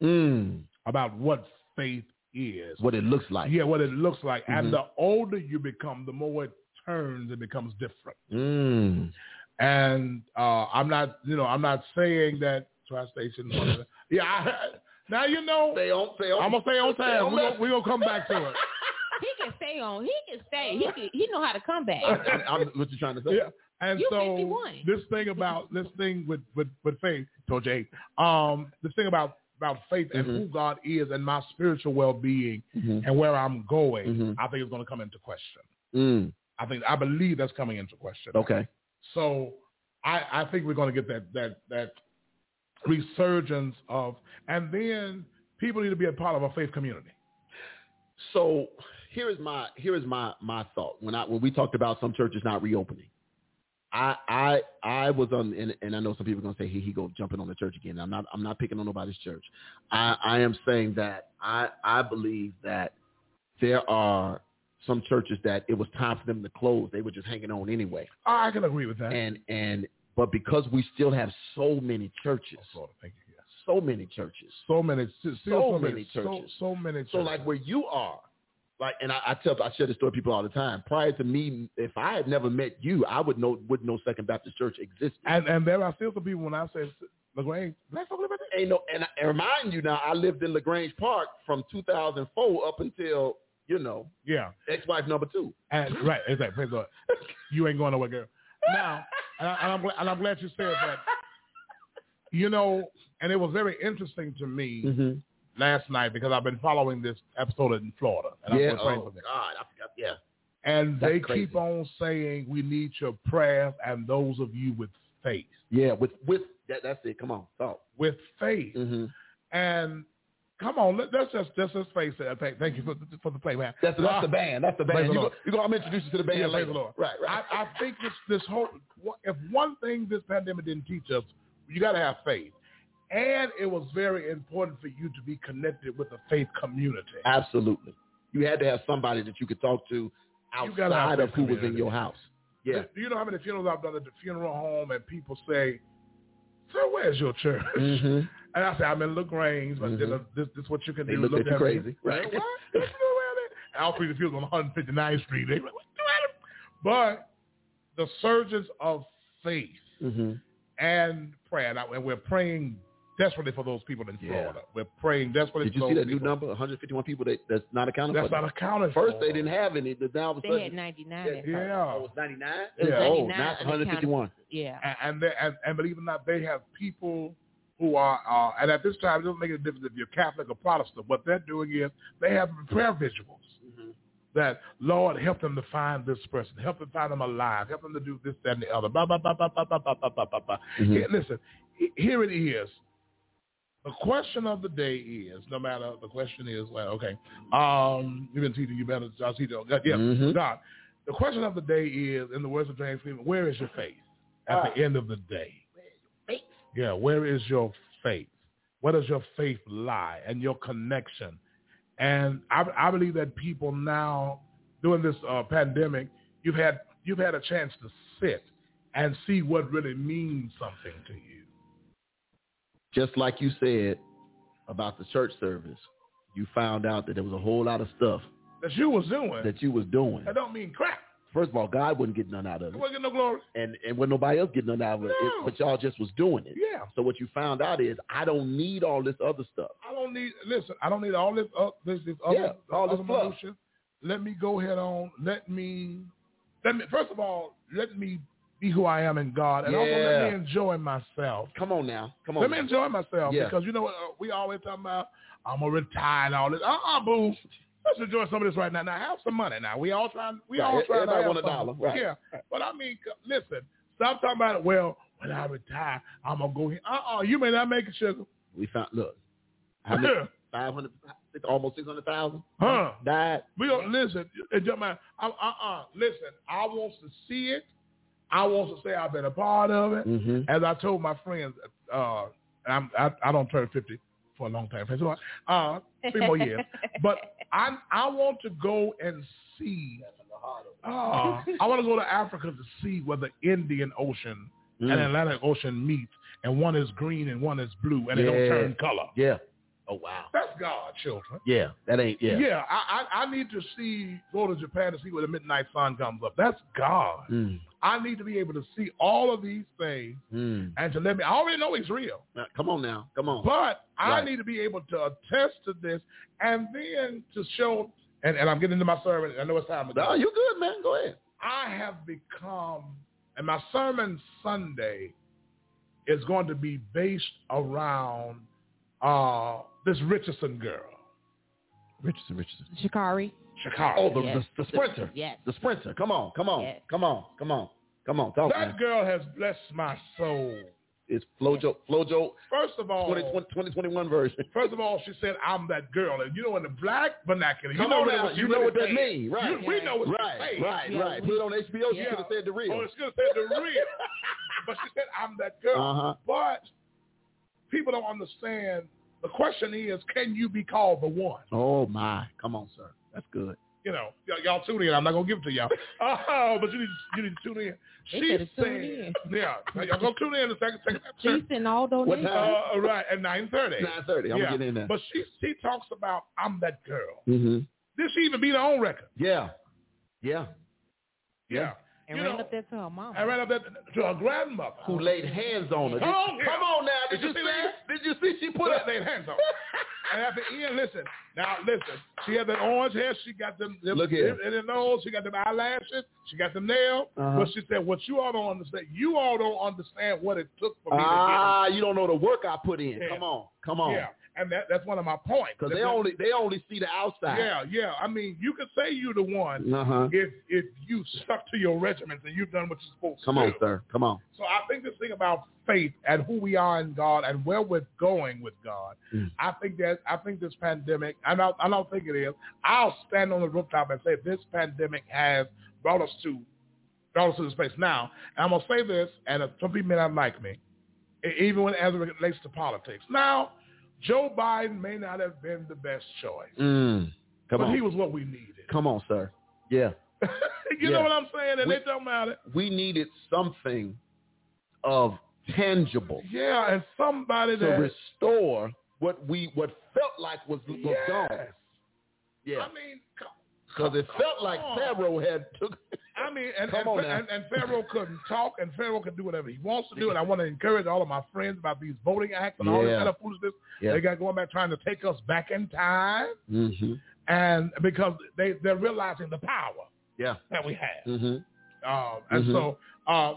Speaker 4: Mm,
Speaker 6: about what faith is.
Speaker 4: what it looks like.
Speaker 6: Yeah, what it looks like.
Speaker 4: Mhm.
Speaker 6: And the older you become, the more it turns and becomes different.
Speaker 4: Mm.
Speaker 6: And uh, I'm not, you know, I'm not saying that trash station. whatever. yeah, I, now you know.
Speaker 4: Stay on, stay on.
Speaker 6: I'm gonna stay on
Speaker 4: stay
Speaker 6: time.
Speaker 4: on
Speaker 6: We're
Speaker 4: that.
Speaker 6: gonna, we gonna come back to it.
Speaker 7: He can stay on. He can stay. He can, he know how to come back.
Speaker 4: I'm, I'm, what you trying to say?
Speaker 6: Yeah. And
Speaker 7: You
Speaker 6: so
Speaker 7: 51.
Speaker 6: this thing about this thing with with with faith, told Jay, um, this thing about about faith and
Speaker 4: Mhm.
Speaker 6: who God is and my spiritual well being
Speaker 4: Mhm.
Speaker 6: and where I'm going,
Speaker 4: Mhm.
Speaker 6: I think it's gonna come into question.
Speaker 4: Mm.
Speaker 6: I think I believe that's coming into question.
Speaker 4: Okay.
Speaker 6: So I, I think we're going to get that that that resurgence of, and then people need to be a part of a faith community.
Speaker 4: So here is my here is my my thought when I when we talked about some churches not reopening. I I I was on and, and I know some people are gonna say here he go jumping on the church again. I'm not I'm not picking on nobody's church. I I am saying that I I believe that there are some churches that it was time for them to close. They were just hanging on anyway.
Speaker 6: I can agree with that.
Speaker 4: And and but because we still have so many churches,
Speaker 6: Oh, Lord, thank you. Yes.
Speaker 4: so many churches,
Speaker 6: So many, still so,
Speaker 4: many
Speaker 6: so,
Speaker 4: churches.
Speaker 6: so many. Churches.
Speaker 4: So like where you are, like, and I, I tell, I share this story with people all the time. Prior to me, if I had never met you, I would know, would know Second Baptist Church existed.
Speaker 6: and and there are still some people when I say Lagrange, black folk live out there.
Speaker 4: Ain't no, and I and remind you now, I lived in Lagrange Park from 2004 up until you know
Speaker 6: Yeah,
Speaker 4: ex-wife number two.
Speaker 6: and right, exactly. Praise the Lord. You ain't going nowhere, girl. Now, and, I, and I'm glad, and I'm glad you said that. You know, and it was very interesting to me.
Speaker 4: Mm-hmm.
Speaker 6: last night because I've been following this episode in Florida, and
Speaker 4: Yeah.
Speaker 6: I'm
Speaker 4: Oh
Speaker 6: praying for
Speaker 4: God,
Speaker 6: them.
Speaker 4: I forgot. Yeah.
Speaker 6: And
Speaker 4: That's
Speaker 6: they
Speaker 4: crazy.
Speaker 6: keep on saying, "We need your prayers and those of you with faith,
Speaker 4: Yeah. With with that, that's it. Come on, talk.
Speaker 6: with faith."
Speaker 4: Mm-hmm.
Speaker 6: And come on, let, let's just let's just face it. Thank, thank you for for the play, man.
Speaker 4: That's that's the band. That's the band.
Speaker 6: Praise the
Speaker 4: You go,
Speaker 6: Lord.
Speaker 4: you go, I'm introducing you to the band
Speaker 6: Yeah, praise
Speaker 4: later.
Speaker 6: the Lord.
Speaker 4: Right. Right.
Speaker 6: I, I think this this whole if one thing this pandemic didn't teach us, you got to have faith. And it was very important for you to be connected with the faith community.
Speaker 4: Ah, Absolutely. You had to have somebody that you could talk to
Speaker 6: You gotta have
Speaker 4: outside of
Speaker 6: that
Speaker 4: who was in
Speaker 6: community.
Speaker 4: your house. Yeah.
Speaker 6: Do you know how many funerals I've done at the funeral home and people say, Sir, where's your church?
Speaker 4: Mhm.
Speaker 6: And I say, I'm in LaGrange, but you know, this, this is what you can
Speaker 4: Mm-hmm. They
Speaker 6: do.
Speaker 4: looked at you
Speaker 6: me.
Speaker 4: crazy, right?
Speaker 6: What? This is where they- and I'll feed the funeral on 159th Street. They like, what? But the surgeons of faith
Speaker 4: Mhm.
Speaker 6: and prayer, and, I, and we're praying desperately for those people in
Speaker 4: Yeah.
Speaker 6: Florida. We're praying desperately
Speaker 4: Did
Speaker 6: for
Speaker 4: you
Speaker 6: those
Speaker 4: see that new
Speaker 6: people.
Speaker 4: number? 151 people that that's not accounted
Speaker 6: That's
Speaker 4: for.
Speaker 6: not accounted for.
Speaker 4: First, they didn't have any. But now all of a
Speaker 7: They had
Speaker 4: sudden,
Speaker 7: 99 at
Speaker 6: Yeah.
Speaker 7: first.
Speaker 4: Oh, it was 99.
Speaker 7: It was
Speaker 6: Yeah.
Speaker 4: Oh,
Speaker 7: 99
Speaker 4: not 151.
Speaker 7: Yeah.
Speaker 6: and and, they, and and believe it or not, they have people who are uh, and at this
Speaker 4: Mm-hmm.
Speaker 6: time it doesn't make a difference if you're Catholic or Protestant. What they're doing is they have prayer vigils that Lord help them to find this person, help them find them alive, help them to do this, that, and the other. Blah blah blah blah blah blah blah blah blah blah. blah.
Speaker 4: Mhm.
Speaker 6: Here- listen, he- here it is. The question of the day is, no matter the question is, well, okay, um, you've been teaching, you better, I'll see you. Yeah,
Speaker 4: Mhm.
Speaker 6: God. The question of the day is, in the words of James Cleveland, where is your faith at the end of the day? Yeah, where is your faith? Where does your faith lie and your connection? And I, I believe that people now, during this uh, pandemic, you've had you've had a chance to sit and see what really means something to you.
Speaker 4: Just like you said about the church service, you found out that there was a whole lot of stuff
Speaker 6: That you was doing.
Speaker 4: that you was doing.
Speaker 6: That don't mean crap.
Speaker 4: First of all, God wouldn't get none out of
Speaker 6: It
Speaker 4: it,
Speaker 6: wasn't getting no glory.
Speaker 4: and and when nobody else get none out of it, it-
Speaker 6: No.
Speaker 4: but y'all just was doing it.
Speaker 6: Yeah.
Speaker 4: So what you found out is I don't need all this other stuff.
Speaker 6: I don't need. Listen, I don't need all this. Uh, this, this other,
Speaker 4: Yeah, all this
Speaker 6: other
Speaker 4: fluff.
Speaker 6: minutia. Let me go ahead on. Let me. Let me. First of all, let me be who I am in God, and also
Speaker 4: Yeah.
Speaker 6: let me enjoy myself.
Speaker 4: Come on now, come on.
Speaker 6: Let me
Speaker 4: now.
Speaker 6: enjoy myself
Speaker 4: Yeah.
Speaker 6: because you know what uh, we always talking about. I'm gonna retire and all this. Uh uh boo. Let's enjoy some of this right now. Now have some money. Now we all trying. We
Speaker 4: Right.
Speaker 6: all trying to
Speaker 4: Everybody
Speaker 6: have
Speaker 4: want a
Speaker 6: something.
Speaker 4: dollar. Right.
Speaker 6: Yeah. But I mean, c- listen. Stop talking about it. Well, when I retire, I'm gonna go here. Uh uh You may not make it, sugar.
Speaker 4: We found look, how many? Five hundred, almost six hundred thousand.
Speaker 6: Huh.
Speaker 4: Died.
Speaker 6: We don't listen. It don't matter. Uh uh. Listen. I want to see it. I want to say I've been a part of it.
Speaker 4: Mm-hmm.
Speaker 6: As I told my friends, uh, I'm, I I don't turn fifty for a long time. So, uh, three more years. But I I want to go and see. Uh, I want to go to Africa to see where the Indian Ocean
Speaker 4: Mm-hmm. Mm.
Speaker 6: and Atlantic Ocean meet, and one is green and one is blue, and they don't
Speaker 4: Yeah.
Speaker 6: turn color.
Speaker 4: Yeah. Oh wow.
Speaker 6: That's God, children.
Speaker 4: Yeah, that ain't yeah.
Speaker 6: Yeah, I, I I need to see go to Japan to see where the midnight sun comes up. That's God.
Speaker 4: Mm,
Speaker 6: I need to be able to see all of these things
Speaker 4: mm.
Speaker 6: and to let me. I already know He's real,
Speaker 4: Now, come on now, come on.
Speaker 6: but I
Speaker 4: Right.
Speaker 6: need to be able to attest to this and then to show. And, and I'm getting into my sermon. I know it's time to go.
Speaker 4: no, you good man. Go ahead.
Speaker 6: I have become, and my sermon Sunday is going to be based around uh, this Richardson girl,
Speaker 4: Richardson, Richardson.
Speaker 7: Shikari.
Speaker 6: Chicago.
Speaker 4: Oh, the,
Speaker 7: Yes.
Speaker 4: the, the sprinter.
Speaker 7: Yes.
Speaker 4: The sprinter. Come on, come on,
Speaker 7: Yes.
Speaker 4: come on, come on, come on. Talk.
Speaker 6: That
Speaker 4: man.
Speaker 6: girl has blessed my soul.
Speaker 4: It's Flojo Flojo
Speaker 6: First of all,
Speaker 4: 2020, 2021 version.
Speaker 6: first of all, she said, "I'm that girl," and you know, in the black vernacular, you
Speaker 4: Come
Speaker 6: know
Speaker 4: on
Speaker 6: really
Speaker 4: now,
Speaker 6: what she
Speaker 4: you know what
Speaker 6: really
Speaker 4: that
Speaker 6: means.
Speaker 4: means, right?
Speaker 6: You- we know what she
Speaker 4: Right,
Speaker 6: saying.
Speaker 4: right, right. Put it on HBO. You
Speaker 6: Yeah.
Speaker 4: could have said the
Speaker 6: Oh,
Speaker 4: real.
Speaker 6: it's gonna say the real, but she said, "I'm that girl."
Speaker 4: Uh-huh.
Speaker 6: But people don't understand. The question is, can you be called the one?
Speaker 4: Oh my, come on, sir. That's good.
Speaker 6: You know, y- y'all tune in. I'm not gonna give it to y'all. Oh, but you need to, you need to tune in.
Speaker 7: They
Speaker 6: She
Speaker 7: better
Speaker 6: said,
Speaker 7: tune in.
Speaker 6: "Yeah, y'all go tune in the second, second,
Speaker 7: She's in all donations.
Speaker 4: time?
Speaker 6: uh, right at nine thirty.
Speaker 4: Nine thirty. I'm
Speaker 6: Yeah,
Speaker 4: gonna get in there.
Speaker 6: But she she talks about I'm that girl.
Speaker 4: mm-hmm.
Speaker 6: Did she even beat her own record?
Speaker 4: Yeah, yeah.
Speaker 6: Yeah.
Speaker 7: And
Speaker 6: you
Speaker 7: ran
Speaker 6: know,
Speaker 7: up there to her mama.
Speaker 6: I ran up that to her grandmother.
Speaker 4: Who laid hands on her?
Speaker 6: Oh. Come on, yeah.
Speaker 4: come on now. Did,
Speaker 6: Did you
Speaker 4: you
Speaker 6: see
Speaker 4: see?
Speaker 6: that?
Speaker 4: Did you see? She put
Speaker 6: Put
Speaker 4: up.
Speaker 6: that laid hands on. and at the end, listen. Now listen. She had that orange hair. She got them. them
Speaker 4: Look here.
Speaker 6: And the nose. She got them eyelashes. She got them nails.
Speaker 4: Uh-huh.
Speaker 6: But she said, "What you all don't understand. You all don't understand what it took for me
Speaker 4: Ah, you don't know the work I put in.
Speaker 6: Yeah.
Speaker 4: Come on, come
Speaker 6: to get
Speaker 4: on.
Speaker 6: here." Yeah. And that, that's one of my points.
Speaker 4: Because
Speaker 6: That-
Speaker 4: they only they only see the outside.
Speaker 6: Yeah, yeah. I mean, you could say you the one
Speaker 4: Uh huh.
Speaker 6: if if you stuck to your regimens and you've done what you're supposed
Speaker 4: Come
Speaker 6: to do.
Speaker 4: on, sir. Come on.
Speaker 6: So I think this thing about faith and who we are in God and where we're going with God,
Speaker 4: Mm.
Speaker 6: I think that I think this pandemic, I don't I don't think it is. I'll stand on the rooftop and say this pandemic has brought us to brought us to this place. Now, and I'm gonna say this, and some people may not like me, e- even when as it relates to politics. Now, Joe Biden may not have been the best choice,
Speaker 4: Mm. Come
Speaker 6: but
Speaker 4: on.
Speaker 6: he was what we needed.
Speaker 4: Come on, sir. Yeah.
Speaker 6: you
Speaker 4: Yeah.
Speaker 6: know what I'm saying? And
Speaker 4: We-
Speaker 6: they talking about it.
Speaker 4: We needed something of tangible
Speaker 6: Yeah, and somebody
Speaker 4: to
Speaker 6: that
Speaker 4: restore what we what felt like was, was
Speaker 6: yes.
Speaker 4: gone. Yeah.
Speaker 6: I mean, c-
Speaker 4: Because it felt like
Speaker 6: on.
Speaker 4: Pharaoh had took.
Speaker 6: I mean, and
Speaker 4: Come
Speaker 6: and,
Speaker 4: on
Speaker 6: Fa-
Speaker 4: now.
Speaker 6: and, and Pharaoh couldn't talk, and Pharaoh could do whatever he wants to do. And I want to encourage all of my friends about these voting acts and all this
Speaker 4: Yeah.
Speaker 6: kind of foolishness.
Speaker 4: Yeah.
Speaker 6: They got going back trying to take us back in time,
Speaker 4: Mm-hmm.
Speaker 6: and because they they're realizing the power
Speaker 4: Yeah.
Speaker 6: that we have.
Speaker 4: Mm-hmm.
Speaker 6: Um, and
Speaker 4: Mhm.
Speaker 6: so, uh,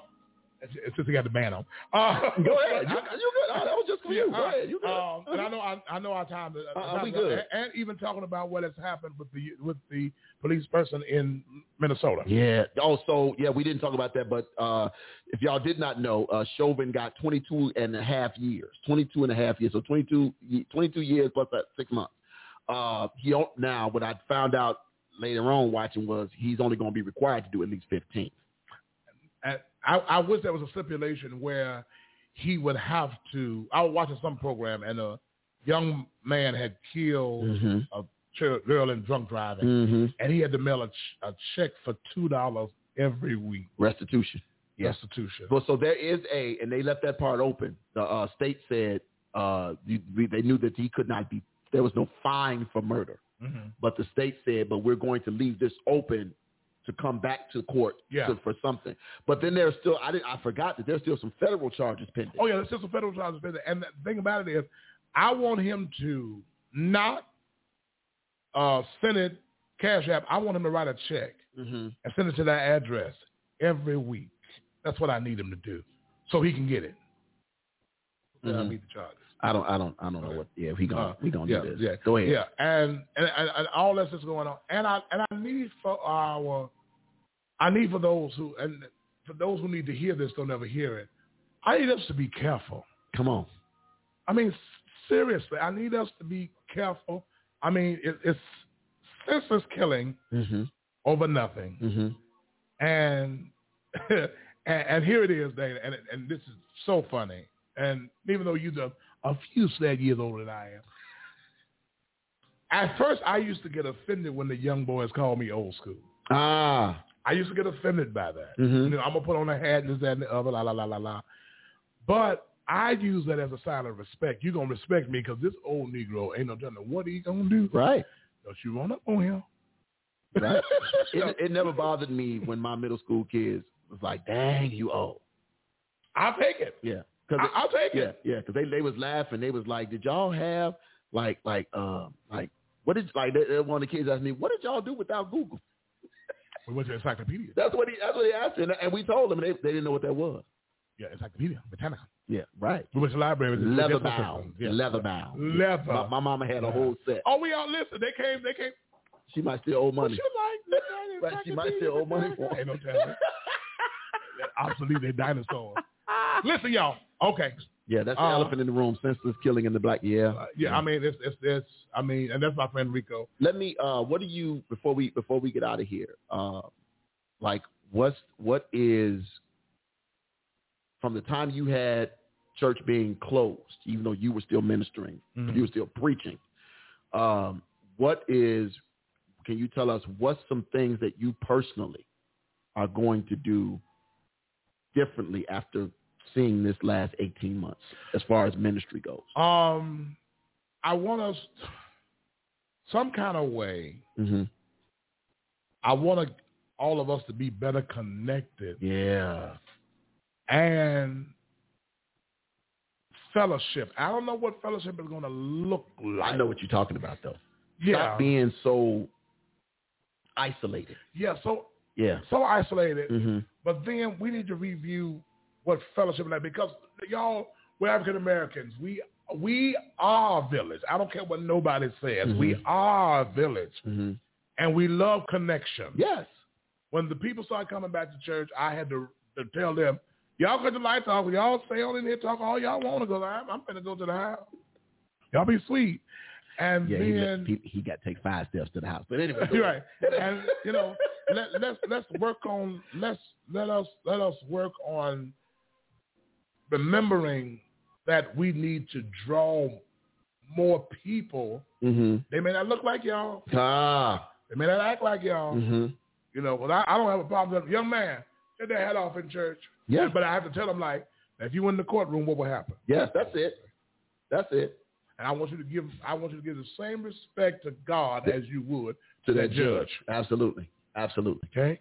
Speaker 6: since he got the ban on. Uh,
Speaker 4: Go ahead. You, you good? Oh, that was just for you. Go ahead. You good?
Speaker 6: Um, and I know I, I know our time. uh,
Speaker 4: Uh-uh,
Speaker 6: time-
Speaker 4: we good.
Speaker 6: And, and even talking about what has happened with the with the police person in Minnesota.
Speaker 4: Yeah. Oh, so yeah, we didn't talk about that, but uh, if y'all did not know, uh, Chauvin got 22 and a half years, 22 and a half years, so 22, ye- 22 years plus that six months. Uh, he on- now what I found out later on watching was he's only going to be required to do at least 15.
Speaker 6: And I, I wish there was a stipulation where he would have to. I was watching some program and a young man had killed
Speaker 4: Mm-hmm.
Speaker 6: a ch- girl in drunk driving,
Speaker 4: Mm-hmm.
Speaker 6: and he had to mail a, ch- a check for two dollars every week
Speaker 4: Restitution. Yes.
Speaker 6: restitution.
Speaker 4: Well, so there is a, and they left that part open. The uh, state said uh, you, we- they knew that he could not be. There was no fine for murder,
Speaker 6: Mhm.
Speaker 4: but the state said, but we're going to leave this open to come back to court
Speaker 6: Yeah.
Speaker 4: to, for something. But then there's still, I didn't, I forgot that there's still some federal charges pending.
Speaker 6: Oh yeah, that's just a federal trial. And the thing about it is, I want him to not uh, send it cash app. I want him to write a check
Speaker 4: Mm-hmm.
Speaker 6: and send it to that address every week. That's what I need him to do, so he can get it. Then I
Speaker 4: Mhm.
Speaker 6: meet the charges.
Speaker 4: I don't, I don't, I don't know what. Yeah, we gonna,
Speaker 6: Uh,
Speaker 4: we gonna
Speaker 6: yeah,
Speaker 4: do this.
Speaker 6: yeah,
Speaker 4: Go ahead.
Speaker 6: Yeah, and and, and and all that's just going on. And I and I need for our, I need for those who and for those who need to hear this don't ever hear it. I need us to be careful.
Speaker 4: Come on.
Speaker 6: I mean, s- seriously, I need us to be careful. I mean, it, it's senseless killing
Speaker 4: Mm-hmm.
Speaker 6: over nothing,
Speaker 4: Mm-hmm.
Speaker 6: and and, and here it is, Dana, and and this is so funny. And even though you're a few sad years older than I am, at first I used to get offended when the young boys called me old school.
Speaker 4: Ah.
Speaker 6: I used to get offended by that.
Speaker 4: Mhm.
Speaker 6: You know, I'm gonna put on a hat and this, that, and the other, la la la la la. But I use that as a sign of respect. You're gonna respect me because this old Negro ain't no telling what he gonna do.
Speaker 4: Right.
Speaker 6: Don't you run up on him?
Speaker 4: Right. it, it never bothered me when my middle school kids was like, "Dang, you old."
Speaker 6: I'll take it.
Speaker 4: Yeah, because
Speaker 6: I- I'll take
Speaker 4: yeah,
Speaker 6: it.
Speaker 4: yeah, because they they was laughing. They was like, "Did y'all have like like um like what did like they, they- one of the kids asked me, what did y'all do without Google?"
Speaker 6: We went to encyclopedia.
Speaker 4: That's what he that's what he asked, me, and, and we told them, and they they didn't know what that was.
Speaker 6: Yeah, encyclopedia, Britannica.
Speaker 4: Yeah, right.
Speaker 6: We went to libraries. and
Speaker 4: Leather
Speaker 6: different
Speaker 4: bound,
Speaker 6: systems. Yeah.
Speaker 4: leather bound,
Speaker 6: Leather.
Speaker 4: My, my mama had a whole set.
Speaker 6: Oh, we all listen. They came. They came.
Speaker 4: She might still owe
Speaker 6: What
Speaker 4: money.
Speaker 6: you like? Britannica,
Speaker 4: Right, she might still owe money for it.
Speaker 6: Britannica. Ain't no telling. That obsolete they dinosaurs. listen, y'all. Okay.
Speaker 4: Yeah, that's the
Speaker 6: Uh,
Speaker 4: elephant in the room. Senseless killing in the black. Yeah,
Speaker 6: Uh, yeah, I mean, it's, it's, it's, I mean, and that's my friend Rico.
Speaker 4: let me uh what do you before we before we get out of here uh like what's what is from the time you had church being closed even though you were still ministering
Speaker 6: Mhm.
Speaker 4: you were still preaching um what is can you tell us what's some things that you personally are going to do differently after seeing this last 18 months as far as ministry goes
Speaker 6: Um, I want us some kind of way.
Speaker 4: mm-hmm.
Speaker 6: I want to, all of us to be better connected
Speaker 4: yeah
Speaker 6: and fellowship. I don't know what fellowship is going to look like.
Speaker 4: i know what you're talking about though
Speaker 6: Yeah,
Speaker 4: stop being so isolated.
Speaker 6: yeah. So
Speaker 4: Yeah.
Speaker 6: so isolated.
Speaker 4: Mm-hmm.
Speaker 6: But then we need to review what fellowship is like because y'all, we're African Americans. We we are a village. I don't care what nobody says. We are a village,
Speaker 4: Mm-hmm.
Speaker 6: and we love connection.
Speaker 4: Yes.
Speaker 6: When the people started coming back to church, I had to, to tell them, y'all go to the light talk. Y'all stay on in here talk all y'all want to go. I'm, I'm finna go to the house. Y'all be sweet. And
Speaker 4: Yeah. He,
Speaker 6: then
Speaker 4: he, he got to take five steps to the house. But anyway,
Speaker 6: You're right. And you know, let, let's let's work on let's let us let us work on remembering that we need to draw more people.
Speaker 4: Mm-hmm.
Speaker 6: They may not look like y'all.
Speaker 4: Ah.
Speaker 6: They may not act like y'all.
Speaker 4: Mm-hmm.
Speaker 6: You know, but I, I don't have a problem with young man. Get their head off in church.
Speaker 4: Yeah.
Speaker 6: But I have to tell them like, if you in the courtroom, what will happen?
Speaker 4: Yes. That's it. That's it.
Speaker 6: And I want you to give I want you to give the same respect to God as you would
Speaker 4: To that judge. Absolutely. Absolutely.
Speaker 6: Okay.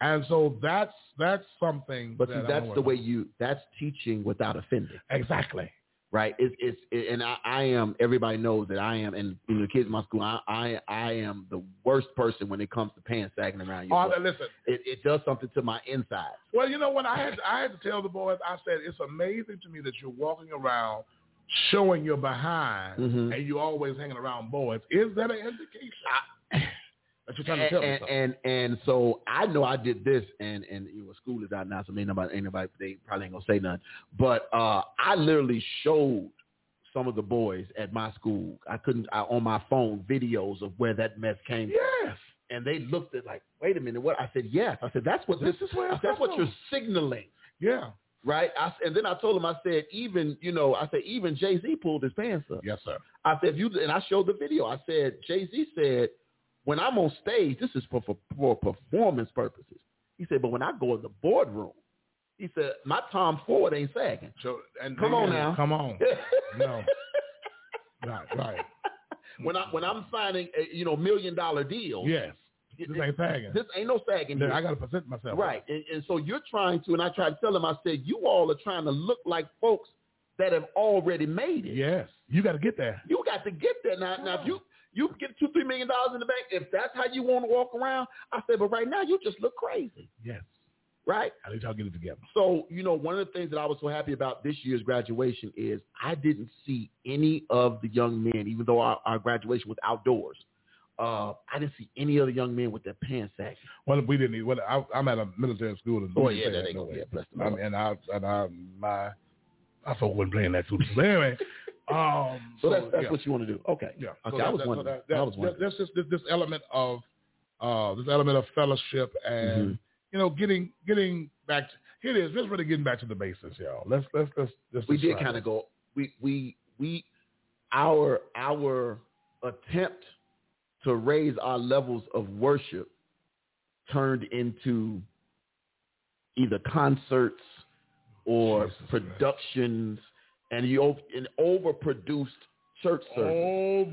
Speaker 6: And so that's that's something.
Speaker 4: But see,
Speaker 6: that I
Speaker 4: that's
Speaker 6: wanna
Speaker 4: the
Speaker 6: work
Speaker 4: way you. That's teaching without offending.
Speaker 6: on. Exactly.
Speaker 4: right? It's it's it, and I, I am. Everybody knows that I am, and you know, the kids in my school, I I, I am the worst person when it comes to pants sagging around your.
Speaker 6: Arthur,
Speaker 4: butt.
Speaker 6: listen.
Speaker 4: It, it does something to my insides.
Speaker 6: Well, you know what? I had I had to tell the boys. I said it's amazing to me that you're walking around showing your behind,
Speaker 4: Mhm.
Speaker 6: and you're always hanging around boys. Is that an indication that you're trying to
Speaker 4: and,
Speaker 6: tell me
Speaker 4: and,
Speaker 6: something?
Speaker 4: and and so I know I did this, and and you know, school is out now, so maybe nobody, ain't nobody, they probably ain't gonna say nothing. But uh, I literally showed some of the boys at my school. I couldn't I, on my phone videos of where that mess came from
Speaker 6: Yes.
Speaker 4: and they looked at like, wait a minute, what? I said, yes. I said, that's what this,
Speaker 6: This is where it
Speaker 4: that's
Speaker 6: comes
Speaker 4: what you're
Speaker 6: from.
Speaker 4: signaling,
Speaker 6: Yeah.
Speaker 4: right? I, and then I told him, I said, even you know, I said even Jay Z pulled his pants up.
Speaker 6: Yes, sir.
Speaker 4: I said, if you and I showed the video. I said, Jay Z said, when I'm on stage, this is for, for for performance purposes. He said, but when I go in the boardroom, he said, my Tom Ford ain't sagging.
Speaker 6: So and
Speaker 4: Come on now.
Speaker 6: Come on. No. right. Right.
Speaker 4: when I when I'm signing, uh, you know, million dollar deals,
Speaker 6: Yes.
Speaker 4: it-
Speaker 6: This ain't sagging.
Speaker 4: this ain't no sagging.
Speaker 6: Look,
Speaker 4: here.
Speaker 6: I gotta present myself.
Speaker 4: Right. And, and so you're trying to, and I tried to tell him, I said, you all are trying to look like folks that have already made it.
Speaker 6: Yes. You gotta get there.
Speaker 4: You got to get there. Now, now if you, you get two, three million dollars in the bank, if that's how you want to walk around, I said, but right now you just look crazy.
Speaker 6: Yes.
Speaker 4: Right.
Speaker 6: I need y'all to get it together.
Speaker 4: So, you know, one of the things that I was so happy about this year's graduation is I didn't see any of the young men, even though our, our graduation was outdoors. Uh, I didn't see any of the young men with their pants sagging.
Speaker 6: Well, we didn't. e-, Well, I, I'm at a military school and
Speaker 4: Oh,
Speaker 6: we
Speaker 4: yeah,
Speaker 6: say
Speaker 4: that ain't
Speaker 6: no
Speaker 4: gonna
Speaker 6: way.
Speaker 4: be a blessed
Speaker 6: I mean, and I and I my I folk wasn't playing that foolishness. But anyway, um,
Speaker 4: So, that's, that's
Speaker 6: yeah,
Speaker 4: what you want to do. Okay.
Speaker 6: yeah.
Speaker 4: Okay,
Speaker 6: that-
Speaker 4: I was
Speaker 6: that- so
Speaker 4: wondering.
Speaker 6: that- that-
Speaker 4: I was wondering.
Speaker 6: That's just this, this element of uh, this element of fellowship and
Speaker 4: Mm-hmm.
Speaker 6: you know getting getting back. To, here it is. Just really getting back to the basics, y'all. Let's let's let's. let's
Speaker 4: we did
Speaker 6: describe
Speaker 4: kind
Speaker 6: it.
Speaker 4: of go we we we our our attempt to raise our levels of worship turned into either concerts or
Speaker 6: Jesus Christ.
Speaker 4: productions and you over, an overproduced church service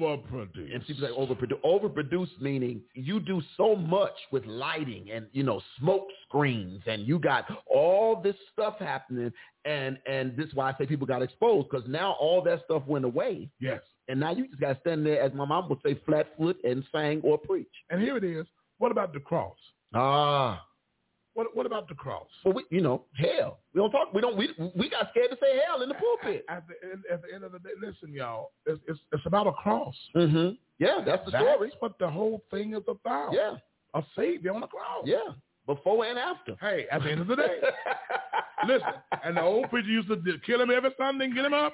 Speaker 6: overproduced.
Speaker 4: and people like "Oh, overproduced overproduced meaning you do so much with lighting and you know smoke screens and you got all this stuff happening and and this is why I say people got exposed because now all that stuff went away
Speaker 6: yes.
Speaker 4: and now you just got to stand there as my mom would say flat foot and sang or preach
Speaker 6: And here it is. What about the cross?
Speaker 4: ah
Speaker 6: What what about the cross?
Speaker 4: well we, you know hell we don't talk we don't we we got scared to say hell in the pulpit
Speaker 6: At, at the end, at the end of the day, listen, y'all. It's it's, it's about a cross.
Speaker 4: mm-hmm yeah that's the story
Speaker 6: That's what the whole thing is about.
Speaker 4: yeah
Speaker 6: A savior on the cross.
Speaker 4: yeah before and after
Speaker 6: Hey, at the end of the day, listen. And the old preacher used to d- kill him every Sunday and get him up.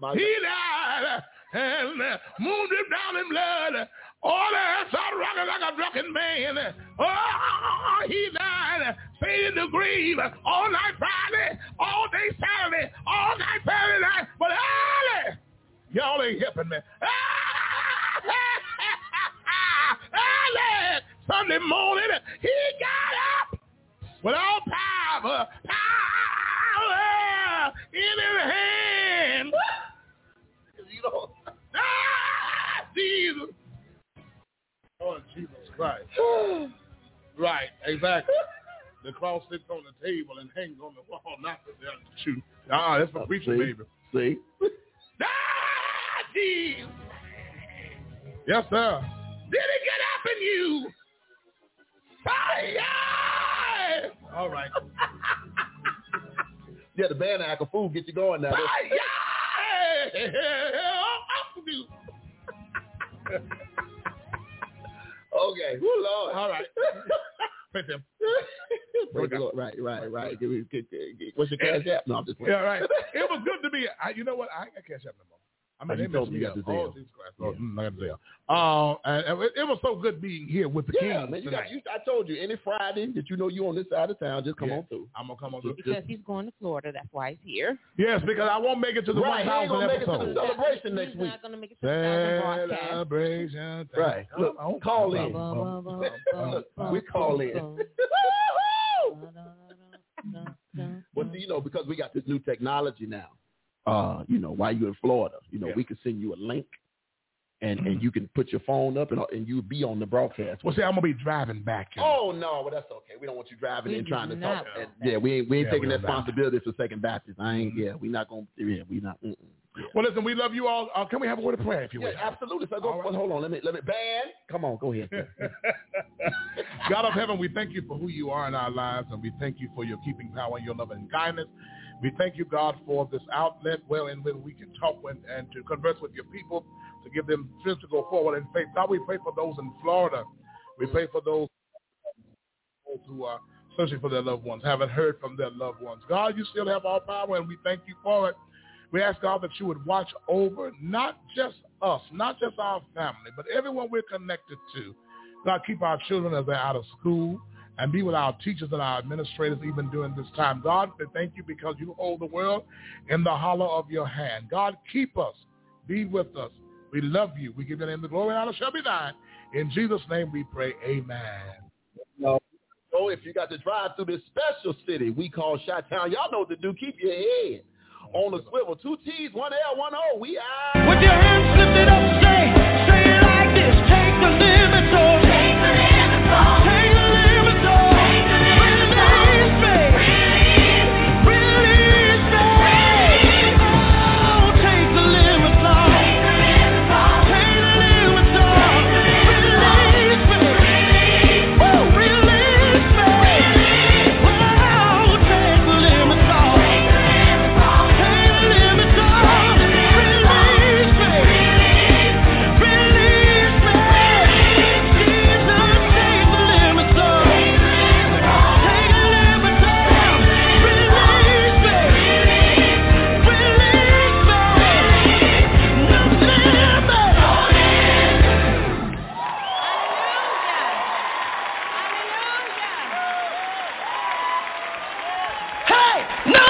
Speaker 4: My-
Speaker 6: He died and uh, mooned him down in blood. All that's out rocking like a drunken man. Oh, he died, stayed in the grave all night Friday, all day Saturday, all night Saturday night. But early, y'all ain't helping me. Ah! Early Sunday morning, he got up with all power, power in his hand.
Speaker 4: you know
Speaker 6: Ah, Jesus. Oh, Jesus Christ. right, exactly. The cross sits on the table and hangs on the wall, not that they are shoot. Ah, that's for preaching,
Speaker 4: see? see
Speaker 6: baby. Ah, Jesus. Yes, sir. Did it get up in you? Aye, aye. All right.
Speaker 4: Yeah, the band act a fool get you going now. That's-
Speaker 6: Aye, aye. Up to you.
Speaker 4: Okay. Woo, Lord.
Speaker 6: All right. Praise him.
Speaker 4: Praise the Lord. Right, right, right. Give me- give- give- give- What's your cash app? No, I'm just
Speaker 6: Yeah,
Speaker 4: playing.
Speaker 6: right. It was good to be. I, you know what? I ain't got cash out no more. I
Speaker 4: Oh,
Speaker 6: mean,
Speaker 4: you
Speaker 6: they
Speaker 4: told
Speaker 6: messed
Speaker 4: me
Speaker 6: me
Speaker 4: you
Speaker 6: up.
Speaker 4: got the
Speaker 6: Oh,
Speaker 4: Zelle.
Speaker 6: Jesus Christ. Lord, mm, I got the Zelle. Uh, and it, it was so good being here with the
Speaker 4: Yeah,
Speaker 6: King
Speaker 4: man. You
Speaker 6: tonight.
Speaker 4: got, you, I told you, any Friday that you know you on this side of town, just come
Speaker 6: Yeah.
Speaker 4: on through.
Speaker 6: I'm gonna come on. Through.
Speaker 7: Because he's going to Florida, that's why he's here.
Speaker 6: Yes, because I won't make it to the
Speaker 4: Right, he ain't
Speaker 6: 1,000
Speaker 4: gonna make it to the-
Speaker 6: episode.
Speaker 4: Celebration
Speaker 7: he's
Speaker 4: next
Speaker 7: He's
Speaker 4: week.
Speaker 7: not going to make it to the thousand broadcast.
Speaker 6: Celebration.
Speaker 4: Right.
Speaker 6: Come
Speaker 4: Look,
Speaker 6: on.
Speaker 4: call
Speaker 6: Bum,
Speaker 4: in.
Speaker 6: bum, bum.
Speaker 4: we call in.
Speaker 7: in.
Speaker 4: Well, see, you know, because we got this new technology now, uh, you know, while you're in Florida, you know,
Speaker 6: Yeah.
Speaker 4: we can send you a link
Speaker 9: and and you can put your phone up and
Speaker 4: uh,
Speaker 9: and you be on the broadcast.
Speaker 6: Well, see, I'm gonna be driving back. you know.
Speaker 9: Oh no, but that's okay. We don't want you driving
Speaker 7: We
Speaker 9: and
Speaker 7: do
Speaker 9: trying to
Speaker 7: not
Speaker 9: talk.
Speaker 7: want
Speaker 9: and- yeah, we ain't we ain't
Speaker 6: Yeah,
Speaker 9: taking
Speaker 6: we
Speaker 9: that
Speaker 6: don't want that.
Speaker 9: responsibility for Second Baptist. I ain't. Yeah, we not gonna. Yeah, we not. Mm-mm.
Speaker 6: Well, listen, we love you all. Uh, can we have a word of prayer, if you
Speaker 9: Yeah,
Speaker 6: will?
Speaker 9: absolutely. So go,
Speaker 6: All right.
Speaker 9: Hold on. Let me let me ban. Come on, go ahead. sir.
Speaker 6: God of heaven, we thank you for who you are in our lives, and we thank you for your keeping power and your love and kindness. We thank you, God, for this outlet where and when we can talk with, and to converse with your people, to give them strength to go forward in faith. God, we pray for those in Florida. We pray for those who are searching for their loved ones, haven't heard from their loved ones. God, you still have all power, and we thank you for it. We ask God that you would watch over not just us, not just our family, but everyone we're connected to. God, keep our children as they're out of school and be with our teachers and our administrators even during this time. God, we thank you because you hold the world in the hollow of your hand. God, keep us. Be with us. We love you. We give your name the glory and honor shall be thine. In Jesus' name we pray. Amen.
Speaker 9: So if you got to drive through this special city we call Chi-Town, y'all know what to do. Keep your head on the swivel. Two T's, one L, one O. We out.
Speaker 2: With your hands lifted up, say, say it like this. Take the limits off. Take the limits off. Take the oh. limits off. Take the oh. limits off. Release me. Release me. Oh, take the limits off. Take the limits off. Take the oh. limits off. Release me. Oh, release me. Oh, take the limits off. Take the limits off. Release me. Release me. Jesus, take the limits off. Take the limits off. Release me. Release me. No limit. Hey, no